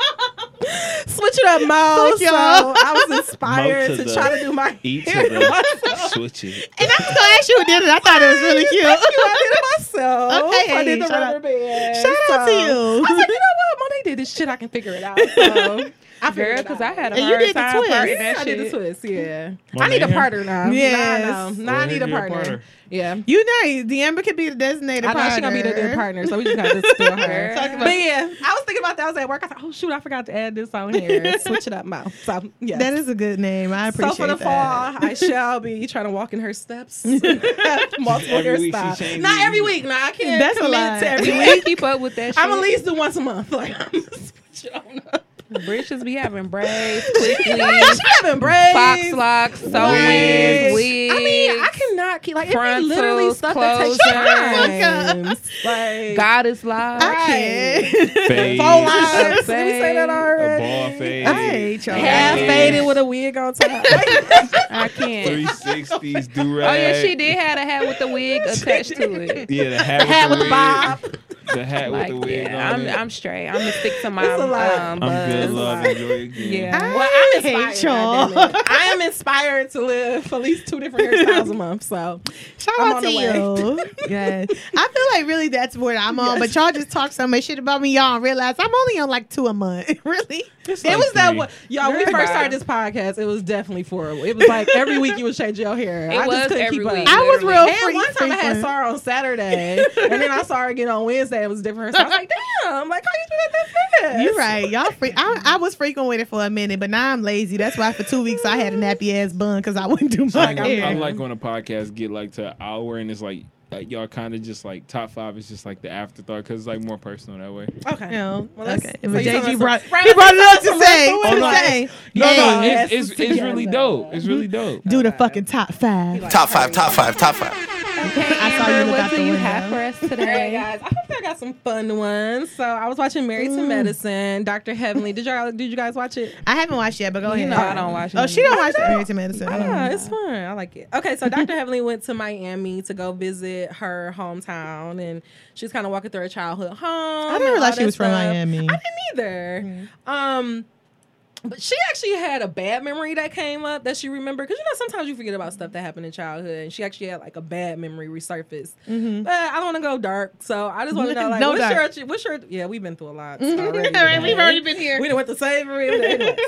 Speaker 6: Switch it up, Mo.
Speaker 4: Fuck
Speaker 6: So
Speaker 4: y'all.
Speaker 6: I was inspired
Speaker 5: Mo
Speaker 6: to,
Speaker 5: to the- E.
Speaker 6: try to do my
Speaker 5: Eat to the switches.
Speaker 4: And I was gonna ask you who did it. I thought it was really cute.
Speaker 6: I did it myself.
Speaker 4: Okay,
Speaker 6: I did the
Speaker 4: shout out-
Speaker 6: rubber band.
Speaker 4: Shout out to
Speaker 6: So-
Speaker 4: you.
Speaker 6: I said, you know what? Monet did this shit. I can figure it out. So, I
Speaker 3: Girl,
Speaker 6: figured it
Speaker 3: because I
Speaker 6: out.
Speaker 3: had a
Speaker 4: And you
Speaker 3: hard
Speaker 4: did the
Speaker 3: time
Speaker 4: twist.
Speaker 3: parting
Speaker 6: Yeah,
Speaker 3: that
Speaker 6: I did the
Speaker 3: shit.
Speaker 6: twist. Yeah, I
Speaker 5: Monet
Speaker 6: need a
Speaker 5: here?
Speaker 6: partner now.
Speaker 4: Yes.
Speaker 6: Nah, no. Nah, I
Speaker 5: Monet
Speaker 6: need a
Speaker 5: be your
Speaker 6: partner.
Speaker 5: partner.
Speaker 6: Yeah.
Speaker 4: You know, Deamber could be the designated
Speaker 6: I
Speaker 4: partner.
Speaker 6: know she gonna be the good partner, so we just gotta steal her.
Speaker 3: Talk about-
Speaker 6: but yeah, I was thinking about that. I was at work. I thought, oh shoot, I forgot to add this on here. Switch it up, mouth. So yeah.
Speaker 4: That is a good name. I
Speaker 6: so
Speaker 4: appreciate
Speaker 6: for the
Speaker 4: that.
Speaker 6: fall, I shall be trying to walk in her steps. Multiple
Speaker 5: Every week she
Speaker 6: hairstyles.
Speaker 5: changes.
Speaker 6: Not every week. No, I can't
Speaker 4: That's a
Speaker 6: commit
Speaker 4: lie.
Speaker 6: to every
Speaker 3: You
Speaker 6: week.
Speaker 3: keep up with that shit.
Speaker 6: I'm at least do once a month. Like I'm gonna switch it on up.
Speaker 3: Britches be having braids,
Speaker 6: She
Speaker 3: quickly,
Speaker 6: having braids.
Speaker 3: fox locks, sewings, wigs.
Speaker 6: I mean, I cannot keep like it's
Speaker 3: Frontals,
Speaker 6: literally stuff that takes time.
Speaker 4: closures.
Speaker 6: like
Speaker 3: goddess locks.
Speaker 4: I can't.
Speaker 5: Fade.
Speaker 6: phone lines.
Speaker 3: A
Speaker 6: Did we say that
Speaker 3: fade, a
Speaker 5: A
Speaker 6: already?
Speaker 5: ball fade.
Speaker 4: I hate y'all.
Speaker 6: Half
Speaker 5: Fade.
Speaker 6: faded with a wig on top.
Speaker 3: I can't.
Speaker 5: 360s, do
Speaker 3: Oh yeah, she did had a hat with the wig attached to it.
Speaker 5: Yeah, the hat,
Speaker 6: The hat with the
Speaker 5: wig.
Speaker 6: bob.
Speaker 5: The hat
Speaker 3: Like,
Speaker 5: with the wig
Speaker 3: yeah,
Speaker 5: on
Speaker 3: I'm,
Speaker 5: it.
Speaker 3: I'm straight. I'm gonna stick to my
Speaker 6: It's a lot.
Speaker 3: um,
Speaker 5: I'm
Speaker 3: buzz.
Speaker 5: good, love, enjoy your game.
Speaker 3: Yeah.
Speaker 4: I
Speaker 6: Well, I'm
Speaker 4: hate
Speaker 6: inspired.
Speaker 4: y'all.
Speaker 6: goddamn it. I am inspired to live at least two different hairstyles a month. So
Speaker 4: Shout
Speaker 6: I'm
Speaker 4: out
Speaker 6: on
Speaker 4: to
Speaker 6: the way.
Speaker 4: you. yes. I feel like really that's where I'm on, but y'all just talk so much shit about me. Y'all don't realize I'm only on like two a month. really?
Speaker 6: it was that
Speaker 5: three.
Speaker 6: one. Y'all, when we
Speaker 3: Girl.
Speaker 6: first started this podcast, it was definitely four. It was like every week you would change your hair.
Speaker 3: It
Speaker 6: I
Speaker 3: was
Speaker 6: just couldn't
Speaker 3: every
Speaker 6: keep
Speaker 3: week.
Speaker 6: up.
Speaker 4: I was
Speaker 3: Literally.
Speaker 4: real
Speaker 6: And
Speaker 4: free.
Speaker 6: one time I had
Speaker 4: frequent.
Speaker 6: Sar on Saturday, and then I saw her again on Wednesday. It was different. So I was like, damn, I'm like, how you do that that fast?
Speaker 4: You're right. Y'all free. I, I was frequent with it for a minute, but now I'm lazy. That's why for two weeks I had a nappy ass bun because I wouldn't do my
Speaker 5: Like,
Speaker 4: hair.
Speaker 5: I'm, I'm like on a podcast, get like to an hour, and it's like, like y'all kind of just like top five is just like the afterthought because it's like more personal that way.
Speaker 6: Okay.
Speaker 4: you know,
Speaker 6: Well, let's-
Speaker 4: okay.
Speaker 6: so
Speaker 4: But
Speaker 6: you talking
Speaker 4: JG
Speaker 6: about
Speaker 4: brought,
Speaker 6: some- Right,
Speaker 4: he brought it up
Speaker 6: let's
Speaker 4: to
Speaker 6: talk
Speaker 4: say,
Speaker 6: some
Speaker 4: to
Speaker 5: rest of
Speaker 4: say,
Speaker 5: No, no,
Speaker 4: yeah,
Speaker 5: it's, it's, it's really dope. It's really dope.
Speaker 4: do the fucking top five.
Speaker 1: Top five, top five, top five.
Speaker 4: I saw you look
Speaker 3: what
Speaker 4: out
Speaker 3: do
Speaker 4: the
Speaker 3: you
Speaker 4: window.
Speaker 3: have for us
Speaker 6: Hey
Speaker 3: today?
Speaker 6: guys, I hope y'all got some fun ones. So I was watching Married
Speaker 4: Mm.
Speaker 6: to Medicine, Doctor Heavenly. Did y'all? Did you guys watch it?
Speaker 4: I haven't watched yet, but go
Speaker 3: You
Speaker 4: ahead.
Speaker 3: know I don't watch.
Speaker 4: Oh, she
Speaker 3: none
Speaker 4: don't
Speaker 3: of
Speaker 4: watch Married to Medicine.
Speaker 6: Yeah, Ah, it's fun. I like it. Okay, so Dr. Heavenly went to Miami to go visit her hometown, and she was kind of walking through her childhood home.
Speaker 4: I
Speaker 6: I
Speaker 4: didn't realize she was from Miami. Mm-hmm.
Speaker 6: I didn't either. Um, but she actually had a bad memory that came up that she remembered because you know sometimes you forget about stuff that happened in childhood, and she actually had like a bad memory resurface. But I don't want to go dark, so I just want to know like
Speaker 4: Mm-hmm. No
Speaker 6: what's
Speaker 4: dark.
Speaker 6: your what's your yeah we've been through a lot. Already today.
Speaker 4: been here.
Speaker 6: We done went to slavery. we done- anyways.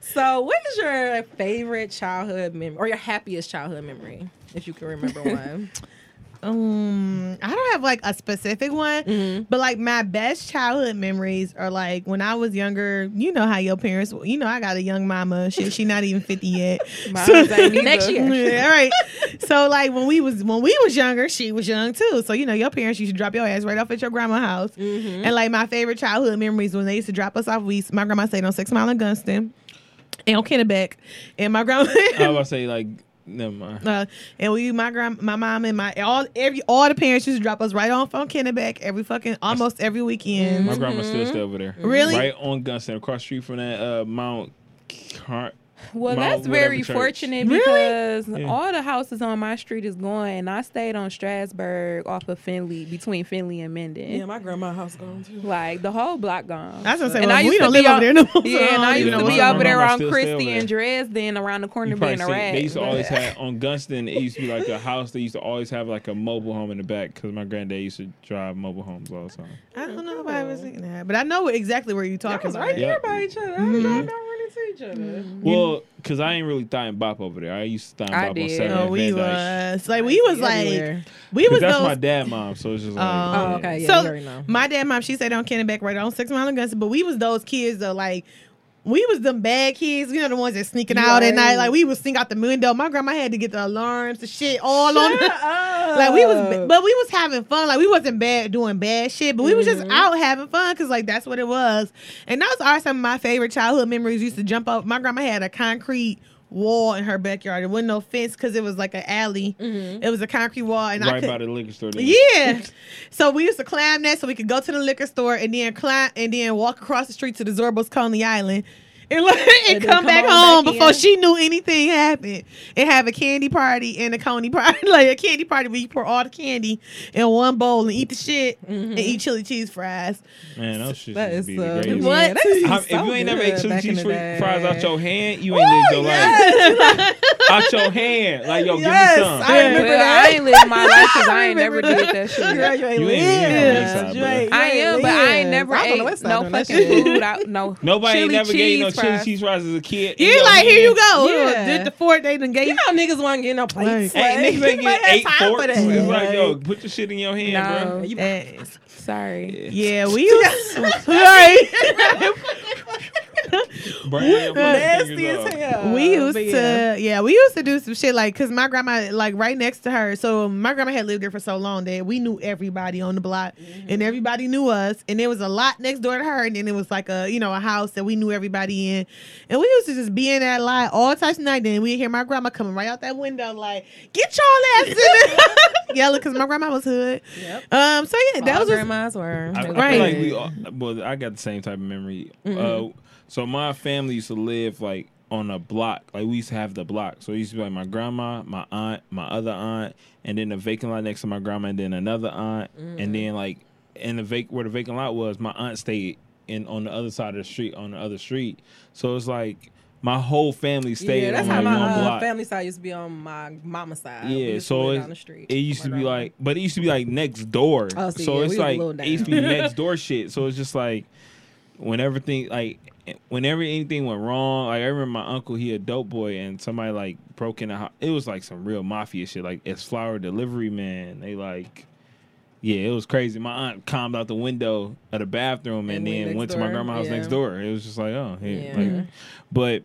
Speaker 6: so, what is your favorite childhood memory or your happiest childhood memory, if you can remember one?
Speaker 4: Um, I don't have like a specific one,
Speaker 6: Mm-hmm.
Speaker 4: but like my best childhood memories are like when I was younger. You know how your parents, you know, I got a young mama. Shit, she not even fifty yet.
Speaker 3: Mine's ain't either.
Speaker 6: Next year.
Speaker 4: Yeah, all right. So like when we was when we was younger, she was young too. So you know your parents used to drop your ass right off at your grandma's house. And like my favorite childhood memories when they used to drop us off. We my grandma stayed on Six Mile and Gunston, and on Kennebec, and my grandma.
Speaker 5: I was about to say like, never mind.
Speaker 4: Uh, and we, my grand, my mom, and my all every all the parents used to drop us right off on Kennebec every fucking almost every weekend.
Speaker 5: My grandma still stay over there.
Speaker 4: Really?
Speaker 5: Right on Gunston, across the street from that uh, Mount. Car-
Speaker 3: Well,
Speaker 5: my
Speaker 3: that's
Speaker 5: whatever
Speaker 3: very
Speaker 5: church.
Speaker 3: fortunate
Speaker 4: Really?
Speaker 3: because
Speaker 5: Yeah.
Speaker 3: all the houses on my street is going, and I stayed on Strasburg off of Finley, between Finley and Menden.
Speaker 6: my grandma's house gone too.
Speaker 3: Like the whole block gone.
Speaker 4: That's what I'm saying.
Speaker 3: And
Speaker 4: Well,
Speaker 3: I
Speaker 4: we
Speaker 3: used
Speaker 4: don't
Speaker 3: to
Speaker 4: live
Speaker 3: be
Speaker 4: over
Speaker 3: on-
Speaker 4: there no more. so
Speaker 3: Yeah, and I
Speaker 4: don't
Speaker 3: used
Speaker 4: even
Speaker 5: know
Speaker 3: to
Speaker 5: what's
Speaker 3: be
Speaker 5: going
Speaker 3: over
Speaker 5: on.
Speaker 3: there
Speaker 5: I
Speaker 3: on
Speaker 5: still stay over
Speaker 3: Christie
Speaker 5: there.
Speaker 3: and Dresden around the corner
Speaker 5: You probably
Speaker 3: being a
Speaker 5: see-
Speaker 3: rat.
Speaker 5: they used to always have on Gunston. It used to be like a house. They used to always have like a mobile home in the back because my granddad used to drive mobile homes all the time.
Speaker 4: I don't know if I was thinking that, but I know exactly where you're
Speaker 6: I
Speaker 4: talking
Speaker 6: was
Speaker 4: about.
Speaker 6: right
Speaker 4: Right.
Speaker 5: Yeah.
Speaker 6: there by each other. How did y'all not run into each other?
Speaker 5: Well, because I ain't really thawing bop over there. I used to thaw and
Speaker 3: I
Speaker 5: bop on
Speaker 3: did.
Speaker 5: Saturday.
Speaker 4: No,
Speaker 5: and
Speaker 4: we
Speaker 5: Van Dyke.
Speaker 4: was like we was like
Speaker 6: Everywhere.
Speaker 4: we
Speaker 5: 'Cause
Speaker 4: was
Speaker 5: that's
Speaker 4: those.
Speaker 5: my dad mom, so it's just like.
Speaker 4: Oh,
Speaker 5: yeah.
Speaker 6: okay. Yeah, you already
Speaker 4: so
Speaker 6: know.
Speaker 4: my dad, mom, she stayed on Kennebec right on Six Mile and Gunston, but we was those kids though, like. We was them bad kids, you know the ones that sneaking out at night.
Speaker 6: Right.
Speaker 4: Like we was sneak out the window. My grandma had to get the alarms, the shit all on. her.
Speaker 6: Uh,
Speaker 4: Like we was, but we was having fun. Like we wasn't bad doing bad shit, but we was just
Speaker 6: Mm-hmm.
Speaker 4: out having fun because like that's what it was. And those are some of my favorite childhood memories. Used to jump up. My grandma had a concrete wall in her backyard. It wasn't no fence because it was like an alley.
Speaker 6: Mm-hmm.
Speaker 4: It was a concrete wall, and I
Speaker 5: Right
Speaker 4: could,
Speaker 5: by the liquor store. there.
Speaker 4: yeah. So we used to climb that so we could go to the liquor store and then climb and then walk across the street to the Zorbo's Coney Island. and, like, and,
Speaker 6: And then
Speaker 4: come,
Speaker 6: come
Speaker 4: back
Speaker 6: on
Speaker 4: home
Speaker 6: back
Speaker 4: before
Speaker 6: in.
Speaker 4: she knew anything happened and have a candy party and a coney party like a candy party where you pour all the candy in one bowl and eat the shit
Speaker 6: Mm-hmm.
Speaker 4: and eat chili cheese fries
Speaker 5: Man, that shit
Speaker 6: That
Speaker 5: should
Speaker 6: is
Speaker 5: be the
Speaker 6: uh,
Speaker 5: greatest.
Speaker 6: yeah,
Speaker 4: What?
Speaker 6: that used to be
Speaker 5: How- if
Speaker 6: so
Speaker 5: you ain't never
Speaker 6: good
Speaker 5: ate chili
Speaker 6: back in
Speaker 5: cheese
Speaker 6: the
Speaker 5: fri-
Speaker 6: day.
Speaker 5: fries out your hand, you ain't lived your life. out your hand, like yo,
Speaker 6: Yes,
Speaker 5: give me some.
Speaker 6: I remember
Speaker 3: Well,
Speaker 6: that.
Speaker 3: I ain't lived my life because I ain't never
Speaker 6: remember
Speaker 3: did that shit.
Speaker 6: Girl, you ain't
Speaker 5: You ain't
Speaker 6: lived.
Speaker 5: lived on the east side,
Speaker 6: You
Speaker 5: bro.
Speaker 6: ain't- you
Speaker 3: I am, but I ain't
Speaker 6: lived.
Speaker 3: never
Speaker 6: I was on
Speaker 3: ate
Speaker 6: the west side
Speaker 3: no
Speaker 6: doing that
Speaker 3: fucking
Speaker 6: shit.
Speaker 3: food. out no
Speaker 5: Nobody ain't
Speaker 3: chili
Speaker 5: never gave you no
Speaker 3: cheese
Speaker 5: chili
Speaker 3: fries.
Speaker 5: cheese fries as a kid.
Speaker 4: you like here you go
Speaker 6: Yeah.
Speaker 4: did the fourth day done gave
Speaker 6: You know niggas wasn't getting no plates.
Speaker 5: Hey, niggas ain't
Speaker 6: Nobody
Speaker 5: getting
Speaker 6: had
Speaker 5: eight
Speaker 6: time
Speaker 5: forks.
Speaker 6: for that.
Speaker 5: It's like,
Speaker 6: Like,
Speaker 5: yo, put your shit in your hand,
Speaker 3: No.
Speaker 5: bro.
Speaker 6: you-
Speaker 4: Eh,
Speaker 3: Sorry.
Speaker 4: yeah we was right
Speaker 5: Burn your fucking
Speaker 6: Nasty
Speaker 5: fingers
Speaker 6: as
Speaker 5: off.
Speaker 6: hell.
Speaker 4: we used
Speaker 6: But yeah.
Speaker 4: to yeah we used to do some shit like because my grandma like right next to her so my grandma had lived there for so long that we knew everybody on the block
Speaker 6: Mm-hmm.
Speaker 4: and everybody knew us and there was a lot next door to her and then it was like a you know a house that we knew everybody in and we used to just be in that lot all types of night and we hear my grandma coming right out that window like get y'all ass in there yelling because my grandma was hood
Speaker 6: Yep.
Speaker 4: um so yeah that
Speaker 6: All
Speaker 4: was just,
Speaker 6: grandmas were.
Speaker 5: I, I
Speaker 4: Right.
Speaker 5: feel like we all, well, I got the same type of memory.
Speaker 6: Mm-hmm.
Speaker 5: Uh, so my family used to live like on a block. Like we used to have the block. So it used to be like my grandma, my aunt, my other aunt, and then the vacant lot next to my grandma, and then another aunt,
Speaker 6: Mm-hmm.
Speaker 5: and then like in the vac where the vacant lot was, my aunt stayed in on the other side of the street on the other street. So it's like my whole family stayed
Speaker 6: yeah, that's
Speaker 5: on
Speaker 6: how
Speaker 5: like
Speaker 6: my
Speaker 5: one
Speaker 6: uh,
Speaker 5: block.
Speaker 6: family side used to be on my mama's side. We
Speaker 5: Yeah,
Speaker 6: used to
Speaker 5: so
Speaker 6: live
Speaker 5: it,
Speaker 6: down the street.
Speaker 5: it used
Speaker 6: My
Speaker 5: to be
Speaker 6: grandma.
Speaker 5: like, but it used to be like next door.
Speaker 6: Oh, so
Speaker 5: so
Speaker 6: yeah, we
Speaker 5: it's
Speaker 6: was a
Speaker 5: like
Speaker 6: little
Speaker 5: it used to be
Speaker 6: down.
Speaker 5: next door shit. So it's just like whenever thing like whenever anything went wrong, like I remember my uncle he a dope boy and somebody like broke in the house. It was like some real mafia shit. Like it's flower delivery man. They like. Yeah, it was crazy. My aunt climbed out the window of the bathroom and,
Speaker 6: And went
Speaker 5: then
Speaker 6: next
Speaker 5: went to my
Speaker 6: door?
Speaker 5: grandma's house
Speaker 6: Yeah.
Speaker 5: next door. It was just like, oh, yeah.
Speaker 6: Yeah. Mm-hmm.
Speaker 5: Like, but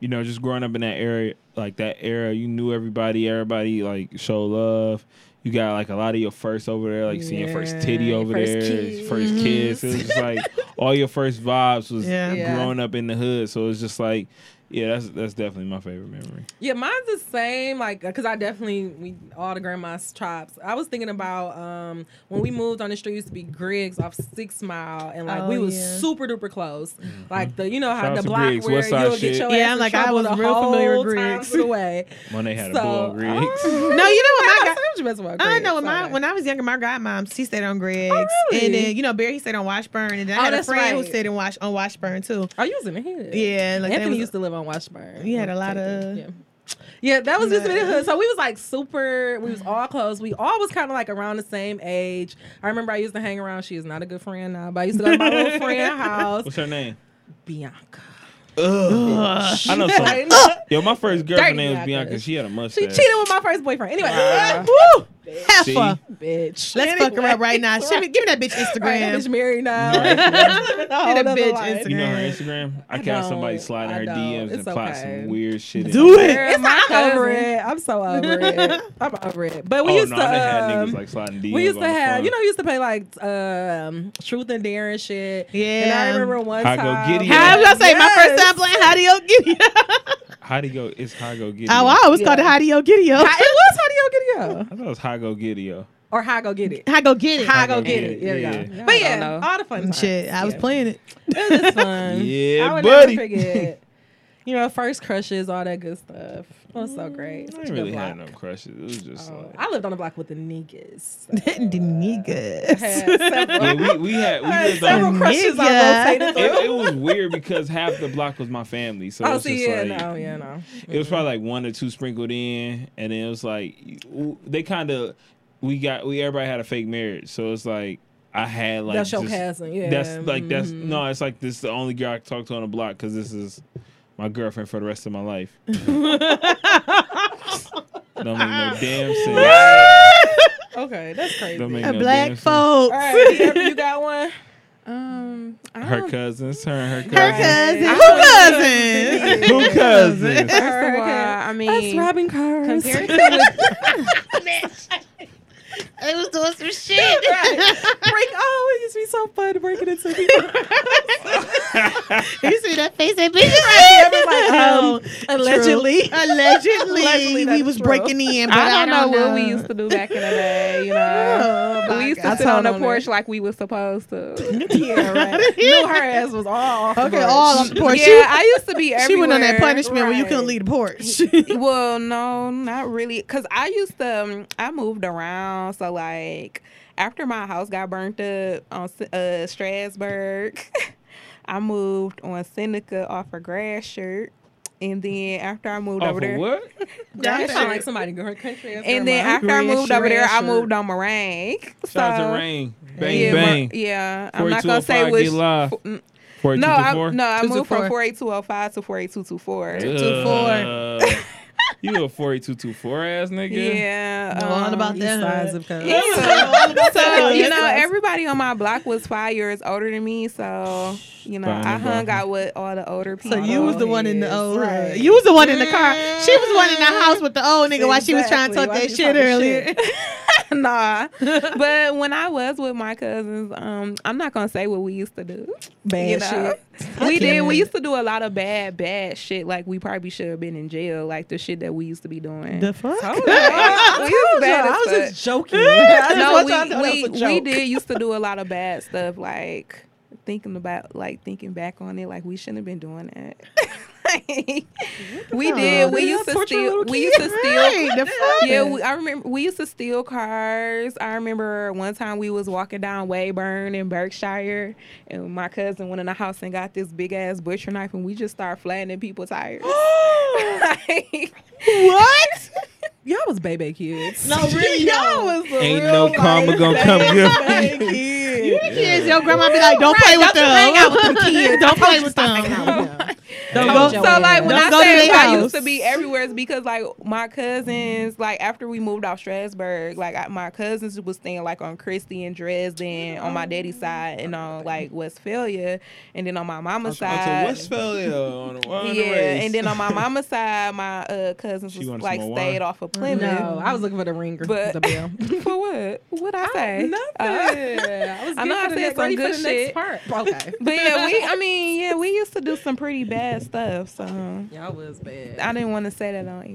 Speaker 5: you know, just growing up in that area, like that era, you knew everybody. Everybody like show love. You got like a lot of your first over there, like seeing your first
Speaker 6: Yeah,
Speaker 5: titty
Speaker 6: your
Speaker 5: over
Speaker 6: first
Speaker 5: there,
Speaker 6: kiss.
Speaker 5: first kiss. It was just like all your first vibes was
Speaker 4: Yeah.
Speaker 6: Yeah.
Speaker 5: growing up in the hood. So it's just like, yeah, that's that's definitely my favorite memory.
Speaker 6: Yeah, mine's the same. Like, uh, cause I definitely we all the grandma's chops. I was thinking about um when we moved on the street it used to be Griggs off Six Mile, and like
Speaker 4: Oh,
Speaker 6: we was
Speaker 4: yeah.
Speaker 6: super duper close. Like the you know
Speaker 5: Mm-hmm. Shout
Speaker 6: how
Speaker 5: out
Speaker 6: the
Speaker 5: to
Speaker 6: block
Speaker 5: Griggs,
Speaker 6: where
Speaker 5: West Side
Speaker 6: you'll get
Speaker 5: shit.
Speaker 6: your
Speaker 4: Yeah,
Speaker 6: ass
Speaker 4: like,
Speaker 6: in
Speaker 4: I
Speaker 6: trouble
Speaker 4: was
Speaker 6: the
Speaker 4: real familiar with
Speaker 6: whole time
Speaker 4: Griggs.
Speaker 6: to the way.
Speaker 5: When they had
Speaker 6: So- uh-huh.
Speaker 5: a bull Griggs.
Speaker 4: no you know what my
Speaker 6: I
Speaker 4: guy
Speaker 6: told you messing with
Speaker 4: I
Speaker 6: Griggs.
Speaker 4: know when my
Speaker 6: Okay.
Speaker 4: when I was younger, my godmom she stayed on Greg's,
Speaker 6: Oh, really?
Speaker 4: and then you know Barry he stayed on Washburn, and then I
Speaker 6: Oh,
Speaker 4: had a
Speaker 6: that's
Speaker 4: friend who
Speaker 6: right.
Speaker 4: stayed in Wash on Washburn too.
Speaker 6: Oh, you was in the hood.
Speaker 4: Yeah, like, that
Speaker 6: Anthony
Speaker 4: was-
Speaker 6: used to live on Washburn.
Speaker 4: You had a lot of-
Speaker 6: yeah. Yeah, that was just me the hood. So we was like super. We was all close. We all was kind of like around the same age. I remember I used to hang around. She is not a good friend now, but I used to go to my little friend house.
Speaker 5: What's her name?
Speaker 6: Bianca.
Speaker 5: I know some.
Speaker 6: I know.
Speaker 5: Yo, my first girlfriend name was
Speaker 6: Dirty
Speaker 5: Bianca.
Speaker 6: Bianca.
Speaker 5: She had a
Speaker 6: She
Speaker 5: mustache.
Speaker 6: cheated with my first boyfriend. Anyway,
Speaker 4: Woo,
Speaker 5: See?
Speaker 4: heifer.
Speaker 6: bitch.
Speaker 4: Let's fuck her up right now. Show me, give me that bitch
Speaker 6: Right, that bitch
Speaker 4: Instagram.
Speaker 6: married now.
Speaker 5: Right.
Speaker 6: Living a whole
Speaker 4: Get a
Speaker 6: nother
Speaker 4: bitch
Speaker 6: life.
Speaker 4: Instagram.
Speaker 5: You know her Instagram? I,
Speaker 6: I
Speaker 5: catch somebody
Speaker 6: don't.
Speaker 5: sliding
Speaker 6: I
Speaker 5: her
Speaker 6: don't.
Speaker 5: DMs and
Speaker 6: It's
Speaker 5: plot
Speaker 6: okay.
Speaker 5: some weird shit. in
Speaker 4: Do
Speaker 5: there.
Speaker 4: it.
Speaker 6: Girl,
Speaker 3: It's
Speaker 6: my
Speaker 3: not cousin.
Speaker 6: over it. I'm so over it. I'm over it. But we
Speaker 5: oh
Speaker 6: used
Speaker 5: no,
Speaker 6: to.
Speaker 5: I done had
Speaker 6: um,
Speaker 5: niggas like sliding DMs.
Speaker 6: We used
Speaker 5: on
Speaker 6: to
Speaker 5: the
Speaker 6: have,
Speaker 5: phone.
Speaker 6: you know, we used to play like um, Truth and Dare and shit. And
Speaker 4: Yeah.
Speaker 6: I remember one
Speaker 5: How go
Speaker 6: time.
Speaker 5: get it.
Speaker 4: How I was gonna say my first
Speaker 6: Yes.
Speaker 4: time playing Howdy Gideon.
Speaker 5: How do you go? It's how go Gideon.
Speaker 4: Oh, I always called it
Speaker 6: Yeah.
Speaker 4: Howdy Gideon.
Speaker 6: How- It was How Do You Get It Yo?
Speaker 5: I thought it was how go Gideon.
Speaker 6: Or How Go Get It.
Speaker 4: How go get it?
Speaker 6: How Go Get It. There
Speaker 5: Yeah.
Speaker 6: we go.
Speaker 3: I
Speaker 6: But
Speaker 3: don't
Speaker 6: yeah,
Speaker 3: know.
Speaker 6: all the fun times.
Speaker 4: Shit, I was
Speaker 6: Yeah.
Speaker 4: playing it.
Speaker 6: It was just fun.
Speaker 5: Yeah,
Speaker 6: I would
Speaker 5: buddy.
Speaker 6: never forget. You know, first crushes, all that good stuff. It was
Speaker 4: Mm,
Speaker 6: so
Speaker 5: I
Speaker 6: great. Such a
Speaker 5: ain't
Speaker 6: good
Speaker 5: really
Speaker 6: block.
Speaker 5: had no crushes. It was just
Speaker 6: Oh,
Speaker 5: like.
Speaker 6: I lived on the block with the niggas.
Speaker 4: The
Speaker 6: Had
Speaker 4: niggas.
Speaker 6: several-
Speaker 5: Yeah, we, we had we
Speaker 6: I had
Speaker 5: lived
Speaker 6: several
Speaker 5: on.
Speaker 4: Nigga.
Speaker 6: crushes I rotated through.
Speaker 5: It, it was weird because half the block was my family, so
Speaker 6: Oh,
Speaker 5: it's
Speaker 6: see,
Speaker 5: just
Speaker 6: yeah,
Speaker 5: like
Speaker 6: no, yeah, no.
Speaker 5: it was probably like
Speaker 3: Mm-hmm.
Speaker 5: one or two sprinkled in, and then it was like w- they kind of we got we everybody had a fake marriage, so it's like I had like
Speaker 6: that's your
Speaker 5: just-
Speaker 6: cousin. Yeah,
Speaker 5: That's like that's
Speaker 3: Mm-hmm.
Speaker 5: no. It's like this is the only girl I can talk to on the block because this is my girlfriend for the rest of my life. Don't make no damn sense.
Speaker 6: okay. That's crazy.
Speaker 5: Don't make no damn
Speaker 4: Black
Speaker 5: sense.
Speaker 4: folks.
Speaker 6: All right, Amber, you got one.
Speaker 3: Um, I don't
Speaker 5: Her cousins, her and her
Speaker 4: Her cousin.
Speaker 5: cousins.
Speaker 3: I
Speaker 4: Who
Speaker 3: don't
Speaker 4: cousin?
Speaker 5: Who cousins?
Speaker 3: First of all, I mean,
Speaker 6: Robin Carr.
Speaker 3: compared to what,
Speaker 4: They was doing some shit.
Speaker 6: break. Oh, it used to be so fun breaking into people.
Speaker 4: you see that face? That bitch is
Speaker 6: like,
Speaker 4: know.
Speaker 6: Allegedly.
Speaker 4: Um, Allegedly,
Speaker 6: Allegedly,
Speaker 4: we
Speaker 6: that's
Speaker 4: was
Speaker 6: true.
Speaker 4: breaking in. But
Speaker 3: I don't, know, what we used to do back in the day. You know,
Speaker 4: Oh, my
Speaker 3: we used
Speaker 4: God.
Speaker 3: to sit on
Speaker 4: I
Speaker 3: the
Speaker 4: don't
Speaker 3: porch like we was supposed to.
Speaker 6: Yeah, right. Knew her ass was all off. the
Speaker 4: Okay,
Speaker 6: porch.
Speaker 4: all on the porch.
Speaker 3: yeah,
Speaker 4: She-
Speaker 3: I used to be.
Speaker 4: she,
Speaker 3: Everywhere.
Speaker 4: went on that punishment when you couldn't
Speaker 3: Right.
Speaker 4: leave the porch.
Speaker 3: well, no, not really. Cause I used to, um, I moved around. So like after my house got burnt up on S- uh, Strasburg, I moved on Seneca off of Grass Shirt. And then after I moved
Speaker 5: Off
Speaker 3: over
Speaker 5: of
Speaker 3: there,
Speaker 5: what?
Speaker 6: That sound
Speaker 4: Right.
Speaker 6: like somebody going country. after
Speaker 3: and
Speaker 6: her
Speaker 3: then
Speaker 6: mom.
Speaker 3: after I
Speaker 4: Grass
Speaker 3: moved over there, I
Speaker 4: Shirt.
Speaker 3: moved on Meringue.
Speaker 5: Shout out
Speaker 3: So-
Speaker 5: to Rain. Bang
Speaker 3: yeah,
Speaker 5: bang.
Speaker 3: Mer- yeah, I'm not gonna
Speaker 5: 4205
Speaker 3: say
Speaker 5: get
Speaker 3: which.
Speaker 5: live.
Speaker 3: f- mm, No, I,
Speaker 5: 4224?
Speaker 3: no, I
Speaker 4: Two to
Speaker 3: moved from
Speaker 4: four.
Speaker 3: 48205 to 48224.
Speaker 4: Two to four.
Speaker 5: Uh, You a 4224 ass nigga?
Speaker 3: Yeah.
Speaker 4: Know all
Speaker 3: um,
Speaker 4: about
Speaker 6: East
Speaker 4: that.
Speaker 6: sides
Speaker 4: hood.
Speaker 6: of Cali.
Speaker 3: yeah. so
Speaker 4: that.
Speaker 3: you know,
Speaker 6: Yes.
Speaker 3: everybody on my block was five years older than me, so you know,
Speaker 5: Fine,
Speaker 3: I hung
Speaker 5: fine.
Speaker 3: out with all the older people.
Speaker 4: So you was the one in the
Speaker 6: yes,
Speaker 4: old
Speaker 6: right.
Speaker 4: hood. You was the one in the car. She was the one in the house with the old nigga while she was trying to
Speaker 6: Exactly,
Speaker 4: talk
Speaker 6: while
Speaker 4: that
Speaker 6: she
Speaker 4: shit
Speaker 6: talking
Speaker 4: earlier.
Speaker 6: shit.
Speaker 3: nah. but when I was with my cousins, um, I'm not gonna say what we used to do.
Speaker 6: Bad
Speaker 3: you know?
Speaker 6: shit.
Speaker 3: We did. We used to do a lot of bad, bad shit. Like we probably should have been in jail. Like the shit that we used to be doing.
Speaker 4: The fuck?
Speaker 3: Like, we was
Speaker 6: Yo,
Speaker 3: bad as
Speaker 6: I was
Speaker 3: fuck.
Speaker 6: just joking. I just
Speaker 3: no,
Speaker 6: want
Speaker 3: we,
Speaker 6: y'all to know
Speaker 3: we,
Speaker 6: that was a
Speaker 3: we
Speaker 6: joke.
Speaker 3: did used to do a lot of bad stuff, like thinking about, like thinking back on it, like we shouldn't have been doing that. Like, we did. We
Speaker 4: Did
Speaker 3: used to
Speaker 4: torture
Speaker 3: steal.
Speaker 4: little
Speaker 3: We used to
Speaker 4: kids?
Speaker 3: steal.
Speaker 4: Right, the fuck?
Speaker 3: Yeah, we, I remember we used to steal cars. I remember one time we was walking down Wayburn in Berkshire, and my cousin went in the house and got this big ass butcher knife, and we just started flattening people's tires. Like,
Speaker 4: What?
Speaker 6: Y'all was baby kids.
Speaker 4: No, really,
Speaker 6: y'all
Speaker 4: no.
Speaker 6: was the
Speaker 5: Ain't
Speaker 6: real
Speaker 5: no
Speaker 6: life
Speaker 5: karma gonna
Speaker 6: baby
Speaker 5: come get me.
Speaker 6: kids.
Speaker 4: Kids, your grandma be like, don't play with them. Hang out with them kids. Don't play with them. Don't
Speaker 6: Told
Speaker 4: go.
Speaker 6: you.
Speaker 3: So like when
Speaker 4: Don't
Speaker 3: I
Speaker 4: go to
Speaker 3: say
Speaker 4: their
Speaker 3: I used to
Speaker 4: house.
Speaker 3: be everywhere, it's because like my cousins, like after we moved off Strasburg, like I, my cousins was staying like on Christie and Dresden on my daddy's side, and on like Westphalia, and then on my mama's side.
Speaker 5: Westphalia on the
Speaker 3: yeah, and then on my mama's side, my uh, cousins
Speaker 5: She
Speaker 3: was
Speaker 5: wanted
Speaker 3: like
Speaker 5: some more
Speaker 3: stayed
Speaker 5: wine?
Speaker 3: off of Plymouth.
Speaker 6: No, I was looking for the ringer.
Speaker 3: But-
Speaker 6: the bell.
Speaker 3: for what? What I say?
Speaker 6: Nothing. I was
Speaker 3: I know I said some
Speaker 6: ready for
Speaker 3: good
Speaker 6: the
Speaker 3: shit.
Speaker 6: Next part. Okay.
Speaker 3: But yeah, we. I mean, yeah, we used to do some pretty bad stuff. So
Speaker 6: Y'all was bad.
Speaker 3: I didn't want to say that on air.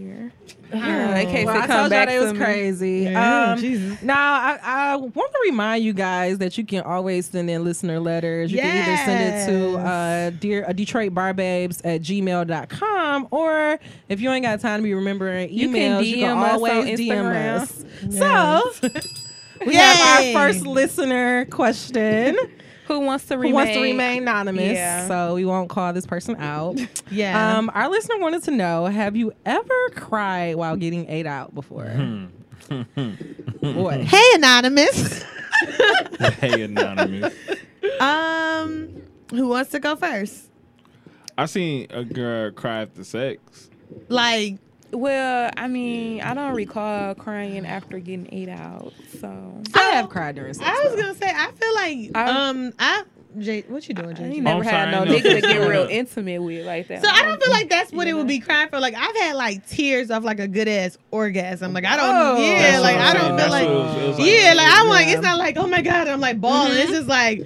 Speaker 3: You know, in case
Speaker 6: Oh, well,
Speaker 3: it come
Speaker 6: I told y'all
Speaker 3: back
Speaker 6: they was
Speaker 3: to me.
Speaker 6: crazy.
Speaker 4: Yeah,
Speaker 6: um,
Speaker 4: Jesus.
Speaker 6: Now, I, I want to remind you guys that you can always send in listener letters. You can either send it to uh, dear uh, Detroit Bar Babes at gmail.com or if you ain't got time to be remembering emails,
Speaker 3: You
Speaker 6: you
Speaker 3: can DM
Speaker 6: can,
Speaker 3: us on
Speaker 6: always DM
Speaker 3: Instagram.
Speaker 6: us. So, we
Speaker 4: Yay.
Speaker 6: have our first listener question.
Speaker 3: Who wants to
Speaker 6: Who
Speaker 3: remain?
Speaker 6: wants to remain anonymous?
Speaker 3: Yeah.
Speaker 6: So, we won't call this person out.
Speaker 4: Yeah.
Speaker 6: Um, our listener wanted to know: Have you ever cried while getting ate out before? Boy,
Speaker 4: hey, anonymous.
Speaker 5: hey, anonymous.
Speaker 4: Um, who wants to go first?
Speaker 5: I seen a girl cry after sex.
Speaker 4: Like,
Speaker 3: Well, I mean, I don't recall crying after getting ate out. So
Speaker 6: I have cried during sex.
Speaker 4: I was gonna say, I feel like,
Speaker 3: I-
Speaker 4: um, I, Jay, what you doing,
Speaker 3: I ain't
Speaker 4: Jay?
Speaker 3: never
Speaker 5: I'm
Speaker 3: had
Speaker 5: sorry,
Speaker 3: no
Speaker 5: I know.
Speaker 3: nigga to get real
Speaker 5: Yeah.
Speaker 3: intimate with like that.
Speaker 4: So I don't feel like that's what it would be crying for. Like I've had like tears of like a good ass orgasm. Like I don't,
Speaker 6: Oh.
Speaker 4: yeah,
Speaker 5: That's
Speaker 4: like
Speaker 5: what
Speaker 4: I
Speaker 5: I'm
Speaker 4: don't feel
Speaker 5: saying. That's
Speaker 4: like,
Speaker 5: what it was- it was
Speaker 4: yeah, like I'm like
Speaker 6: Yeah.
Speaker 4: it's not like oh my god, I'm like balling. It's just like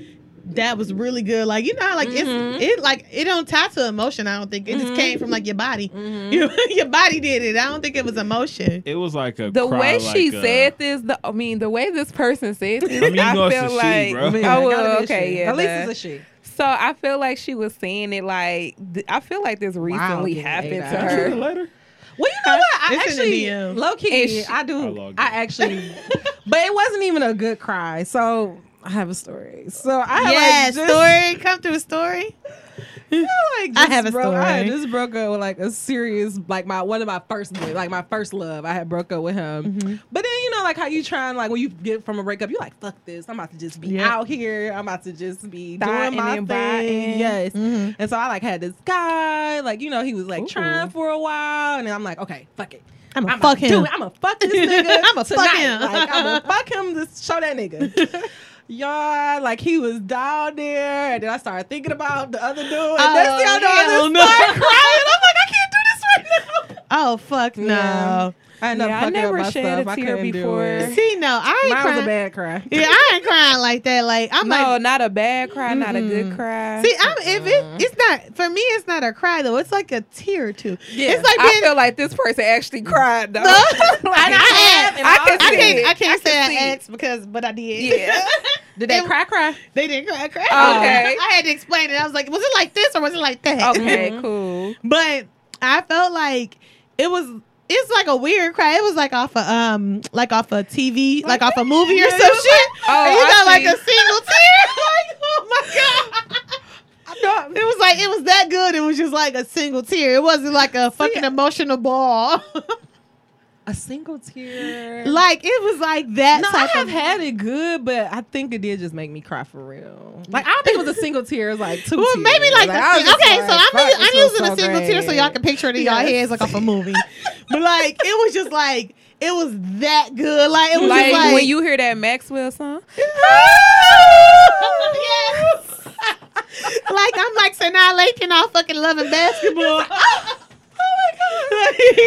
Speaker 4: that was really good. Like you know, how, like it's it like it don't tie to emotion. I don't think it just came from like your body. Your, your body did it. I don't think it was emotion.
Speaker 5: It was like a
Speaker 3: the
Speaker 5: cry
Speaker 3: way
Speaker 5: like
Speaker 3: she
Speaker 5: a-
Speaker 3: said this, the, I mean, the way this person said this,
Speaker 5: I mean, you
Speaker 3: I
Speaker 5: know it's
Speaker 3: feel
Speaker 5: a she,
Speaker 3: like,
Speaker 5: bro.
Speaker 6: Yeah,
Speaker 3: oh,
Speaker 6: gotta be
Speaker 3: well,
Speaker 6: a
Speaker 3: okay,
Speaker 6: she.
Speaker 3: yeah.
Speaker 6: At least
Speaker 3: duh.
Speaker 6: it's a she.
Speaker 3: so I feel like she was saying it like, th- I feel like this recently
Speaker 6: getting
Speaker 3: happened
Speaker 6: ate
Speaker 3: to
Speaker 6: out.
Speaker 5: You seen the
Speaker 3: her.
Speaker 5: letter?
Speaker 6: Well, you know what? I
Speaker 4: It's in the
Speaker 6: actually,
Speaker 4: DM.
Speaker 6: low
Speaker 3: And
Speaker 6: key,
Speaker 3: she-
Speaker 6: I
Speaker 5: I
Speaker 6: do.
Speaker 5: logged
Speaker 6: I
Speaker 5: in.
Speaker 6: actually, but it wasn't even a good cry. So I have a story. So I
Speaker 4: Yeah,
Speaker 6: like just,
Speaker 4: story come through a story.
Speaker 6: I, like,
Speaker 4: I
Speaker 6: just
Speaker 4: have a
Speaker 6: broke, I had
Speaker 4: story.
Speaker 6: just broke up with like a serious, like my one of my first, boy, like my first love. I had broke up with him,
Speaker 4: Mm-hmm.
Speaker 6: but then you know, like how you trying, like when you get from a breakup, you like fuck this. I'm about to just be
Speaker 4: Yeah.
Speaker 6: out here. I'm about to just be
Speaker 3: Thotting
Speaker 6: doing my
Speaker 3: and
Speaker 6: thing.
Speaker 3: botting.
Speaker 6: Yes, and so I like had this guy, like you know, he was like trying for a while, and then I'm like, okay, fuck it.
Speaker 4: I'm gonna
Speaker 6: I'ma
Speaker 4: fuck
Speaker 6: do
Speaker 4: him.
Speaker 6: it. I'ma fuck this nigga.
Speaker 4: I'ma fuck
Speaker 6: tonight.
Speaker 4: him.
Speaker 6: Like, I'ma fuck him. To show that nigga. Y'all, like he was down there, and then I started thinking about the other dude. And next thing I know, I
Speaker 4: Oh, hell no.
Speaker 6: just started crying. I'm like, I can't do this right now.
Speaker 4: Oh fuck no.
Speaker 6: Yeah. I end up
Speaker 3: Yeah, I
Speaker 6: fucking
Speaker 3: never
Speaker 6: up my
Speaker 3: shed a
Speaker 6: stuff. I
Speaker 3: tear
Speaker 6: couldn't
Speaker 3: before.
Speaker 6: do it.
Speaker 4: See, no, I ain't
Speaker 6: Mine was a
Speaker 4: crying.
Speaker 6: bad cry.
Speaker 4: Yeah, I ain't crying like that. Like I'm
Speaker 3: No,
Speaker 4: like,
Speaker 3: not a bad cry, not a good cry.
Speaker 4: see, I'm if it, it's not for me, it's not a cry though. It's like a tear or two.
Speaker 6: Yeah,
Speaker 4: it's like
Speaker 3: I
Speaker 4: being.
Speaker 3: feel like this person actually cried though.
Speaker 4: No. And I had-
Speaker 3: I can
Speaker 4: I
Speaker 3: see
Speaker 4: can't.
Speaker 3: it.
Speaker 4: I can't
Speaker 3: I
Speaker 4: say
Speaker 3: can
Speaker 4: I
Speaker 3: see it.
Speaker 4: asked because, but I did.
Speaker 3: Yeah.
Speaker 6: Did they
Speaker 4: It-
Speaker 6: cry? Cry?
Speaker 4: They didn't cry. cry.
Speaker 3: Okay.
Speaker 4: I had to explain it. I was like, was it like this or was it like that?
Speaker 3: Okay, Mm-hmm. cool.
Speaker 4: but I felt like it was. It's like a weird cry. It was like off a um, like off a TV, like off a movie or
Speaker 6: Yeah,
Speaker 4: some
Speaker 6: it
Speaker 4: shit.
Speaker 6: was
Speaker 3: Oh,
Speaker 4: and you
Speaker 3: I
Speaker 4: got like
Speaker 3: see.
Speaker 4: a single tear. like, oh my god. It was like it was that good. It was just like a single tear. It wasn't like a fucking emotional ball.
Speaker 6: A single tear.
Speaker 4: like it was like that
Speaker 6: no, I
Speaker 4: type
Speaker 6: have
Speaker 4: of.
Speaker 6: had it good, but I think it did just make me cry for real. Like I don't think it was a single tear, it was like two.
Speaker 4: well,
Speaker 6: tears.
Speaker 4: maybe like, the
Speaker 6: I was
Speaker 4: sing-
Speaker 6: just
Speaker 4: okay.
Speaker 6: like,
Speaker 4: so I'm
Speaker 6: fuck,
Speaker 4: using, I'm
Speaker 6: this was
Speaker 4: using
Speaker 6: so
Speaker 4: a single tear so y'all can picture it in y'all
Speaker 6: Yes.
Speaker 4: heads like off a movie. but like it was just like it was that good. Like it was
Speaker 3: Like,
Speaker 4: just like
Speaker 3: when you hear that Maxwell song,
Speaker 4: yes. like I'm like Sanaa Lake and all fucking loving basketball. oh my Oh god! oh my god!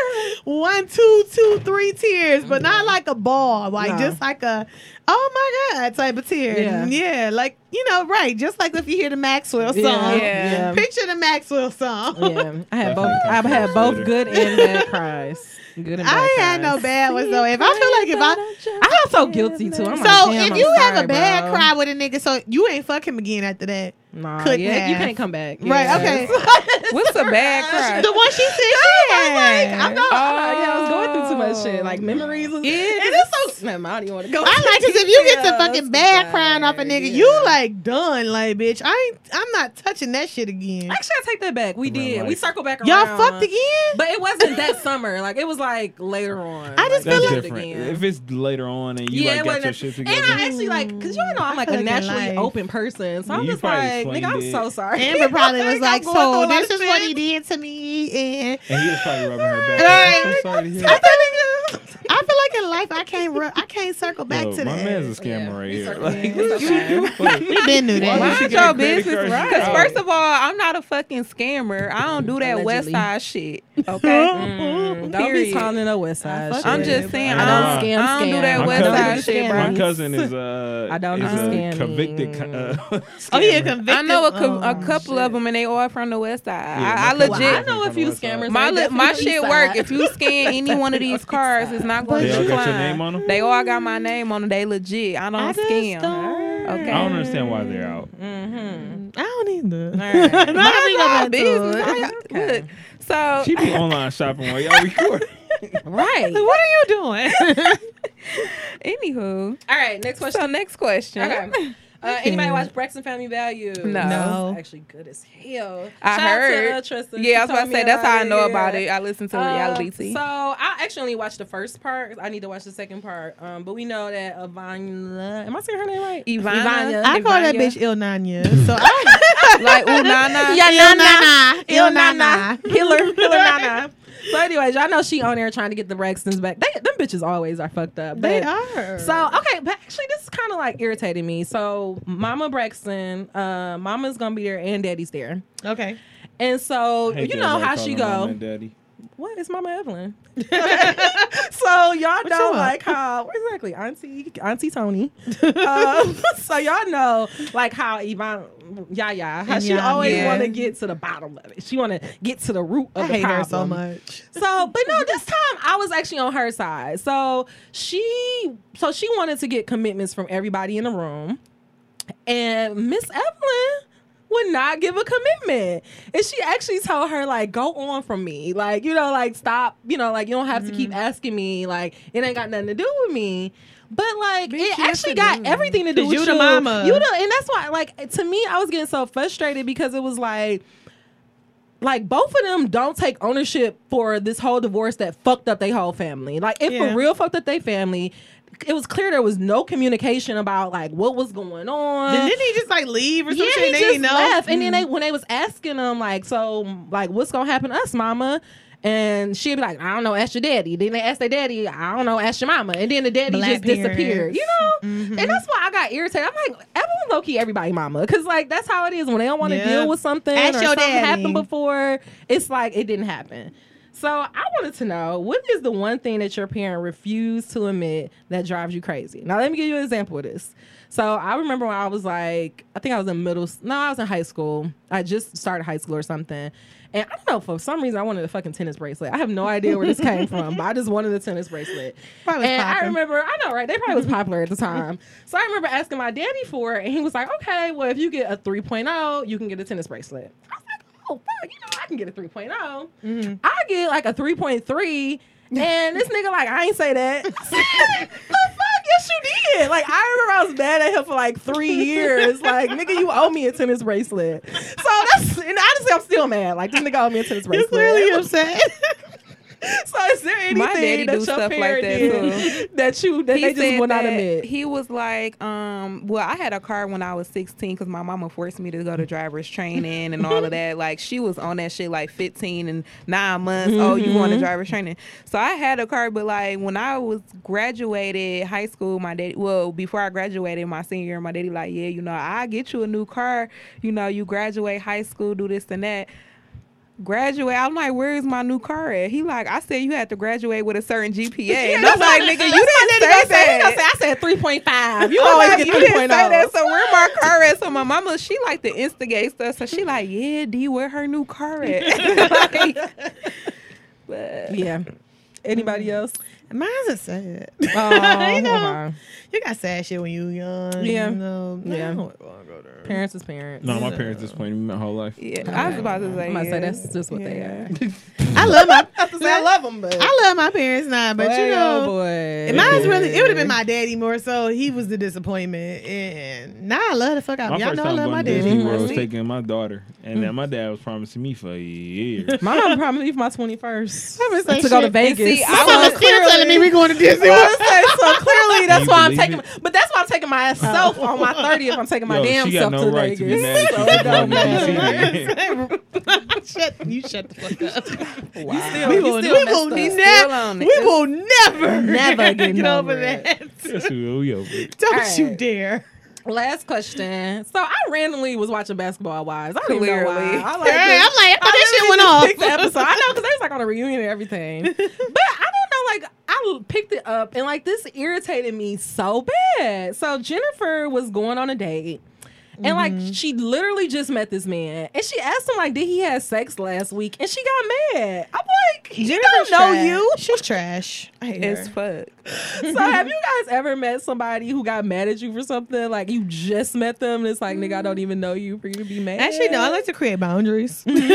Speaker 4: Mm-hmm. One, two, two, three tears, but not like a ball, like
Speaker 6: No.
Speaker 4: just like a oh my god type of tear. Mm,
Speaker 6: Yeah.
Speaker 4: Yeah. like you know, right? Just like if you hear the Maxwell song,
Speaker 6: Yeah.
Speaker 3: Yeah.
Speaker 4: picture the Maxwell song.
Speaker 6: Yeah, I had
Speaker 5: Definitely
Speaker 6: both.
Speaker 5: comes
Speaker 6: I've had
Speaker 5: first
Speaker 6: both
Speaker 5: later.
Speaker 6: good and bad cries. Good and bad.
Speaker 4: I had no
Speaker 6: cries.
Speaker 4: bad ones though. If I feel like if I
Speaker 6: I felt so guilty too. I'm
Speaker 4: so
Speaker 6: like, damn,
Speaker 4: if
Speaker 6: I'm
Speaker 4: you have
Speaker 6: sorry,
Speaker 4: a bad
Speaker 6: bro.
Speaker 4: cry with a nigga, so you ain't fuck him again after that,
Speaker 6: nah,
Speaker 4: couldn't
Speaker 6: yeah, you
Speaker 4: have.
Speaker 6: can't come back. Yeah.
Speaker 4: right? Okay.
Speaker 3: what's a bad cry?
Speaker 4: The one she said she had.
Speaker 6: I
Speaker 4: I,
Speaker 6: know.
Speaker 4: know.
Speaker 6: I, Oh, yeah, I was going through too much shit, like memories. And,
Speaker 3: Yeah.
Speaker 6: and it's so. Man, I don't even want to go.
Speaker 4: I like this. If you get to fucking Oh, bad
Speaker 6: Right,
Speaker 4: crying off a nigga,
Speaker 6: yeah.
Speaker 4: you like done. Like, bitch, I ain't. I'm not touching that shit again.
Speaker 6: Actually, I take that back. We
Speaker 5: Real
Speaker 6: did.
Speaker 5: life.
Speaker 6: We circle back around.
Speaker 4: Y'all fucked again.
Speaker 6: But it wasn't that summer. Like it was like later on.
Speaker 4: I just
Speaker 5: That's
Speaker 6: Like,
Speaker 4: feel
Speaker 6: we
Speaker 4: like-
Speaker 6: did it
Speaker 5: different.
Speaker 6: again.
Speaker 5: If it's later on and you
Speaker 6: Yeah,
Speaker 5: like got
Speaker 6: it
Speaker 5: your
Speaker 6: wasn't-
Speaker 5: shit
Speaker 6: And
Speaker 5: together,
Speaker 6: I actually like, cause you know I'm like
Speaker 4: I
Speaker 6: a
Speaker 4: feel like in
Speaker 6: naturally
Speaker 4: life-
Speaker 6: open person, so I'm
Speaker 5: You
Speaker 6: just
Speaker 5: probably
Speaker 6: like, nigga, I'm
Speaker 5: explained it.
Speaker 6: so sorry.
Speaker 4: Amber probably was
Speaker 6: I'm
Speaker 4: like,
Speaker 6: going through a
Speaker 4: so
Speaker 6: lot of
Speaker 4: this is what
Speaker 6: shit."
Speaker 4: he did to me, and
Speaker 5: and he was probably rubbing her back.
Speaker 4: Right.
Speaker 5: I'm so sorry to hear.
Speaker 4: I
Speaker 5: that.
Speaker 4: feel like I feel like in life I can't ru- I can't circle back
Speaker 5: Yo,
Speaker 4: to
Speaker 5: my
Speaker 4: that.
Speaker 5: man's a
Speaker 6: Yeah,
Speaker 5: scammer right
Speaker 6: we
Speaker 5: here.
Speaker 6: circle
Speaker 5: Like,
Speaker 6: back.
Speaker 5: what
Speaker 6: It's
Speaker 5: she
Speaker 6: okay.
Speaker 5: do? Like,
Speaker 4: we been knew
Speaker 5: Why
Speaker 4: that.
Speaker 5: did she
Speaker 3: Mind
Speaker 5: get a
Speaker 3: your
Speaker 5: credit
Speaker 3: business,
Speaker 5: card?
Speaker 3: right?
Speaker 5: She
Speaker 3: Because
Speaker 5: out.
Speaker 3: first of all, I'm not a fucking scammer. I don't do that West
Speaker 6: Allegedly.
Speaker 3: Side shit. Okay,
Speaker 6: Mm, Don't be
Speaker 3: Period.
Speaker 6: calling the West
Speaker 4: Mm-hmm. I
Speaker 6: Side. shit.
Speaker 4: fuck
Speaker 3: I'm
Speaker 4: with
Speaker 3: just
Speaker 4: it,
Speaker 3: saying
Speaker 5: bro.
Speaker 3: I don't,
Speaker 5: Nah.
Speaker 6: Scam,
Speaker 3: I don't do
Speaker 6: scam.
Speaker 3: that
Speaker 5: My
Speaker 3: West
Speaker 5: cousin-
Speaker 3: Side shit, bro.
Speaker 5: my cousin is a
Speaker 6: I don't
Speaker 5: is
Speaker 6: do
Speaker 5: a
Speaker 6: scamming.
Speaker 5: convicted. co- Uh,
Speaker 4: Oh yeah,
Speaker 5: scammer.
Speaker 4: convicted.
Speaker 3: I know a, cou-
Speaker 4: Oh,
Speaker 3: a couple of them, and they all from the West Side.
Speaker 5: Yeah,
Speaker 3: I, I
Speaker 5: my cousin-
Speaker 3: legit.
Speaker 6: Well, I know a few scammers.
Speaker 3: my
Speaker 6: They
Speaker 3: li- my
Speaker 6: definitely
Speaker 3: shit
Speaker 6: side.
Speaker 3: work. If you scan any one of these cards, it's not going
Speaker 5: They
Speaker 3: to
Speaker 5: all got your
Speaker 3: decline.
Speaker 5: name on 'em?
Speaker 3: They all got my name on them. They legit. I don't
Speaker 4: I just
Speaker 3: scam.
Speaker 4: don't.
Speaker 3: Okay.
Speaker 5: I don't understand why they're out.
Speaker 6: Mm.
Speaker 4: I don't either.
Speaker 6: right.
Speaker 4: I don't
Speaker 3: Mind
Speaker 4: think I'm
Speaker 3: y'all
Speaker 4: into it.
Speaker 3: business. I- Look, so
Speaker 5: She be online shopping while y'all record.
Speaker 6: right.
Speaker 4: What are you doing?
Speaker 3: anywho,
Speaker 6: All right, next question.
Speaker 3: so next question.
Speaker 6: Okay. Uh, anybody watch Braxton Family Values?
Speaker 3: No. No.
Speaker 6: It's actually good as hell.
Speaker 3: I
Speaker 6: Shout
Speaker 3: heard.
Speaker 6: Out to, uh, Tristan. She
Speaker 3: Yeah, I was about
Speaker 6: told
Speaker 3: to
Speaker 6: me
Speaker 3: say that's how I know
Speaker 6: yeah.
Speaker 3: about it. I listen to
Speaker 6: Uh,
Speaker 3: reality. TV.
Speaker 6: So I actually only watched the first part. 'cause I need to watch the second part. Um, but we know that Ivana. Am I saying her name right?
Speaker 3: Ivana.
Speaker 4: I call that
Speaker 3: Ivania.
Speaker 4: bitch Il Nanya. So I
Speaker 3: like Unana.
Speaker 6: Yeah,
Speaker 4: Il Nana. Il Nana.
Speaker 6: Nana. Hiller. Hiller Nana. So, anyways, y'all know she on there trying to get the Braxtons back. They, them bitches always are fucked up.
Speaker 4: They
Speaker 6: But-
Speaker 4: are.
Speaker 6: So okay, but actually this is kind of like irritating me. So Mama Braxton, uh, Mama's gonna be there and Daddy's there,
Speaker 4: okay.
Speaker 6: and so
Speaker 5: I hate
Speaker 6: you
Speaker 5: that
Speaker 6: know
Speaker 5: everybody
Speaker 6: how
Speaker 5: call
Speaker 6: she
Speaker 5: her
Speaker 6: go.
Speaker 5: mama and daddy.
Speaker 6: What is Mama Evelyn? so y'all
Speaker 4: you
Speaker 6: know
Speaker 4: want?
Speaker 6: like how exactly Auntie Auntie Tony. um, so y'all know like how Yvonne Yaya, how
Speaker 4: And
Speaker 6: she
Speaker 4: Yaya.
Speaker 6: always
Speaker 3: Yeah.
Speaker 6: want to get to the bottom of it. She want to get to the root of
Speaker 4: I
Speaker 6: the
Speaker 4: hate
Speaker 6: problem.
Speaker 4: her so much.
Speaker 6: So, but no, this time I was actually on her side. So she, so she wanted to get commitments from everybody in the room, and Miss Evelyn would not give a commitment, and she actually told her like, "Go on from me, like you know, like stop, you know, like you don't have to keep asking me, like it ain't got nothing to do with me." But like
Speaker 3: yes,
Speaker 6: it actually
Speaker 3: it
Speaker 6: got
Speaker 3: do.
Speaker 6: everything to do
Speaker 4: 'Cause
Speaker 6: with
Speaker 4: you the mama.
Speaker 6: You know, and that's why like to me I was getting so frustrated because it was like like both of them don't take ownership for this whole divorce that fucked up their whole family. Like it
Speaker 4: Yeah.
Speaker 6: for real fucked up their family. It was clear there was no communication about like what was going on.
Speaker 4: Then didn't he just like leave or
Speaker 6: yeah,
Speaker 4: something?
Speaker 6: he
Speaker 4: they
Speaker 6: just
Speaker 4: didn't know. Mm.
Speaker 6: left. And then they when they was asking him like, so like what's gonna happen to us, mama? And she'd be like, I don't know, ask your daddy. Then they ask their daddy, I don't know, ask your mama. And then the daddy
Speaker 4: Black
Speaker 6: just disappeared.
Speaker 4: parents. Mm-hmm.
Speaker 6: You know? And that's why I got irritated. I'm like, everyone low key everybody mama. Cause like that's how it is. When they don't want to
Speaker 4: Yeah.
Speaker 6: deal with something
Speaker 4: Ask
Speaker 6: or
Speaker 4: your
Speaker 6: something
Speaker 4: daddy.
Speaker 6: happened before, it's like it didn't happen. So I wanted to know what is the one thing that your parent refused to admit that drives you crazy? Now let me give you an example of this. So I remember when I was like, I think I was in middle, s- no, I was in high school. I just started high school or something, and I don't know for some reason I wanted a fucking tennis bracelet. I have no idea where this came from, but I just wanted a tennis bracelet.
Speaker 4: Probably was
Speaker 6: and I
Speaker 4: popping.
Speaker 6: remember, I know, right? They probably was popular at the time. So I remember asking my daddy for it, and he was like, okay, well, if you get a 3.0, you can get a tennis bracelet. I was like, oh, fuck, you know, I can get a 3.0. I get like a 3.3, and this nigga, like, I ain't say that. I said, the fuck? Yes, you did. Like, I remember I was mad at him for like three years. Like, nigga, you owe me a tennis bracelet. So that's, and honestly, I'm still mad. Like, this nigga owe me a tennis
Speaker 4: You're
Speaker 6: bracelet.
Speaker 4: clearly upset.
Speaker 6: So is there anything
Speaker 3: daddy
Speaker 6: that
Speaker 3: do
Speaker 6: your
Speaker 3: stuff like
Speaker 6: parent
Speaker 3: that,
Speaker 6: did that you that they just
Speaker 3: said
Speaker 6: will not
Speaker 3: that-
Speaker 6: admit?
Speaker 3: He was like, um, well, I had a car when I was 16 because my mama forced me to go to driver's training and all of that. Like, she was on that shit like 15 and nine months. Oh, you want to
Speaker 6: Mm-hmm.
Speaker 3: driver's training. So I had a car, but like when I was graduated high school, my daddy, well, before I graduated my senior year, my daddy, like, yeah, you know, I get you a new car. You know, you graduate high school, do this and that graduate. I'm like, where is my new car at? He like, I said you had to graduate with a certain GPA. And I'm like, nigga, you didn't say that.
Speaker 6: I said 3.5. You
Speaker 3: I'm
Speaker 6: always
Speaker 3: like,
Speaker 6: get
Speaker 3: you didn't say
Speaker 6: 3.0.
Speaker 3: that. So where my car at? So my mama, she like to instigate stuff. So she like, yeah, D, where her new car at? Like, but
Speaker 6: oh. yeah. Anybody else?
Speaker 4: Mine's a sad.
Speaker 6: Oh,
Speaker 4: You know,
Speaker 6: wow.
Speaker 4: You got sad shit when you young.
Speaker 6: Yeah.
Speaker 4: You know. No,
Speaker 6: Yeah.
Speaker 4: I don't wanna go there.
Speaker 6: Parents is parents.
Speaker 5: No, my parents disappointed me my whole life.
Speaker 3: yeah, I was about to say,
Speaker 6: I'm gonna
Speaker 3: yeah.
Speaker 6: say that's just what they are.
Speaker 4: I love my.
Speaker 6: I love them, but
Speaker 4: I love my parents now, but you know,
Speaker 6: boy,
Speaker 4: And mine's really, it would have been my daddy more so. He was the disappointment. And now I love the fuck out
Speaker 5: My
Speaker 4: of Y'all
Speaker 5: first
Speaker 4: know I
Speaker 5: time
Speaker 4: love
Speaker 5: going
Speaker 4: my
Speaker 5: to
Speaker 4: daddy.
Speaker 5: Disney World was
Speaker 3: Mhm.
Speaker 5: taking my daughter, and
Speaker 6: Mm.
Speaker 5: then my dad was promising me for years.
Speaker 6: My mom promised me for my 21st
Speaker 4: I was like,
Speaker 6: to go to
Speaker 4: shit.
Speaker 6: Vegas.
Speaker 3: See, I
Speaker 4: My mama's still telling me we going to Disney
Speaker 6: I
Speaker 4: World.
Speaker 6: was like, so clearly that's
Speaker 5: you
Speaker 6: why I'm
Speaker 5: believe
Speaker 6: taking,
Speaker 5: it?
Speaker 6: but that's why I'm taking myself on my 30th. I'm taking my
Speaker 5: Yo,
Speaker 6: damn
Speaker 5: she got
Speaker 6: self
Speaker 5: no
Speaker 6: to
Speaker 5: right
Speaker 6: Vegas.
Speaker 5: to be mad.
Speaker 6: So
Speaker 5: at you
Speaker 6: it
Speaker 5: for
Speaker 6: don't
Speaker 5: going to
Speaker 6: matter.
Speaker 5: DC.
Speaker 4: shut, you shut the fuck up.
Speaker 6: You still,
Speaker 4: we
Speaker 6: you
Speaker 4: will,
Speaker 6: still
Speaker 4: we
Speaker 6: messed
Speaker 4: will,
Speaker 6: up.
Speaker 3: Still
Speaker 4: nev-
Speaker 3: on it.
Speaker 4: we will never,
Speaker 6: Never getting
Speaker 4: get over,
Speaker 6: over it.
Speaker 4: that.
Speaker 5: Yes, we- we over it.
Speaker 4: Don't
Speaker 6: All
Speaker 4: you
Speaker 6: right.
Speaker 4: dare.
Speaker 6: Last question. So I randomly was watching Basketball Wives. I don't even know why.
Speaker 3: Clearly.
Speaker 6: I like
Speaker 4: Hey,
Speaker 6: this.
Speaker 4: I'm like, after this shit went
Speaker 6: I picked the
Speaker 4: off.
Speaker 6: episode. I know because they was like on a reunion and everything. But I don't know. Like I picked it up and like this irritated me so bad. So Jennifer was going on a date. And like
Speaker 4: Mm-hmm.
Speaker 6: she literally just met this man, and she asked him like, "Did he have sex last week?" And she got mad. I'm like, "He don't
Speaker 4: Jennifer's
Speaker 6: know
Speaker 4: trash.
Speaker 6: you."
Speaker 4: She's trash. I hate
Speaker 3: It's
Speaker 4: her.
Speaker 3: fuck.
Speaker 6: So have you guys ever met somebody who got mad at you for something? Like you just met them, and it's like, "Nigga, I don't even know you for you to be mad."
Speaker 4: Mm-hmm. Actually, no, I like to create boundaries. I'm like,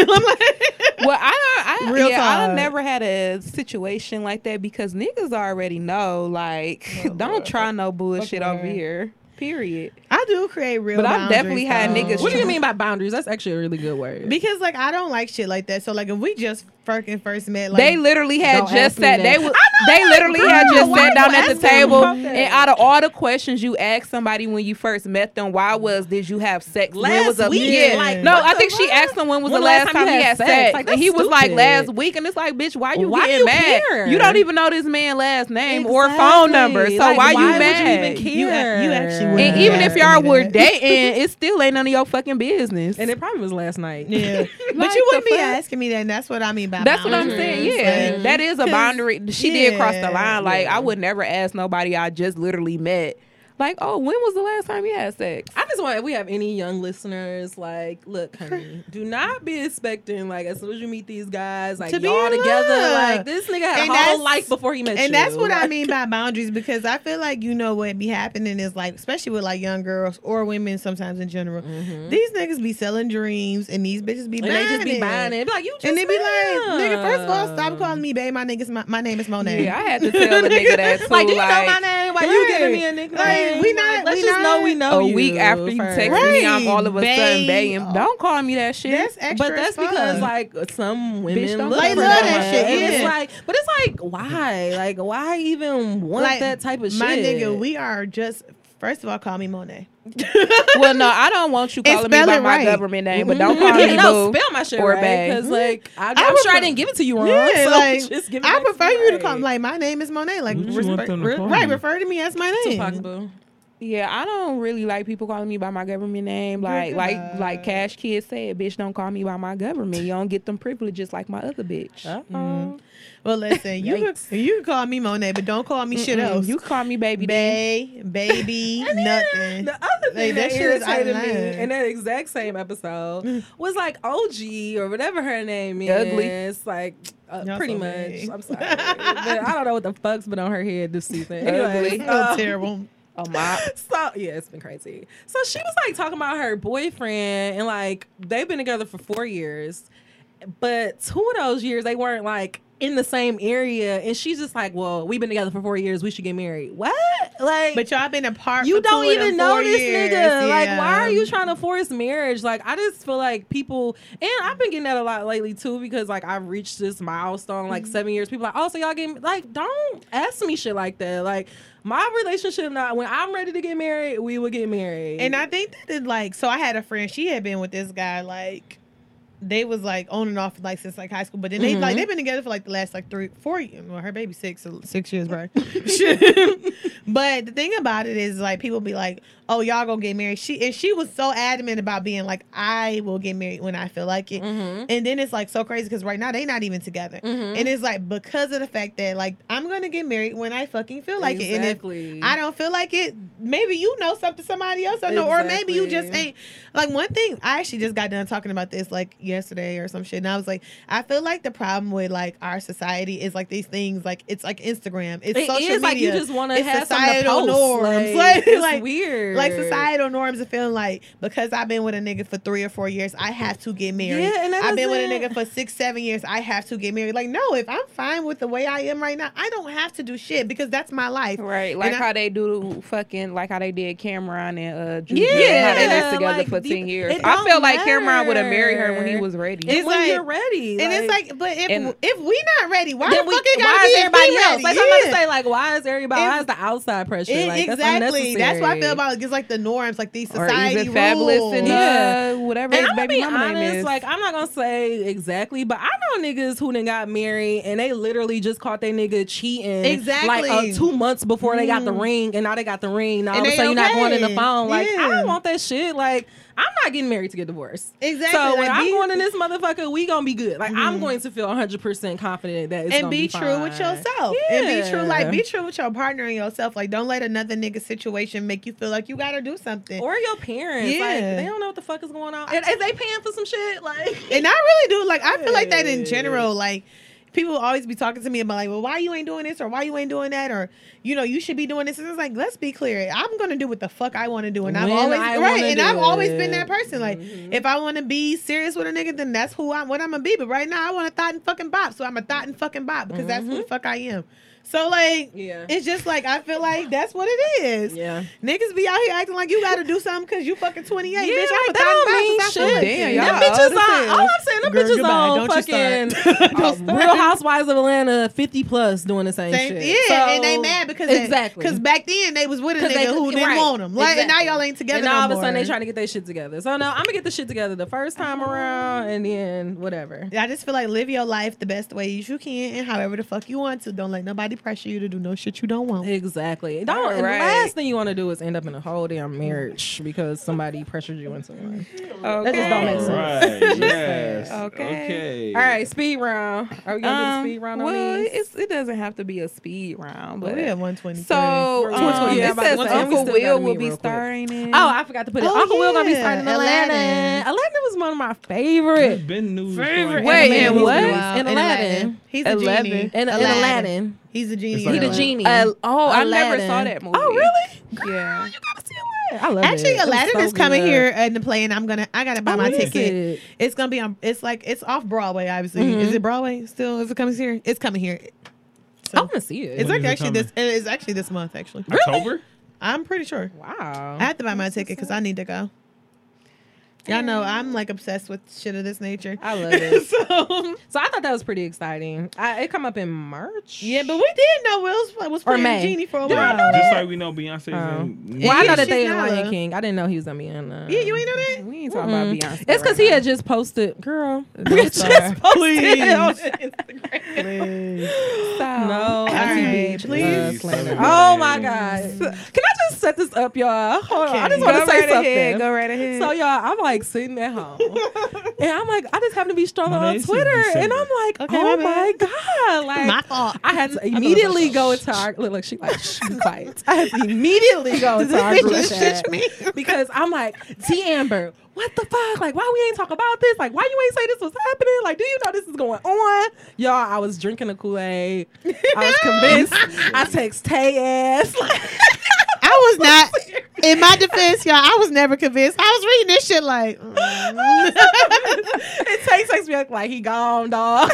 Speaker 3: Well, I don't. I,
Speaker 4: Real
Speaker 3: yeah, I
Speaker 4: talk.
Speaker 3: never had a situation like that because niggas already know. Like, don't try no bullshit over
Speaker 6: Lord.
Speaker 3: here. Period.
Speaker 4: I do create real
Speaker 3: But
Speaker 4: boundaries.
Speaker 3: I've definitely had
Speaker 4: though.
Speaker 3: niggas.
Speaker 6: What do you mean by boundaries? That's actually a really good word.
Speaker 4: Because like I don't like shit like that. So like if we just fucking first met, like
Speaker 3: They literally had
Speaker 6: Don't
Speaker 3: just
Speaker 6: ask me
Speaker 3: sat.
Speaker 6: that.
Speaker 3: They was. They literally had
Speaker 4: girl,
Speaker 3: just
Speaker 4: why
Speaker 3: sat
Speaker 4: you
Speaker 3: down at the
Speaker 4: asking me
Speaker 3: table,
Speaker 6: about that?
Speaker 3: and out of all the questions you asked somebody when you first met them, why was did you have sex?
Speaker 6: Last
Speaker 3: when was the-
Speaker 6: week?
Speaker 3: Yeah.
Speaker 6: Like,
Speaker 3: no,
Speaker 6: what
Speaker 3: I
Speaker 6: the
Speaker 3: think she
Speaker 6: fuck?
Speaker 3: asked him when was
Speaker 6: When
Speaker 3: the last time, he had sex,
Speaker 6: Like,
Speaker 3: and he
Speaker 6: that's
Speaker 3: was like
Speaker 6: stupid.
Speaker 3: last week, and it's like, bitch, why you
Speaker 6: Why
Speaker 3: getting
Speaker 6: you
Speaker 3: mad?
Speaker 6: care?
Speaker 3: You don't even know this man last name or phone
Speaker 6: Exactly.
Speaker 3: number, so
Speaker 6: Like,
Speaker 3: why,
Speaker 6: why
Speaker 3: you
Speaker 6: would
Speaker 3: mad?
Speaker 6: even care?
Speaker 4: you, act- you actually
Speaker 6: And
Speaker 4: wouldn't
Speaker 3: And even
Speaker 4: have
Speaker 3: if y'all
Speaker 4: asked me
Speaker 3: were
Speaker 4: that.
Speaker 3: dating, it still ain't none of your fucking business.
Speaker 6: And it probably was last night.
Speaker 4: yeah, but
Speaker 3: Like
Speaker 4: you wouldn't
Speaker 3: the
Speaker 4: be
Speaker 3: fuck?
Speaker 4: asking me that. And that's what I mean by
Speaker 3: That's what I'm
Speaker 4: boundaries.
Speaker 3: saying. Yeah,
Speaker 4: Like,
Speaker 3: that is a
Speaker 4: 'cause-
Speaker 3: boundary. She did cross the
Speaker 4: yeah,
Speaker 3: line. Like
Speaker 4: yeah.
Speaker 3: I would never ask nobody I just literally met. Like, oh, when was the last time you had sex?
Speaker 6: I just want if we have any young listeners, like, look, honey, do not be expecting like as soon as you meet these guys, like
Speaker 4: To be
Speaker 6: y'all
Speaker 4: in
Speaker 6: together,
Speaker 4: love.
Speaker 6: like this nigga had
Speaker 4: And
Speaker 6: a whole
Speaker 4: that's-
Speaker 6: life before he met you.
Speaker 4: And that's what I
Speaker 6: Like,
Speaker 4: mean by boundaries because I feel like you know what be happening is like especially with like young girls or women sometimes in general. These niggas be selling dreams and these bitches be
Speaker 6: Mm-hmm. And
Speaker 4: buying
Speaker 6: they just be
Speaker 4: it.
Speaker 6: buying it, Be like you. Just
Speaker 4: And they be
Speaker 6: met
Speaker 4: like, nigga, first of all,
Speaker 6: him."
Speaker 4: stop calling me babe. My niggas, my, my name is Monet.
Speaker 3: Yeah, I had to tell the nigga that too.
Speaker 6: Like, do you know my
Speaker 3: like,
Speaker 6: name? Why you giving me a
Speaker 4: Right.
Speaker 6: nickname?
Speaker 4: Like, we not-
Speaker 6: let's
Speaker 4: we
Speaker 6: just
Speaker 4: not-
Speaker 6: know we know
Speaker 3: a
Speaker 6: you
Speaker 3: week after you
Speaker 6: first.
Speaker 3: text me, I'm all of a
Speaker 4: Right,
Speaker 3: sudden
Speaker 4: babe.
Speaker 3: baying. Don't call me that shit.
Speaker 4: That's extra.
Speaker 6: But that's
Speaker 4: as fuck.
Speaker 6: because like some women
Speaker 3: Bitch, don't
Speaker 6: look
Speaker 4: They
Speaker 6: for
Speaker 4: love
Speaker 6: that,
Speaker 4: that shit,
Speaker 6: And It's
Speaker 4: yeah.
Speaker 6: like, but it's like, why? Like, why even want
Speaker 4: Like,
Speaker 6: that type of
Speaker 4: My
Speaker 6: shit?
Speaker 4: nigga, we are just first of all, call me Monet.
Speaker 3: well, no, I don't want you
Speaker 4: And
Speaker 3: calling me
Speaker 4: spell
Speaker 3: by
Speaker 4: it
Speaker 3: my
Speaker 4: right.
Speaker 3: government name, but don't
Speaker 6: Mhm.
Speaker 3: call me
Speaker 6: Yeah, no,
Speaker 3: boo.
Speaker 6: spell my shit
Speaker 3: or
Speaker 6: right,
Speaker 3: babe.
Speaker 6: Cause like I,
Speaker 4: Mm-hmm. I
Speaker 6: am
Speaker 4: would
Speaker 6: sure I
Speaker 4: pre-
Speaker 6: didn't give it to you wrong.
Speaker 4: Yeah,
Speaker 6: Oh, so
Speaker 4: like,
Speaker 6: just give it
Speaker 4: I
Speaker 6: back
Speaker 4: prefer
Speaker 6: to
Speaker 4: you to call
Speaker 6: right.
Speaker 4: like my name is Monet. Like
Speaker 5: Would you
Speaker 4: res-
Speaker 5: want them to
Speaker 4: re-
Speaker 5: call
Speaker 4: right,
Speaker 5: you?
Speaker 4: refer to me as my name.
Speaker 6: Tupac Boo.
Speaker 3: Yeah, I don't really like people calling me by my government name. Like, like, like Cash Kid said, bitch, don't call me by my government. You don't get them privileges like my other bitch.
Speaker 4: Mm-hmm. Well, listen, you can, you can call me Monet, but don't call me shit
Speaker 3: Mm,
Speaker 4: else.
Speaker 3: You call me baby. D.
Speaker 4: Bay, baby, nothing.
Speaker 6: The other
Speaker 4: Like,
Speaker 6: thing that,
Speaker 4: shit is Mm. out of
Speaker 6: irritated me
Speaker 4: line.
Speaker 6: in that exact same episode was like OG or whatever her name is.
Speaker 3: Ugly.
Speaker 6: Like uh,
Speaker 4: Y'all
Speaker 6: pretty
Speaker 4: so
Speaker 6: much.
Speaker 4: big.
Speaker 6: I'm sorry. But I don't know what the fuck's been on her head this season. Anyways,
Speaker 3: Ugly.
Speaker 6: uh,
Speaker 4: Oh, terrible.
Speaker 3: A mop.
Speaker 6: so yeah, it's been crazy. So she was like talking about her boyfriend and like they've been together for four years, but two of those years they weren't like in the same area. And she's just like, "Well, we've been together for four years. We should get married." What? Like,
Speaker 4: But y'all been apart.
Speaker 6: you
Speaker 4: for two
Speaker 6: don't
Speaker 4: of them
Speaker 6: even know
Speaker 4: four
Speaker 6: this
Speaker 4: years.
Speaker 6: nigga. Like,
Speaker 4: Yeah.
Speaker 6: why are you trying to force marriage? Like, I just feel like people, and I've been getting that a lot lately too, because like I've reached this milestone,
Speaker 4: Mm-hmm.
Speaker 6: like seven years. People like, oh, so y'all getting like, don't ask me shit like that. Like, my relationship, not when I'm ready to get married, we will get married.
Speaker 4: And I think that it, like so I had a friend, she had been with this guy like they was like on and off like since like high school, but then they like they've been together for like the last like three, four years. Well, her baby six, so six years, bro. Shit. but the thing about it is like people be like, "Oh, y'all gonna get married?" She and she was so adamant about being like, "I will get married when I feel like it." And then it's like so crazy because right now they not even together, and it's like because of the fact that like I'm gonna get married when I fucking feel like it, and if
Speaker 6: Exactly.
Speaker 4: I don't feel like it. Maybe you know something somebody else don't know, or maybe you just
Speaker 6: Exactly.
Speaker 4: ain't. Like one thing, I actually just got done talking about this like yesterday or some shit, and I was like, I feel like the problem with like our society is like these things, like it's like Instagram, it's
Speaker 6: It
Speaker 4: social
Speaker 6: is, like, you
Speaker 4: media,
Speaker 6: just wanna
Speaker 4: it's
Speaker 6: have something to
Speaker 4: societal
Speaker 6: post,
Speaker 4: norms,
Speaker 6: like,
Speaker 4: like,
Speaker 6: it's
Speaker 4: like,
Speaker 6: weird.
Speaker 4: like societal norms of feeling like because I've been with a nigga for three or four years, I have to get married.
Speaker 6: Yeah, and that
Speaker 4: I've been with a
Speaker 6: doesn't-
Speaker 4: nigga for six, seven years, I have to get married. Like no, if I'm fine with the way I am right now, I don't have to do shit because that's my life,
Speaker 3: Right,
Speaker 4: And
Speaker 3: like
Speaker 4: I-
Speaker 3: how they do fucking, like how they did Cameron and uh, Juju,
Speaker 6: Yeah,
Speaker 3: how they lived together
Speaker 6: like,
Speaker 3: for
Speaker 6: you-
Speaker 3: ten years.
Speaker 6: it
Speaker 3: I
Speaker 6: don't
Speaker 3: feel like Cameron would have married her when he
Speaker 6: matter.
Speaker 3: was ready.
Speaker 6: And
Speaker 4: It's
Speaker 6: when
Speaker 4: like-
Speaker 6: you're ready,
Speaker 4: And it's like, but if
Speaker 3: and-
Speaker 4: if we not ready, why the
Speaker 6: then
Speaker 4: fuck
Speaker 6: we,
Speaker 4: it gotta
Speaker 6: why
Speaker 4: be
Speaker 6: is
Speaker 4: if we
Speaker 6: everybody else?
Speaker 4: ready?
Speaker 6: Like I'm about to say, like, why is everybody?
Speaker 4: It-
Speaker 6: why is the outside pressure?
Speaker 4: It-
Speaker 6: like, that's
Speaker 4: exactly. That's what I feel
Speaker 6: unnecessary.
Speaker 4: about it's like the norms, like these
Speaker 3: or
Speaker 4: society
Speaker 3: even fabulous
Speaker 4: rules.
Speaker 3: and
Speaker 6: Yeah.
Speaker 3: uh, whatever
Speaker 6: And
Speaker 3: his
Speaker 6: I'm gonna
Speaker 3: baby
Speaker 6: be
Speaker 3: mama name
Speaker 6: honest,
Speaker 3: is.
Speaker 6: like I'm not gonna say exactly, but I know niggas who done got married and they literally just caught their nigga cheating, like
Speaker 4: Exactly. Mm-hmm.
Speaker 6: uh, two months before they got the ring, and now they got the ring. Now all
Speaker 4: And
Speaker 6: of a
Speaker 4: they
Speaker 6: sudden you're not going in the
Speaker 4: okay.
Speaker 6: phone. Like I
Speaker 4: Yeah.
Speaker 6: don't want that shit. Like I'm not getting married to get divorced.
Speaker 4: Exactly.
Speaker 6: So when
Speaker 4: Like,
Speaker 6: I'm
Speaker 4: be- Mm-hmm.
Speaker 6: going in this motherfucker, we gonna be good. Like I'm going to feel 100 percent confident that it's
Speaker 4: and
Speaker 6: gonna
Speaker 4: be,
Speaker 6: be,
Speaker 4: true with
Speaker 6: fine.
Speaker 4: yourself. And be true, like
Speaker 6: Yeah.
Speaker 4: be true with your partner and yourself. Like don't let another nigga situation make you feel like you gotta do something.
Speaker 6: Or your parents, like
Speaker 4: Yeah.
Speaker 6: they don't know what the fuck is going on. And is they paying for some shit? Like
Speaker 4: and I really do like I feel like that in general, like people always be talking to me about like, well, why you ain't doing this or why you ain't doing that or you know, you should be doing this. And it's like, let's be clear. I'm gonna do what the fuck I wanna do. And I've
Speaker 6: When
Speaker 4: always
Speaker 6: I
Speaker 4: right,
Speaker 6: wanna
Speaker 4: and
Speaker 6: do
Speaker 4: I've always
Speaker 6: it. Mm-hmm.
Speaker 4: been that person. Like if I wanna be serious with a nigga, then that's who I'm what I'm gonna be. But right now I wanna thought and fucking bop. So I'm a thought and fucking bop because that's who the fuck I am. So like
Speaker 6: Mm-hmm. Yeah.
Speaker 4: it's just like I feel like that's what it is.
Speaker 6: Yeah.
Speaker 4: Niggas be out here acting like you gotta do something cause you fucking twenty eight,
Speaker 6: Yeah,
Speaker 4: bitch. I'm
Speaker 6: like,
Speaker 4: a
Speaker 6: that don't mean
Speaker 4: thought and bop.
Speaker 6: shit.
Speaker 3: Damn, y'all
Speaker 6: Them
Speaker 3: old
Speaker 6: bitches
Speaker 3: as
Speaker 6: on.
Speaker 3: hell.
Speaker 6: All I'm saying, them
Speaker 4: Girl,
Speaker 6: bitches
Speaker 4: goodbye.
Speaker 6: on
Speaker 4: Don't you start.
Speaker 6: fucking uh, Real Housewives of Atlanta, fifty plus doing the same,
Speaker 4: Same,
Speaker 6: shit.
Speaker 4: yeah,
Speaker 6: So-
Speaker 4: and they mad because
Speaker 6: exactly
Speaker 4: because back then they was with a
Speaker 6: 'Cause
Speaker 4: nigga
Speaker 6: they-
Speaker 4: who didn't
Speaker 6: right,
Speaker 4: want them. Like, and now
Speaker 6: exactly.
Speaker 4: y'all ain't together.
Speaker 6: and all
Speaker 4: no
Speaker 6: of a
Speaker 4: more.
Speaker 6: sudden they trying to get their shit together. So no, I'm gonna get the shit together the first time around, and then whatever.
Speaker 4: I just feel like live your life the best way as you can and however the fuck you want to. Don't let nobody pressure you to do no shit you don't want.
Speaker 6: Exactly. Don't. and
Speaker 3: Alright.
Speaker 6: The last thing you want to do is end up in a whole damn marriage because somebody pressured you into one.
Speaker 3: okay.
Speaker 6: That just don't make sense.
Speaker 5: Right. yes.
Speaker 3: Okay.
Speaker 5: Okay.
Speaker 6: All right, speed round. Are we gonna
Speaker 3: Um,
Speaker 6: do the speed round on
Speaker 3: well,
Speaker 6: these?
Speaker 3: it's, it doesn't have to be a speed round, but
Speaker 4: But we at one twenty.
Speaker 3: so
Speaker 6: We're
Speaker 3: um,
Speaker 6: 120. Yeah,
Speaker 3: it
Speaker 6: about
Speaker 3: says
Speaker 6: 120. We
Speaker 3: Uncle
Speaker 6: still gotta
Speaker 3: Will
Speaker 6: meet
Speaker 3: will be
Speaker 6: real quick.
Speaker 3: starring in.
Speaker 6: Oh, I forgot to put it.
Speaker 4: Oh,
Speaker 6: Uncle Will gonna be
Speaker 4: yeah,
Speaker 6: starting Aladdin.
Speaker 4: Aladdin.
Speaker 6: Aladdin was one of my favorites.
Speaker 5: Been news. Like,
Speaker 6: Favorite Wait,
Speaker 3: and what?
Speaker 6: And Aladdin.
Speaker 4: He's a
Speaker 3: Aladdin.
Speaker 4: genie.
Speaker 6: And Aladdin. And Aladdin.
Speaker 4: He's a genie.
Speaker 5: It's
Speaker 4: in
Speaker 5: like He the
Speaker 4: Aladdin.
Speaker 5: genie.
Speaker 3: Uh, oh, I never
Speaker 6: Aladdin.
Speaker 3: saw that movie.
Speaker 6: Oh, really?
Speaker 3: Yeah.
Speaker 6: You gotta see Aladdin. I love it.
Speaker 4: Mm-hmm. Actually,
Speaker 6: It was
Speaker 4: Aladdin
Speaker 6: so
Speaker 4: is coming
Speaker 6: good.
Speaker 4: here in the play, and I'm gonna I gotta buy
Speaker 6: Oh,
Speaker 4: my
Speaker 6: what is
Speaker 4: ticket.
Speaker 6: it?
Speaker 4: It's gonna be on. It's like it's off Broadway. Obviously, is
Speaker 6: Mm-hmm.
Speaker 4: it Broadway still? Is it coming here? It's coming here.
Speaker 6: I want to see it.
Speaker 4: It's like
Speaker 5: When is it
Speaker 4: actually this. It's actually this month. Actually,
Speaker 5: October.
Speaker 4: I'm pretty sure.
Speaker 6: wow.
Speaker 4: I have to buy my ticket because I need to go. Y'all know I'm like obsessed with shit of this nature.
Speaker 6: I love it.
Speaker 4: so
Speaker 6: so I thought that was pretty exciting. I, it come up in March.
Speaker 4: yeah, but we did know Will's was
Speaker 6: Or
Speaker 4: playing
Speaker 6: May.
Speaker 4: Genie for a
Speaker 6: Did I
Speaker 4: while.
Speaker 6: know
Speaker 5: Just like we know Beyonce's
Speaker 6: Oh.
Speaker 5: in.
Speaker 6: Well, I
Speaker 4: Yeah,
Speaker 6: know that
Speaker 4: she's
Speaker 6: they in
Speaker 4: Nala.
Speaker 6: Lion King. I didn't know he was on Beyonce.
Speaker 4: Yeah, you ain't know that.
Speaker 3: We ain't talking about
Speaker 6: Mm-mm.
Speaker 3: Beyonce.
Speaker 6: uh, It's because
Speaker 3: right
Speaker 6: he
Speaker 3: now.
Speaker 6: had just posted, girl. Oh,
Speaker 4: Just
Speaker 6: Sorry.
Speaker 3: No,
Speaker 6: No,
Speaker 4: right,
Speaker 6: ITB.
Speaker 4: please.
Speaker 5: Please.
Speaker 6: Oh my God. Can I just set this up, y'all? Hold on. I just
Speaker 4: Okay.
Speaker 6: want to
Speaker 3: Go
Speaker 6: say
Speaker 3: right
Speaker 6: something.
Speaker 3: ahead, go right ahead.
Speaker 6: So y'all, I'm like sitting at home, and I'm like, I just happen to be strolling
Speaker 5: No,
Speaker 6: on
Speaker 5: this is
Speaker 6: Twitter, and
Speaker 5: December.
Speaker 6: I'm like,
Speaker 4: Okay,
Speaker 6: oh
Speaker 4: my
Speaker 6: my
Speaker 4: bad.
Speaker 6: god, like
Speaker 4: My fault.
Speaker 6: I had to immediately go into our look. look she like shh, be quiet. I had to immediately go into our group
Speaker 4: Just
Speaker 6: chat
Speaker 4: shush me.
Speaker 6: because I'm like, T Amber, what the fuck? Like, why we ain't talk about this? Like, why you ain't say this was happening? Like, do you know this is going on? Y'all, I was drinking a Kool Aid. I was convinced. I text Tay ass. Like,
Speaker 4: I was not. In my defense, y'all, I was never convinced. I was reading this shit like, mm.
Speaker 6: it takes takes me like he gone, dog.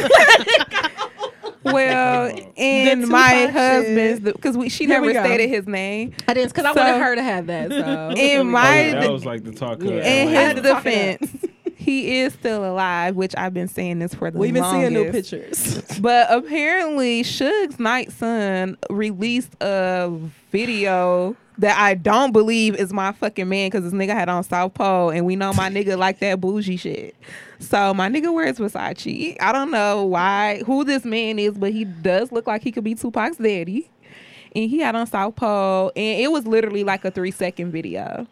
Speaker 3: Well,
Speaker 4: The
Speaker 3: and
Speaker 4: two
Speaker 3: my
Speaker 4: punches.
Speaker 3: husband's because we she
Speaker 6: Here we
Speaker 3: never
Speaker 6: go.
Speaker 3: stated his name.
Speaker 6: I didn't because I
Speaker 3: So-
Speaker 6: wanted her to have that. So
Speaker 3: In
Speaker 5: Oh,
Speaker 3: my
Speaker 5: yeah, that was like the talk.
Speaker 6: Yeah.
Speaker 3: in
Speaker 6: I had
Speaker 3: his
Speaker 6: to talk it
Speaker 3: defense, he is still alive, which I've been saying this for the
Speaker 6: we've been
Speaker 3: longest.
Speaker 6: seeing new pictures.
Speaker 3: But apparently, Suge's night son released a video that I don't believe is my fucking man because this nigga had on South Pole, and we know my nigga like that bougie shit. So my nigga wears Versace. I don't know why who this man is, but he does look like he could be Tupac's daddy. And he had on South Pole, and it was literally like a three second video.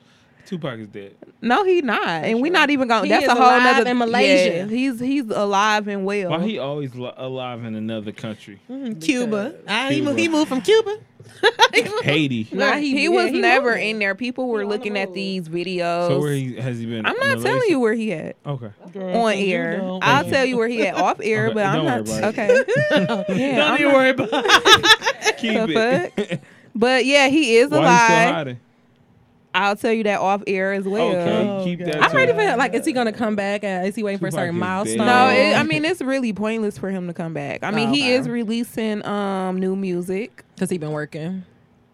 Speaker 5: Tupac is dead.
Speaker 3: No, he not, and we're not even going.
Speaker 6: He
Speaker 3: to that's
Speaker 6: is
Speaker 3: a whole
Speaker 6: alive
Speaker 3: nother
Speaker 6: in Malaysia.
Speaker 3: Yeah, he's he's alive and well.
Speaker 5: Why he always li- alive in another country?
Speaker 4: Cuba. I, he,
Speaker 5: Cuba.
Speaker 4: mo- he moved from Cuba.
Speaker 5: Haiti.
Speaker 3: Nah,
Speaker 6: Right.
Speaker 3: he,
Speaker 6: Yeah,
Speaker 3: was
Speaker 6: he
Speaker 3: never
Speaker 6: was.
Speaker 3: in there. People were
Speaker 6: He on the
Speaker 3: looking
Speaker 6: road.
Speaker 3: at these videos.
Speaker 5: So where he, has he been?
Speaker 3: I'm not telling you where he at
Speaker 5: Okay.
Speaker 3: on air. I'll tell you where he at off air,
Speaker 5: Okay,
Speaker 3: but I'm
Speaker 5: don't
Speaker 3: not.
Speaker 5: worry about
Speaker 3: Okay. yeah, I'm not-
Speaker 5: worry about Keep
Speaker 3: The
Speaker 5: it.
Speaker 3: But yeah, he is
Speaker 5: Why he still
Speaker 3: alive.
Speaker 5: hiding?
Speaker 3: I'll tell you that off air as well.
Speaker 5: okay, keep that.
Speaker 6: I'm
Speaker 5: to-
Speaker 6: ready for him. Like, is he gonna come back? Uh, is he waiting for a
Speaker 5: Tupac
Speaker 6: certain
Speaker 5: is
Speaker 6: milestone?
Speaker 5: dead.
Speaker 3: No,
Speaker 5: Oh.
Speaker 3: it, I mean it's really pointless for him to come back. I mean
Speaker 6: Oh,
Speaker 3: he
Speaker 6: okay.
Speaker 3: is releasing um new music,
Speaker 6: because he been working.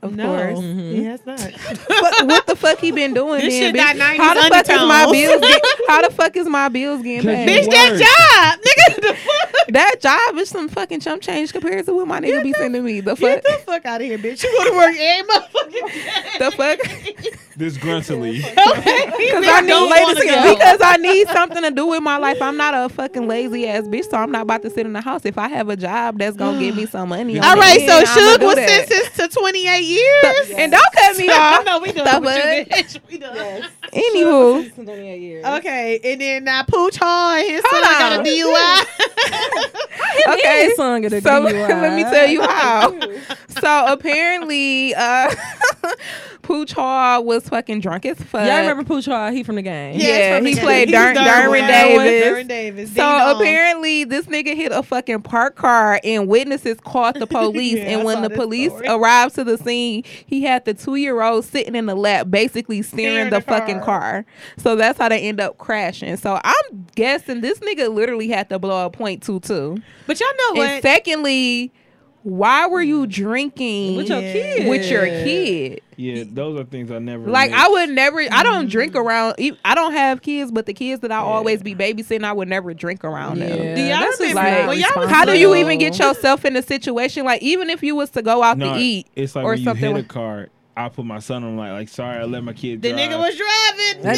Speaker 3: of course.
Speaker 4: Yes, mm-hmm. not.
Speaker 3: Fuck, what the fuck he been doing?
Speaker 4: This
Speaker 3: then,
Speaker 4: shit got
Speaker 3: bitch?
Speaker 4: 90s
Speaker 3: How the fuck is my
Speaker 4: undertones.
Speaker 3: bills? Get, how the fuck is my bills getting
Speaker 5: Cause
Speaker 3: paid?
Speaker 5: you
Speaker 4: Bitch, that job, nigga. The fuck?
Speaker 3: That job is some fucking chump change compared to what my nigga be sending me. The fuck,
Speaker 4: Get the fuck out of here, bitch. You go to work every motherfucking day.
Speaker 3: the fuck,
Speaker 5: This gruntily.
Speaker 3: because
Speaker 4: Because
Speaker 3: I need lazy, because I need something to do with my life. I'm not a fucking lazy ass bitch, so I'm not about to sit in the house. If I have a job that's gonna give me some money,
Speaker 4: All
Speaker 3: I'm
Speaker 4: right,
Speaker 3: in,
Speaker 4: so
Speaker 3: I'ma
Speaker 4: Suge
Speaker 3: do
Speaker 4: was
Speaker 3: that.
Speaker 4: sentenced to 28 years.
Speaker 3: And don't cut me
Speaker 4: I
Speaker 3: off.
Speaker 4: know we done.
Speaker 3: The
Speaker 4: with you,
Speaker 3: fuck?
Speaker 4: bitch. We done.
Speaker 3: Anywho,
Speaker 4: Okay, and then uh, Pooch Hall and his
Speaker 3: Hold
Speaker 4: son got a
Speaker 3: on.
Speaker 4: DUI.
Speaker 3: okay,
Speaker 6: song at a
Speaker 3: so
Speaker 6: DUI.
Speaker 3: let me tell you how. so apparently, uh, Pooch Hall was fucking drunk as fuck.
Speaker 6: Y'all remember Pooch Hall? He from the game.
Speaker 3: Yeah,
Speaker 4: it's from
Speaker 3: he
Speaker 4: the-
Speaker 3: played
Speaker 4: he's
Speaker 3: Dur-
Speaker 4: Derwin.
Speaker 3: Derwin Davis.
Speaker 4: Derwin Davis.
Speaker 3: So
Speaker 4: Ding-dong.
Speaker 3: apparently, this nigga hit a fucking park car, and witnesses called the police.
Speaker 4: Yeah, I
Speaker 3: and
Speaker 4: saw
Speaker 3: when the
Speaker 4: this
Speaker 3: police
Speaker 4: story.
Speaker 3: arrived to the scene, he had the two year old sitting in the lap, basically
Speaker 4: Steering
Speaker 3: steering the,
Speaker 4: the
Speaker 3: fucking car. So that's how they end up crashing. So I'm guessing this nigga literally had to blow a point two two.
Speaker 4: but y'all know
Speaker 3: And
Speaker 4: what? Mm.
Speaker 3: secondly, why were you drinking
Speaker 6: With your
Speaker 4: Yeah.
Speaker 6: kid.
Speaker 3: with your kid?
Speaker 5: Yeah, those are things I never.
Speaker 3: Like
Speaker 5: mixed.
Speaker 3: I would never. I don't drink around. e- I don't have kids, but the kids that I always be babysitting, I would never drink around
Speaker 6: Yeah.
Speaker 3: them.
Speaker 4: Do y'all
Speaker 6: that's just
Speaker 4: remember-
Speaker 6: not
Speaker 4: when y'all was
Speaker 3: How do you
Speaker 6: responsible.
Speaker 3: even get yourself in a situation like even if you was to go out
Speaker 5: No,
Speaker 3: to eat?
Speaker 5: It's like
Speaker 3: or
Speaker 5: when you
Speaker 3: something
Speaker 5: hit a
Speaker 3: like-
Speaker 5: car. I put my son on like, like sorry, I let my kid.
Speaker 4: The
Speaker 5: drive.
Speaker 4: nigga was driving.
Speaker 6: That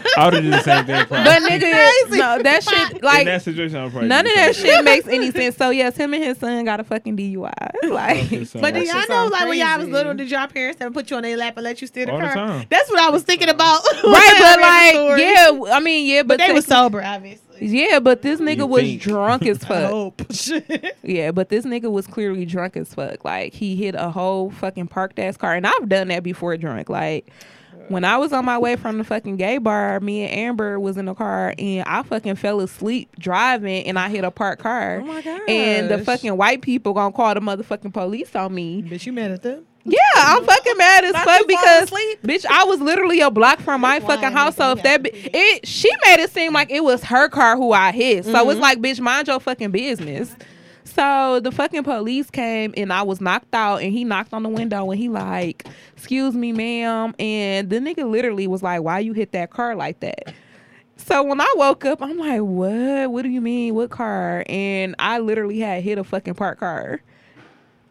Speaker 6: crazy.
Speaker 5: I would have did the same thing. Probably.
Speaker 3: But nigga, no, that shit
Speaker 5: in
Speaker 3: like
Speaker 5: that situation, I would probably
Speaker 3: none
Speaker 5: do
Speaker 3: of
Speaker 5: the
Speaker 3: that
Speaker 5: same
Speaker 3: shit makes any sense. So yes, him and his son got a fucking DUI.
Speaker 5: thing.
Speaker 3: Like
Speaker 4: But do
Speaker 5: Something.
Speaker 4: y'all
Speaker 6: shit
Speaker 4: know,
Speaker 6: sound
Speaker 4: like when y'all was
Speaker 6: crazy.
Speaker 4: little, did your parents ever put you on their lap and let you steer the
Speaker 5: All the
Speaker 4: car?
Speaker 5: time.
Speaker 4: That's what I was thinking about.
Speaker 3: right, but like
Speaker 4: Stories.
Speaker 3: yeah, w- I mean yeah, but,
Speaker 4: but they
Speaker 3: the-
Speaker 4: were sober, obviously.
Speaker 3: yeah, but this nigga
Speaker 5: You
Speaker 3: was
Speaker 5: think.
Speaker 3: drunk as
Speaker 4: I
Speaker 3: fuck.
Speaker 4: hope. Shit.
Speaker 3: Yeah, but this nigga was clearly drunk as fuck. Like he hit a whole fucking parked ass car, and I've done that before drunk. Like when I was on my way from the fucking gay bar, me and Amber was in the car, and I fucking fell asleep driving, and I hit a parked car.
Speaker 6: Oh my god.
Speaker 3: And the fucking white people gonna call the motherfucking police on me.
Speaker 4: Bitch, you mad at them?
Speaker 3: Yeah, I'm fucking mad as
Speaker 6: Not
Speaker 3: fuck
Speaker 6: you falling
Speaker 3: because
Speaker 6: asleep.
Speaker 3: bitch, I was literally a block from my fucking
Speaker 4: lying,
Speaker 3: house. So
Speaker 4: nigga.
Speaker 3: if that bi- it, she made it seem like it was her car who I hit. So it's like, bitch, mind your fucking business. So the fucking police came and I was knocked out and he knocked on the window and he like, excuse me, ma'am. And the nigga literally was like, why you hit that car like that? So when I woke up, I'm like, what? What do you mean? What car? And I literally had hit a fucking parked car.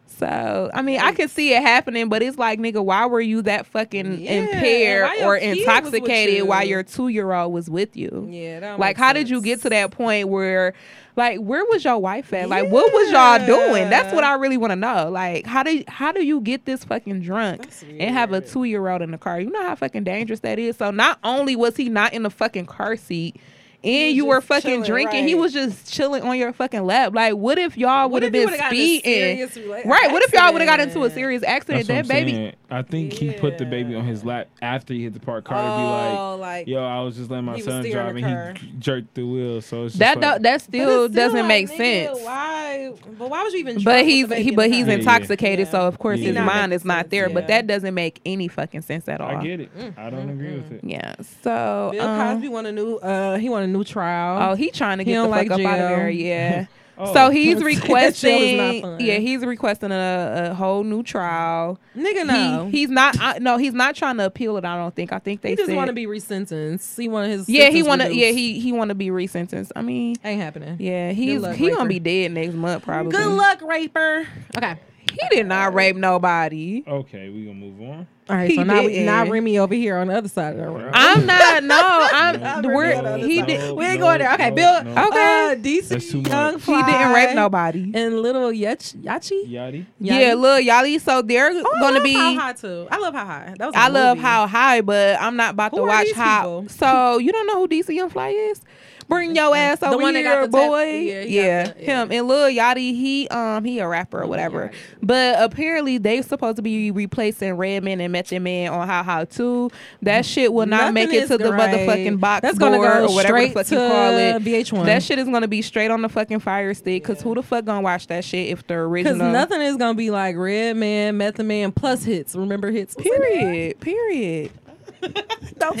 Speaker 3: So I mean, I could see it happening, but it's like, nigga, why were you that fucking
Speaker 6: Yeah,
Speaker 3: impaired
Speaker 6: why your
Speaker 3: or
Speaker 6: kid was with
Speaker 3: intoxicated while
Speaker 6: you?
Speaker 3: your two year old was with you?
Speaker 6: Yeah, that
Speaker 3: Like,
Speaker 6: makes
Speaker 3: how did you
Speaker 6: sense.
Speaker 3: get to that point where, like, where was your wife at? Like, what was y'all doing? That's what
Speaker 6: Yeah.
Speaker 3: I really want to know. Like, how do how do you get this fucking drunk
Speaker 6: That's
Speaker 3: and have a
Speaker 6: weird.
Speaker 3: two year old in the car? You know how fucking dangerous that is. So not only was he not in the fucking car seat. And
Speaker 6: was
Speaker 3: you were
Speaker 6: just
Speaker 3: fucking
Speaker 6: chilling,
Speaker 3: drinking. He
Speaker 6: right.
Speaker 3: was just chilling on your fucking lap. Like, what if y'all would have
Speaker 6: if you
Speaker 3: been
Speaker 6: would've gotten a
Speaker 3: speeding?
Speaker 6: serious rela-
Speaker 3: Right. What if y'all would have got into a
Speaker 6: accident?
Speaker 3: serious
Speaker 5: That's
Speaker 3: accident?
Speaker 5: what I'm
Speaker 3: That baby.
Speaker 5: saying. I think he put the baby on his lap after he hit the parked car
Speaker 6: Oh,
Speaker 5: to be
Speaker 6: like-
Speaker 5: like, "Yo, I was just letting my
Speaker 6: He was
Speaker 5: son drive,
Speaker 6: steering the
Speaker 5: and he jerked the wheel." So it's just
Speaker 3: That
Speaker 5: like,
Speaker 3: do- that
Speaker 6: But
Speaker 3: still
Speaker 6: it's
Speaker 3: doesn't
Speaker 6: like,
Speaker 3: make
Speaker 6: nigga,
Speaker 3: sense.
Speaker 6: Why? But why was you even? drunk
Speaker 3: But
Speaker 6: with the
Speaker 3: he's
Speaker 6: baby
Speaker 3: he,
Speaker 6: in
Speaker 3: but
Speaker 6: the
Speaker 3: he's
Speaker 6: car?
Speaker 5: Yeah, yeah.
Speaker 3: intoxicated,
Speaker 6: Yeah.
Speaker 3: so of course
Speaker 5: He
Speaker 3: his
Speaker 5: not
Speaker 3: mind
Speaker 6: making
Speaker 3: is not
Speaker 6: sense,
Speaker 3: there. But
Speaker 6: yeah.
Speaker 3: that doesn't make any fucking sense at all.
Speaker 5: I get it. I don't agree with it.
Speaker 3: Yeah. So
Speaker 6: Bill
Speaker 3: um,
Speaker 6: Cosby want a new. Uh, he want a new trial.
Speaker 3: oh, he trying to
Speaker 6: He
Speaker 3: get the
Speaker 6: don't
Speaker 3: fuck up
Speaker 6: like
Speaker 3: out of
Speaker 6: jail.
Speaker 3: there. Yeah.
Speaker 5: Oh.
Speaker 3: so he's
Speaker 6: That shit was not
Speaker 3: requesting.
Speaker 6: fun.
Speaker 3: Yeah, he's requesting a, a whole new trial.
Speaker 6: nigga, no.
Speaker 3: Oh, He, he's not. I, no, he's not trying to appeal it. I don't think. I think they
Speaker 6: He just
Speaker 3: said.
Speaker 6: want to be resentenced. He want his.
Speaker 3: yeah, he
Speaker 6: sentence
Speaker 3: want to. Yeah,
Speaker 6: reduced.
Speaker 3: he he want to be resentenced. I mean,
Speaker 6: ain't happening.
Speaker 3: yeah, he's
Speaker 6: luck,
Speaker 3: he gonna
Speaker 6: Raper.
Speaker 3: be dead next month probably.
Speaker 6: Good luck, raper. Okay.
Speaker 3: He did not rape nobody.
Speaker 5: Okay, we gonna move on.
Speaker 6: All right.
Speaker 3: He
Speaker 6: so now, we,
Speaker 3: didn't.
Speaker 6: now Remy over here on the other side of the room.
Speaker 3: I'm not. No,
Speaker 5: No,
Speaker 3: I'm.
Speaker 5: no,
Speaker 3: we're, he
Speaker 5: no,
Speaker 3: did.
Speaker 5: no,
Speaker 6: we ain't going there. Okay,
Speaker 5: no,
Speaker 6: Bill.
Speaker 5: no.
Speaker 6: Okay. Uh,
Speaker 5: That's too
Speaker 6: DC
Speaker 5: much.
Speaker 6: Young
Speaker 5: He
Speaker 3: He
Speaker 6: Fly
Speaker 3: didn't rape nobody.
Speaker 6: And little Yach- Yachi.
Speaker 5: Yachty.
Speaker 3: Yeah, look, y'all. So they're
Speaker 6: Oh, I
Speaker 3: gonna
Speaker 6: love
Speaker 3: be.
Speaker 6: How High too. I love How High. That was. a
Speaker 3: I love
Speaker 6: movie.
Speaker 3: how high, but I'm not about
Speaker 6: Who
Speaker 3: to
Speaker 6: are
Speaker 3: watch
Speaker 6: these
Speaker 3: how.
Speaker 6: people?
Speaker 3: So you don't know who DC Young Fly is? Bring your ass over
Speaker 6: one that
Speaker 3: here,
Speaker 6: got the tat-
Speaker 3: boy.
Speaker 6: yeah,
Speaker 3: yeah,
Speaker 6: he got the- yeah.
Speaker 3: him and Lil Yachty. He um he a rapper or whatever, but apparently they supposed to be replacing Redman and Method Man on How How Two. That shit will not
Speaker 6: Nothing
Speaker 3: make it
Speaker 6: is
Speaker 3: to the
Speaker 6: great.
Speaker 3: motherfucking box
Speaker 6: That's gonna
Speaker 3: board
Speaker 6: go
Speaker 3: or whatever the
Speaker 6: straight
Speaker 3: fuck you
Speaker 6: to
Speaker 3: call it.
Speaker 6: VH1.
Speaker 3: That shit is gonna be straight on the fucking fire stick. Cause who the fuck gonna watch that shit if the original?
Speaker 6: Because nothing is gonna be like Red Man, Method Man, plus hits. Remember hits?
Speaker 3: Period. Period.
Speaker 6: Don't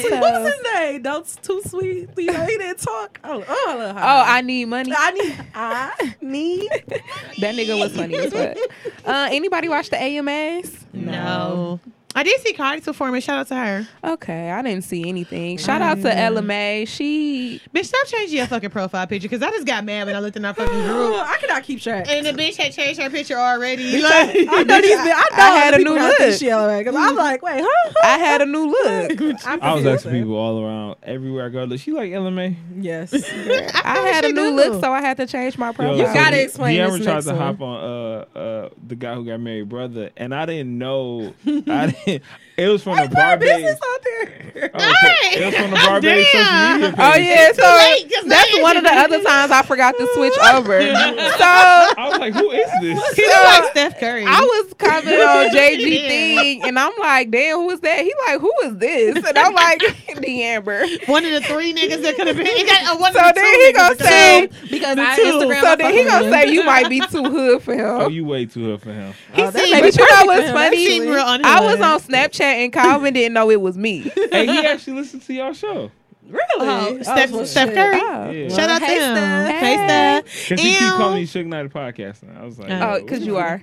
Speaker 3: So-
Speaker 6: what was his name? That's too sweet. You know, he didn't talk. Oh, oh, I love how
Speaker 3: Oh, I need money.
Speaker 6: I need. I need.
Speaker 3: That nigga was funny as fuck. Uh, anybody watch the AMAs?
Speaker 4: No. I did see Cardi's performance. Shout out to her.
Speaker 3: Okay, I didn't see anything. Shout out to
Speaker 6: Mm.
Speaker 3: Ella May. She
Speaker 4: Bitch, stop changing your fucking profile picture because I just got mad when I looked in our fucking group.
Speaker 6: I cannot keep track.
Speaker 4: And the bitch had changed her picture already. Like,
Speaker 6: I know these. I, know
Speaker 3: I had a
Speaker 6: people
Speaker 3: new
Speaker 6: got this
Speaker 3: look.
Speaker 6: shit all right, 'cause I'm like, wait, huh?
Speaker 3: I had a new look.
Speaker 6: huh? I'm
Speaker 5: I was
Speaker 6: confused.
Speaker 5: asking people all around, everywhere I go. Look, she like LMA.
Speaker 6: Yes.
Speaker 3: I had a new look, so I had to change my
Speaker 5: Yo,
Speaker 3: profile.
Speaker 5: so
Speaker 6: gotta
Speaker 5: do-
Speaker 6: explain
Speaker 5: Do you ever
Speaker 6: this
Speaker 5: tried
Speaker 6: next
Speaker 5: to
Speaker 6: one.
Speaker 5: hop on uh uh the guy who got married, brother? And I didn't know. I didn't. It was from the Barbados.
Speaker 6: business out there.
Speaker 5: Oh, okay. It was from the Barbados social
Speaker 4: Damn.
Speaker 5: media page.
Speaker 3: Oh yeah,
Speaker 4: late,
Speaker 3: so
Speaker 4: it's
Speaker 3: that's
Speaker 4: late.
Speaker 3: one of the other times I forgot to switch over. So
Speaker 5: I was like, who is this?
Speaker 4: He looked like Steph Curry.
Speaker 3: I was commenting on JG
Speaker 4: Yeah.
Speaker 3: thing, and I'm like, damn, who is that? He like, who is this? And I'm like, the Amber.
Speaker 4: one of the three niggas that could have been. It got, uh, one
Speaker 3: So
Speaker 4: of the
Speaker 3: then
Speaker 4: two
Speaker 3: he
Speaker 4: niggas
Speaker 3: gonna
Speaker 4: that coulda
Speaker 3: say,
Speaker 4: been.
Speaker 6: Because
Speaker 4: The
Speaker 6: I
Speaker 4: two.
Speaker 6: Instagram.
Speaker 3: so
Speaker 6: I
Speaker 3: then he
Speaker 6: fucking
Speaker 3: gonna
Speaker 6: with
Speaker 3: say
Speaker 6: him.
Speaker 3: you might be too hood for him.
Speaker 5: Oh, you way too hood for him.
Speaker 4: He
Speaker 6: Oh, that
Speaker 4: said,
Speaker 6: might
Speaker 3: But you know what's
Speaker 6: Yeah,
Speaker 3: funny?
Speaker 4: actually, real on his
Speaker 3: I was
Speaker 4: line.
Speaker 3: on Snapchat and Calvin didn't know it was me.
Speaker 5: hey, he actually listened to y'all show.
Speaker 6: Really?
Speaker 4: oh,
Speaker 6: Oh,
Speaker 4: Steph,
Speaker 6: well,
Speaker 4: Steph
Speaker 6: shit.
Speaker 4: Curry.
Speaker 3: Oh,
Speaker 5: Yeah.
Speaker 4: Shout out
Speaker 6: Hey,
Speaker 4: to him.
Speaker 6: Steph.
Speaker 4: Hey, Steph.
Speaker 5: Because he keep
Speaker 4: Ew.
Speaker 5: calling me Suge Knight a podcast now. I was like,
Speaker 4: Oh,
Speaker 5: yo,
Speaker 3: because you are.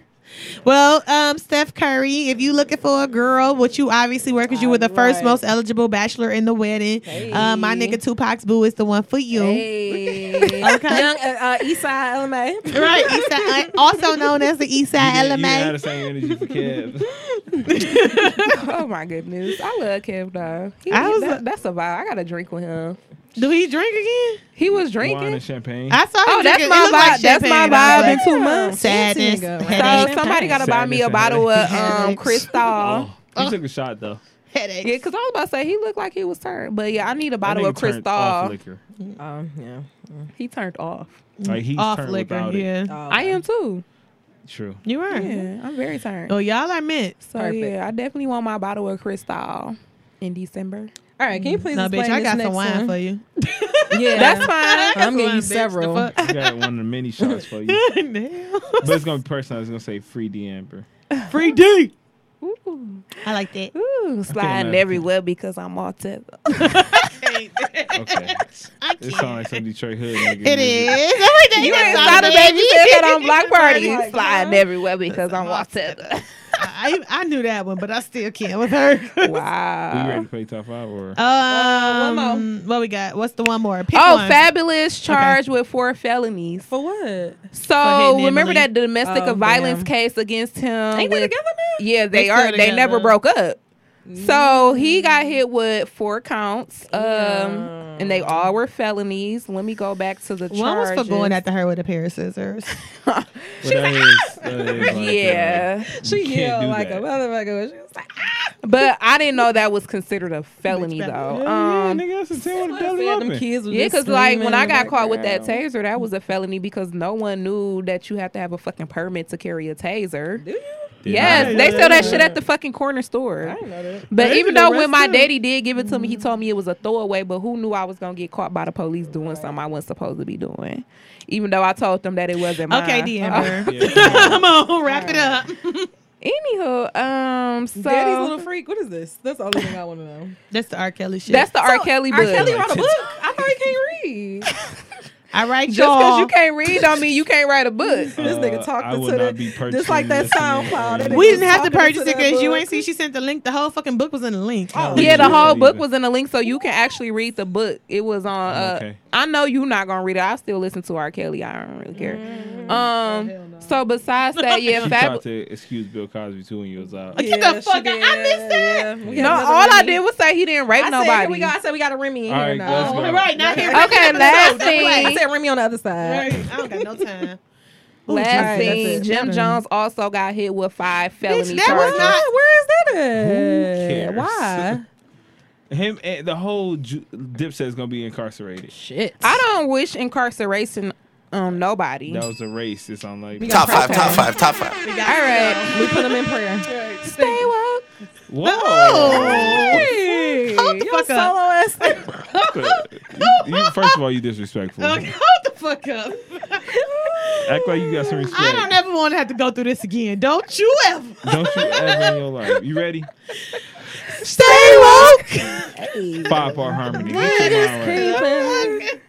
Speaker 4: Well, um, Steph Curry, if you looking for a girl, what you obviously were because you were the first
Speaker 6: Alright.
Speaker 4: most eligible bachelor in the wedding. Uh, my nigga Tupac's boo is the one for you.
Speaker 6: Hey.
Speaker 4: Okay.
Speaker 6: Young uh, uh, Eastside LMA.
Speaker 4: Right, East Side- also known as the East Side
Speaker 5: You didn't, you didn't have the
Speaker 4: LMA.
Speaker 5: same energy for Kev.
Speaker 3: Oh my goodness, I love Kev though. He,
Speaker 4: I was-
Speaker 3: that- that's a vibe. I got to drink with him.
Speaker 4: Do he drink again?
Speaker 3: He was
Speaker 5: Wine
Speaker 3: drinking.
Speaker 5: and champagne.
Speaker 4: I saw him.
Speaker 3: Oh, that's
Speaker 4: drinking.
Speaker 3: my
Speaker 4: It
Speaker 3: vibe.
Speaker 4: looked like
Speaker 3: that's my vibe
Speaker 4: champagne. I
Speaker 3: in
Speaker 4: was
Speaker 3: two
Speaker 4: like, uh,
Speaker 3: months.
Speaker 4: Sadness.
Speaker 6: Fancy nigga.
Speaker 4: headache,
Speaker 3: So somebody got to buy me a
Speaker 5: Sadness,
Speaker 3: bottle of um
Speaker 4: headaches.
Speaker 3: Cristal.
Speaker 5: Oh, he took a shot though.
Speaker 4: headache.
Speaker 3: Yeah, because I was about to say he looked like he was turned, but yeah, I need a
Speaker 5: That
Speaker 3: bottle of
Speaker 5: nigga turned Off
Speaker 3: Cristal.
Speaker 5: liquor.
Speaker 6: Um, yeah.
Speaker 3: He turned off.
Speaker 5: Like he's
Speaker 4: off
Speaker 5: turned
Speaker 4: liquor.
Speaker 5: without
Speaker 4: Yeah,
Speaker 5: it.
Speaker 3: I am too.
Speaker 5: True.
Speaker 4: you are.
Speaker 3: Oh. Yeah, I'm very turned.
Speaker 4: Oh, y'all are meant.
Speaker 3: So
Speaker 6: Perfect.
Speaker 3: yeah, I definitely want my bottle of Cristal in December.
Speaker 6: All right, can you please
Speaker 4: No,
Speaker 6: explain
Speaker 4: bitch, I
Speaker 6: this
Speaker 4: got
Speaker 6: next
Speaker 4: some wine
Speaker 6: one?
Speaker 4: for you.
Speaker 6: Yeah,
Speaker 3: That's fine.
Speaker 6: I'm
Speaker 4: Some
Speaker 6: getting you
Speaker 4: wine, bitch, the
Speaker 6: several.
Speaker 4: fuck?
Speaker 5: I got one of the many shots for you. But it's gonna be personal. It's gonna say free D Amber.
Speaker 4: Free D.
Speaker 3: Ooh.
Speaker 4: I like that.
Speaker 3: Ooh, sliding
Speaker 5: imagine.
Speaker 3: everywhere because I'm all tip.
Speaker 5: Okay. it sounds like some Detroit hood nigga.
Speaker 4: It is. I like that.
Speaker 3: You
Speaker 4: got
Speaker 3: ain't
Speaker 4: some,
Speaker 3: sliding, baby. You said that on block parties.
Speaker 6: Right, like,
Speaker 3: sliding
Speaker 6: huh?
Speaker 3: everywhere because I'm all tip.
Speaker 4: I, I knew that one, but I still can't with her.
Speaker 5: We ready
Speaker 3: Wow.
Speaker 5: to play top five or
Speaker 4: Um,
Speaker 6: one more.
Speaker 4: Well, what we got? What's the one more? Pick
Speaker 3: Oh,
Speaker 4: one.
Speaker 3: fabulous! Charged with four felonies.
Speaker 6: For what?
Speaker 4: hitting
Speaker 3: So
Speaker 4: Emily.
Speaker 3: remember that domestic
Speaker 6: Oh,
Speaker 3: violence
Speaker 6: damn.
Speaker 3: case against him.
Speaker 6: Ain't they
Speaker 3: with-
Speaker 6: together now?
Speaker 3: Yeah, they,
Speaker 4: They
Speaker 3: are.
Speaker 4: still
Speaker 3: They never
Speaker 4: together.
Speaker 3: broke up. So he got hit with four counts, um, and they all were felonies. Let me go back to the charges.
Speaker 4: One was for going after her with a pair of scissors.
Speaker 5: But that is- that is like, uh,
Speaker 3: Yeah,
Speaker 6: She
Speaker 5: you can't do
Speaker 6: yelled like
Speaker 5: that.
Speaker 6: a motherfucker. when She was like,
Speaker 3: but I didn't know that was considered a felony
Speaker 4: Bitch,
Speaker 3: though.
Speaker 5: Yeah,
Speaker 3: Um,
Speaker 5: nigga, that's a ten with a
Speaker 6: "Ah."
Speaker 5: double
Speaker 6: Yeah,
Speaker 5: weapon.
Speaker 6: them kids was
Speaker 3: yeah,
Speaker 6: just
Speaker 3: because like when
Speaker 6: screaming
Speaker 3: I
Speaker 6: in the
Speaker 3: got caught with that
Speaker 6: background.
Speaker 3: taser, that was a felony because no one knew that you have to have a fucking permit to carry a taser.
Speaker 6: Do you?
Speaker 3: Yes,
Speaker 5: Yeah,
Speaker 3: they
Speaker 5: yeah,
Speaker 3: sell that
Speaker 5: yeah.
Speaker 3: shit at the fucking corner store.
Speaker 6: I didn't know that.
Speaker 3: But
Speaker 4: They
Speaker 3: even
Speaker 4: can
Speaker 3: though when
Speaker 4: arrest
Speaker 3: my
Speaker 4: them.
Speaker 3: daddy did give it to me, he told me it was a throwaway. But who knew I was gonna get caught by the police doing something I wasn't supposed to be doing? Even though I told them that it wasn't mine. Uh,
Speaker 4: okay, the
Speaker 5: Oh,
Speaker 4: Amber.
Speaker 5: Yeah.
Speaker 4: Come on, wrap it up.
Speaker 3: Anywho, um, so
Speaker 6: Daddy's little freak. What is this? That's the only thing I want to know.
Speaker 4: That's the R. Kelly shit.
Speaker 3: that's the R. Kelly book.
Speaker 6: R. Kelly
Speaker 5: Like
Speaker 6: wrote a
Speaker 5: ten-
Speaker 6: book. I thought he can't read.
Speaker 3: Uh,
Speaker 4: all right,
Speaker 3: Just because
Speaker 4: y'all.
Speaker 3: you can't read don't mean you can't write a book.
Speaker 6: This nigga
Speaker 5: Uh,
Speaker 6: talked
Speaker 5: I
Speaker 6: into
Speaker 5: will not
Speaker 6: that-
Speaker 5: be
Speaker 6: just like that
Speaker 5: purchasing this
Speaker 6: SoundCloud.
Speaker 5: nigga.
Speaker 6: That
Speaker 4: we didn't have to
Speaker 6: Talking
Speaker 4: purchase
Speaker 6: to
Speaker 4: it
Speaker 6: that
Speaker 4: because you
Speaker 6: book.
Speaker 4: ain't see she sent the link. The whole fucking book was in the link.
Speaker 6: Oh.
Speaker 5: We
Speaker 3: Yeah, the
Speaker 5: didn't
Speaker 3: whole
Speaker 5: even-
Speaker 3: book was in the link, so you can actually read the book. It was on. Uh,
Speaker 5: Okay.
Speaker 3: I know you're not gonna read it. I still listen to R. Kelly. I don't really care.
Speaker 6: Mm,
Speaker 3: Um. So besides that, yeah,
Speaker 5: She
Speaker 3: fab-
Speaker 5: tried to excuse Bill Cosby too when you was out.
Speaker 4: Get the fuck
Speaker 6: she
Speaker 4: out. I missed
Speaker 6: did. Yeah. We
Speaker 3: No,
Speaker 6: had another
Speaker 3: all I
Speaker 6: Remy.
Speaker 3: did was say he didn't rape
Speaker 6: I
Speaker 3: nobody.
Speaker 6: Said, here we go. I said we got a Remy in
Speaker 5: All
Speaker 6: here
Speaker 5: right,
Speaker 6: now.
Speaker 5: let's go.
Speaker 4: All right, not here.
Speaker 3: Okay, last
Speaker 6: I
Speaker 3: thing.
Speaker 6: said Remy on the other side.
Speaker 4: Right, I don't got no time. Ooh,
Speaker 3: Last
Speaker 6: Alright, that's
Speaker 3: thing,
Speaker 6: it.
Speaker 3: Jim
Speaker 4: Better.
Speaker 3: Jones also got hit with five felony
Speaker 4: Bitch, that was
Speaker 3: charges.
Speaker 4: not.
Speaker 6: Where is that at?
Speaker 5: Who cares?
Speaker 6: Why?
Speaker 5: Him and the whole ju- Dipset's gonna be incarcerated.
Speaker 6: Shit.
Speaker 3: I don't wish incarceration on nobody.
Speaker 5: That was a race. It's on like
Speaker 8: Top five, top five, top five.
Speaker 3: All right,
Speaker 6: We put him in prayer.
Speaker 3: stay woke.
Speaker 5: whoa.
Speaker 3: Oh,
Speaker 6: Hey,
Speaker 4: Hold Oh. the
Speaker 6: your
Speaker 4: fuck up.
Speaker 6: solo ass.
Speaker 5: You- you- first of all, you disrespectful.
Speaker 4: Okay, hold the fuck up.
Speaker 5: Act like you got some respect.
Speaker 4: I don't ever want to have to go through this again. Don't you ever.
Speaker 5: Don't you ever in your life. You ready?
Speaker 4: Stay woke.
Speaker 5: Five part harmony. Get your mind right.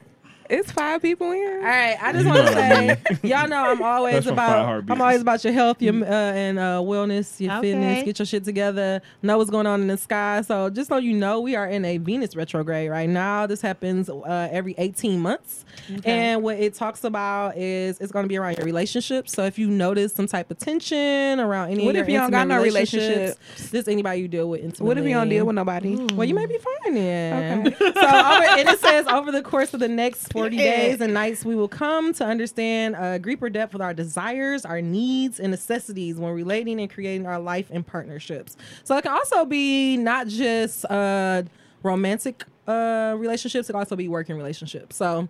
Speaker 3: It's five people here.
Speaker 6: All right, I just
Speaker 5: You
Speaker 6: want
Speaker 5: know
Speaker 6: to
Speaker 5: what I
Speaker 6: say, y'all know I'm always
Speaker 5: That's from Five
Speaker 6: about
Speaker 5: Heartbeats.
Speaker 6: I'm always about your health, your uh, and uh, wellness, your
Speaker 4: Okay.
Speaker 6: fitness, get your shit together, know what's going on in the sky. So just so you know, we are in a Venus retrograde right now. This happens uh, every 18 months, and what it talks about is it's going to be around your relationships. So if you notice some type of tension around any,
Speaker 3: What
Speaker 6: of your
Speaker 3: if you don't got
Speaker 6: intimate
Speaker 3: no
Speaker 6: relationships, Just anybody you deal with intimately.
Speaker 3: What if you don't deal with nobody?
Speaker 6: Well, you may be fine then. So, over, and it says over the course of the next 40 days and nights, we will come to understand uh, deeper depth with our desires, our needs, and necessities when relating and creating our life and partnerships. So, it can also be not just uh, romantic uh, relationships; it can also be working relationships. So,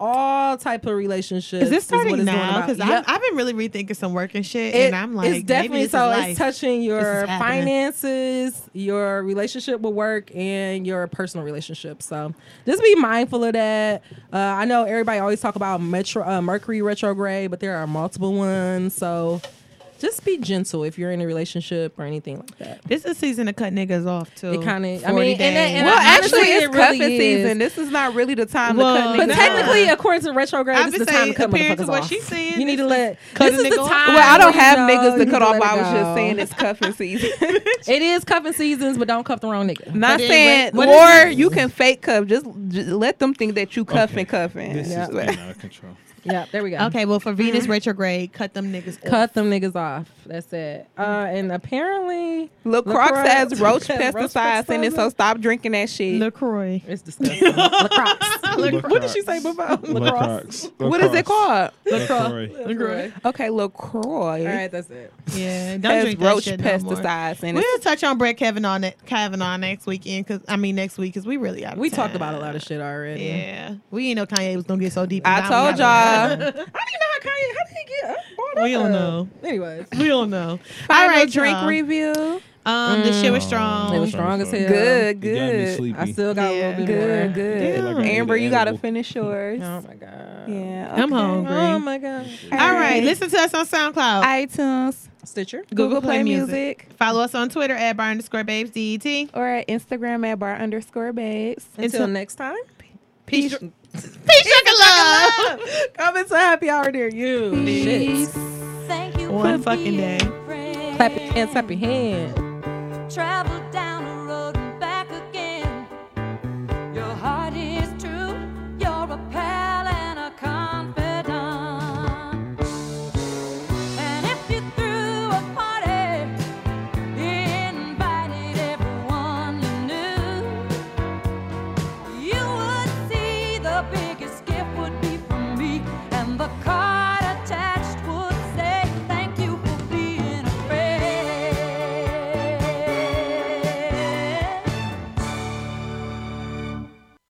Speaker 6: all type of relationships.
Speaker 4: Is this starting
Speaker 6: what it's going
Speaker 4: now?
Speaker 6: about.
Speaker 4: Because
Speaker 6: Yep.
Speaker 4: I've been really rethinking some work and shit,
Speaker 6: It-
Speaker 4: and I'm like,
Speaker 6: it's definitely
Speaker 4: maybe this
Speaker 6: so
Speaker 4: Is life.
Speaker 6: it's touching your
Speaker 4: is happening.
Speaker 6: finances, your relationship with work, and your personal relationship. So just be mindful of that. Uh, I know everybody always talk about metro uh, Mercury retrograde, but there are multiple ones. So just be gentle if you're in a relationship or anything like that.
Speaker 4: This is season to cut niggas off too.
Speaker 6: It kind of, I
Speaker 4: 40
Speaker 6: mean, and, that- and
Speaker 4: days.
Speaker 3: Well,
Speaker 6: I-
Speaker 3: actually,
Speaker 6: honestly,
Speaker 3: it's
Speaker 6: it
Speaker 3: cuffing
Speaker 6: really is.
Speaker 3: season. This is not really the time to
Speaker 4: Well,
Speaker 3: cut.
Speaker 4: But
Speaker 6: But
Speaker 3: niggas off.
Speaker 6: technically, according to retrograde,
Speaker 4: I've
Speaker 6: it's
Speaker 4: been
Speaker 6: the time
Speaker 4: saying,
Speaker 6: to cut
Speaker 4: compared to
Speaker 6: motherfuckers
Speaker 4: what
Speaker 6: off.
Speaker 4: she's saying,
Speaker 6: you need to
Speaker 4: this
Speaker 6: let.
Speaker 4: cut
Speaker 6: This
Speaker 4: a
Speaker 6: is the
Speaker 4: nigga off.
Speaker 6: time.
Speaker 3: well, I don't
Speaker 6: where you
Speaker 3: have
Speaker 6: know
Speaker 3: niggas
Speaker 6: you
Speaker 3: to
Speaker 6: need
Speaker 3: cut off.
Speaker 6: let
Speaker 3: I
Speaker 6: it
Speaker 3: was just
Speaker 6: go.
Speaker 3: saying it's cuffing season.
Speaker 6: It is cuffing seasons, but don't cuff the wrong nigga.
Speaker 3: Not
Speaker 4: But it-
Speaker 3: saying,
Speaker 4: what- what
Speaker 3: or
Speaker 4: is it?
Speaker 3: you can fake cuff. Just, just let them think that you cuffing,
Speaker 5: Okay.
Speaker 3: cuffing.
Speaker 5: This
Speaker 6: Yeah.
Speaker 5: is getting out of control.
Speaker 6: Yeah, there we go.
Speaker 4: okay, well, for Venus retrograde, cut them niggas. off.
Speaker 6: Cut them niggas off. That's it. Uh, and apparently,
Speaker 3: LaCroix
Speaker 6: LaCroix.
Speaker 3: says roach
Speaker 6: Roach
Speaker 3: pesticides in it,
Speaker 6: pesticides.
Speaker 3: so stop drinking that shit.
Speaker 4: Lacroix.
Speaker 6: it's disgusting. Lacrosse.
Speaker 5: What did
Speaker 6: she say before?
Speaker 5: Lacrosse.
Speaker 3: what is it called?
Speaker 5: Lacroix.
Speaker 6: Lacroix.
Speaker 3: Okay, LaCroix
Speaker 6: All right, that's it.
Speaker 4: Yeah, don't
Speaker 3: has
Speaker 4: drink that
Speaker 3: roach
Speaker 4: shit no more.
Speaker 3: pesticides in it.
Speaker 4: We'll touch on Brett Kavanaugh, ne- Kavanaugh next weekend, cause I mean next week, cause we really out. Of
Speaker 6: We
Speaker 4: time.
Speaker 6: talked about a lot of shit already.
Speaker 4: Yeah, we ain't know Kanye was gonna get so deep.
Speaker 3: I
Speaker 4: about
Speaker 3: told
Speaker 4: it.
Speaker 3: y'all.
Speaker 6: I don't even know how Kanye. How did he get? up- brought
Speaker 4: We
Speaker 6: up?
Speaker 4: don't know.
Speaker 6: Anyways,
Speaker 4: We don't know.
Speaker 3: All
Speaker 4: All right,
Speaker 3: drink
Speaker 4: y'all.
Speaker 3: review.
Speaker 4: Um, the shit was strong.
Speaker 6: Mm. It was strong as
Speaker 3: Good,
Speaker 6: hell.
Speaker 5: You got me
Speaker 3: good,
Speaker 5: sleepy.
Speaker 6: I still got a little bit
Speaker 3: good,
Speaker 6: more.
Speaker 3: good.
Speaker 5: Like I need
Speaker 3: Amber,
Speaker 5: an
Speaker 3: you gotta
Speaker 5: edible.
Speaker 3: finish yours.
Speaker 6: Oh my god.
Speaker 3: Yeah,
Speaker 4: I'm
Speaker 3: okay.
Speaker 4: hungry.
Speaker 6: Oh my god.
Speaker 4: All right, listen to us on SoundCloud.
Speaker 3: iTunes,
Speaker 6: Stitcher.
Speaker 3: Google, Play, Music,
Speaker 4: Follow us on Twitter at bar underscore babes E det. Peace.
Speaker 3: or at Instagram at bar underscore babes.
Speaker 6: Until next time.
Speaker 4: Peace, love.
Speaker 6: Come into happy hour near you. Shit.
Speaker 9: Thank you
Speaker 4: One
Speaker 9: for
Speaker 4: fucking
Speaker 9: being
Speaker 4: day.
Speaker 9: a friend.
Speaker 6: Clap your hands. Clap your hands.
Speaker 9: Travel down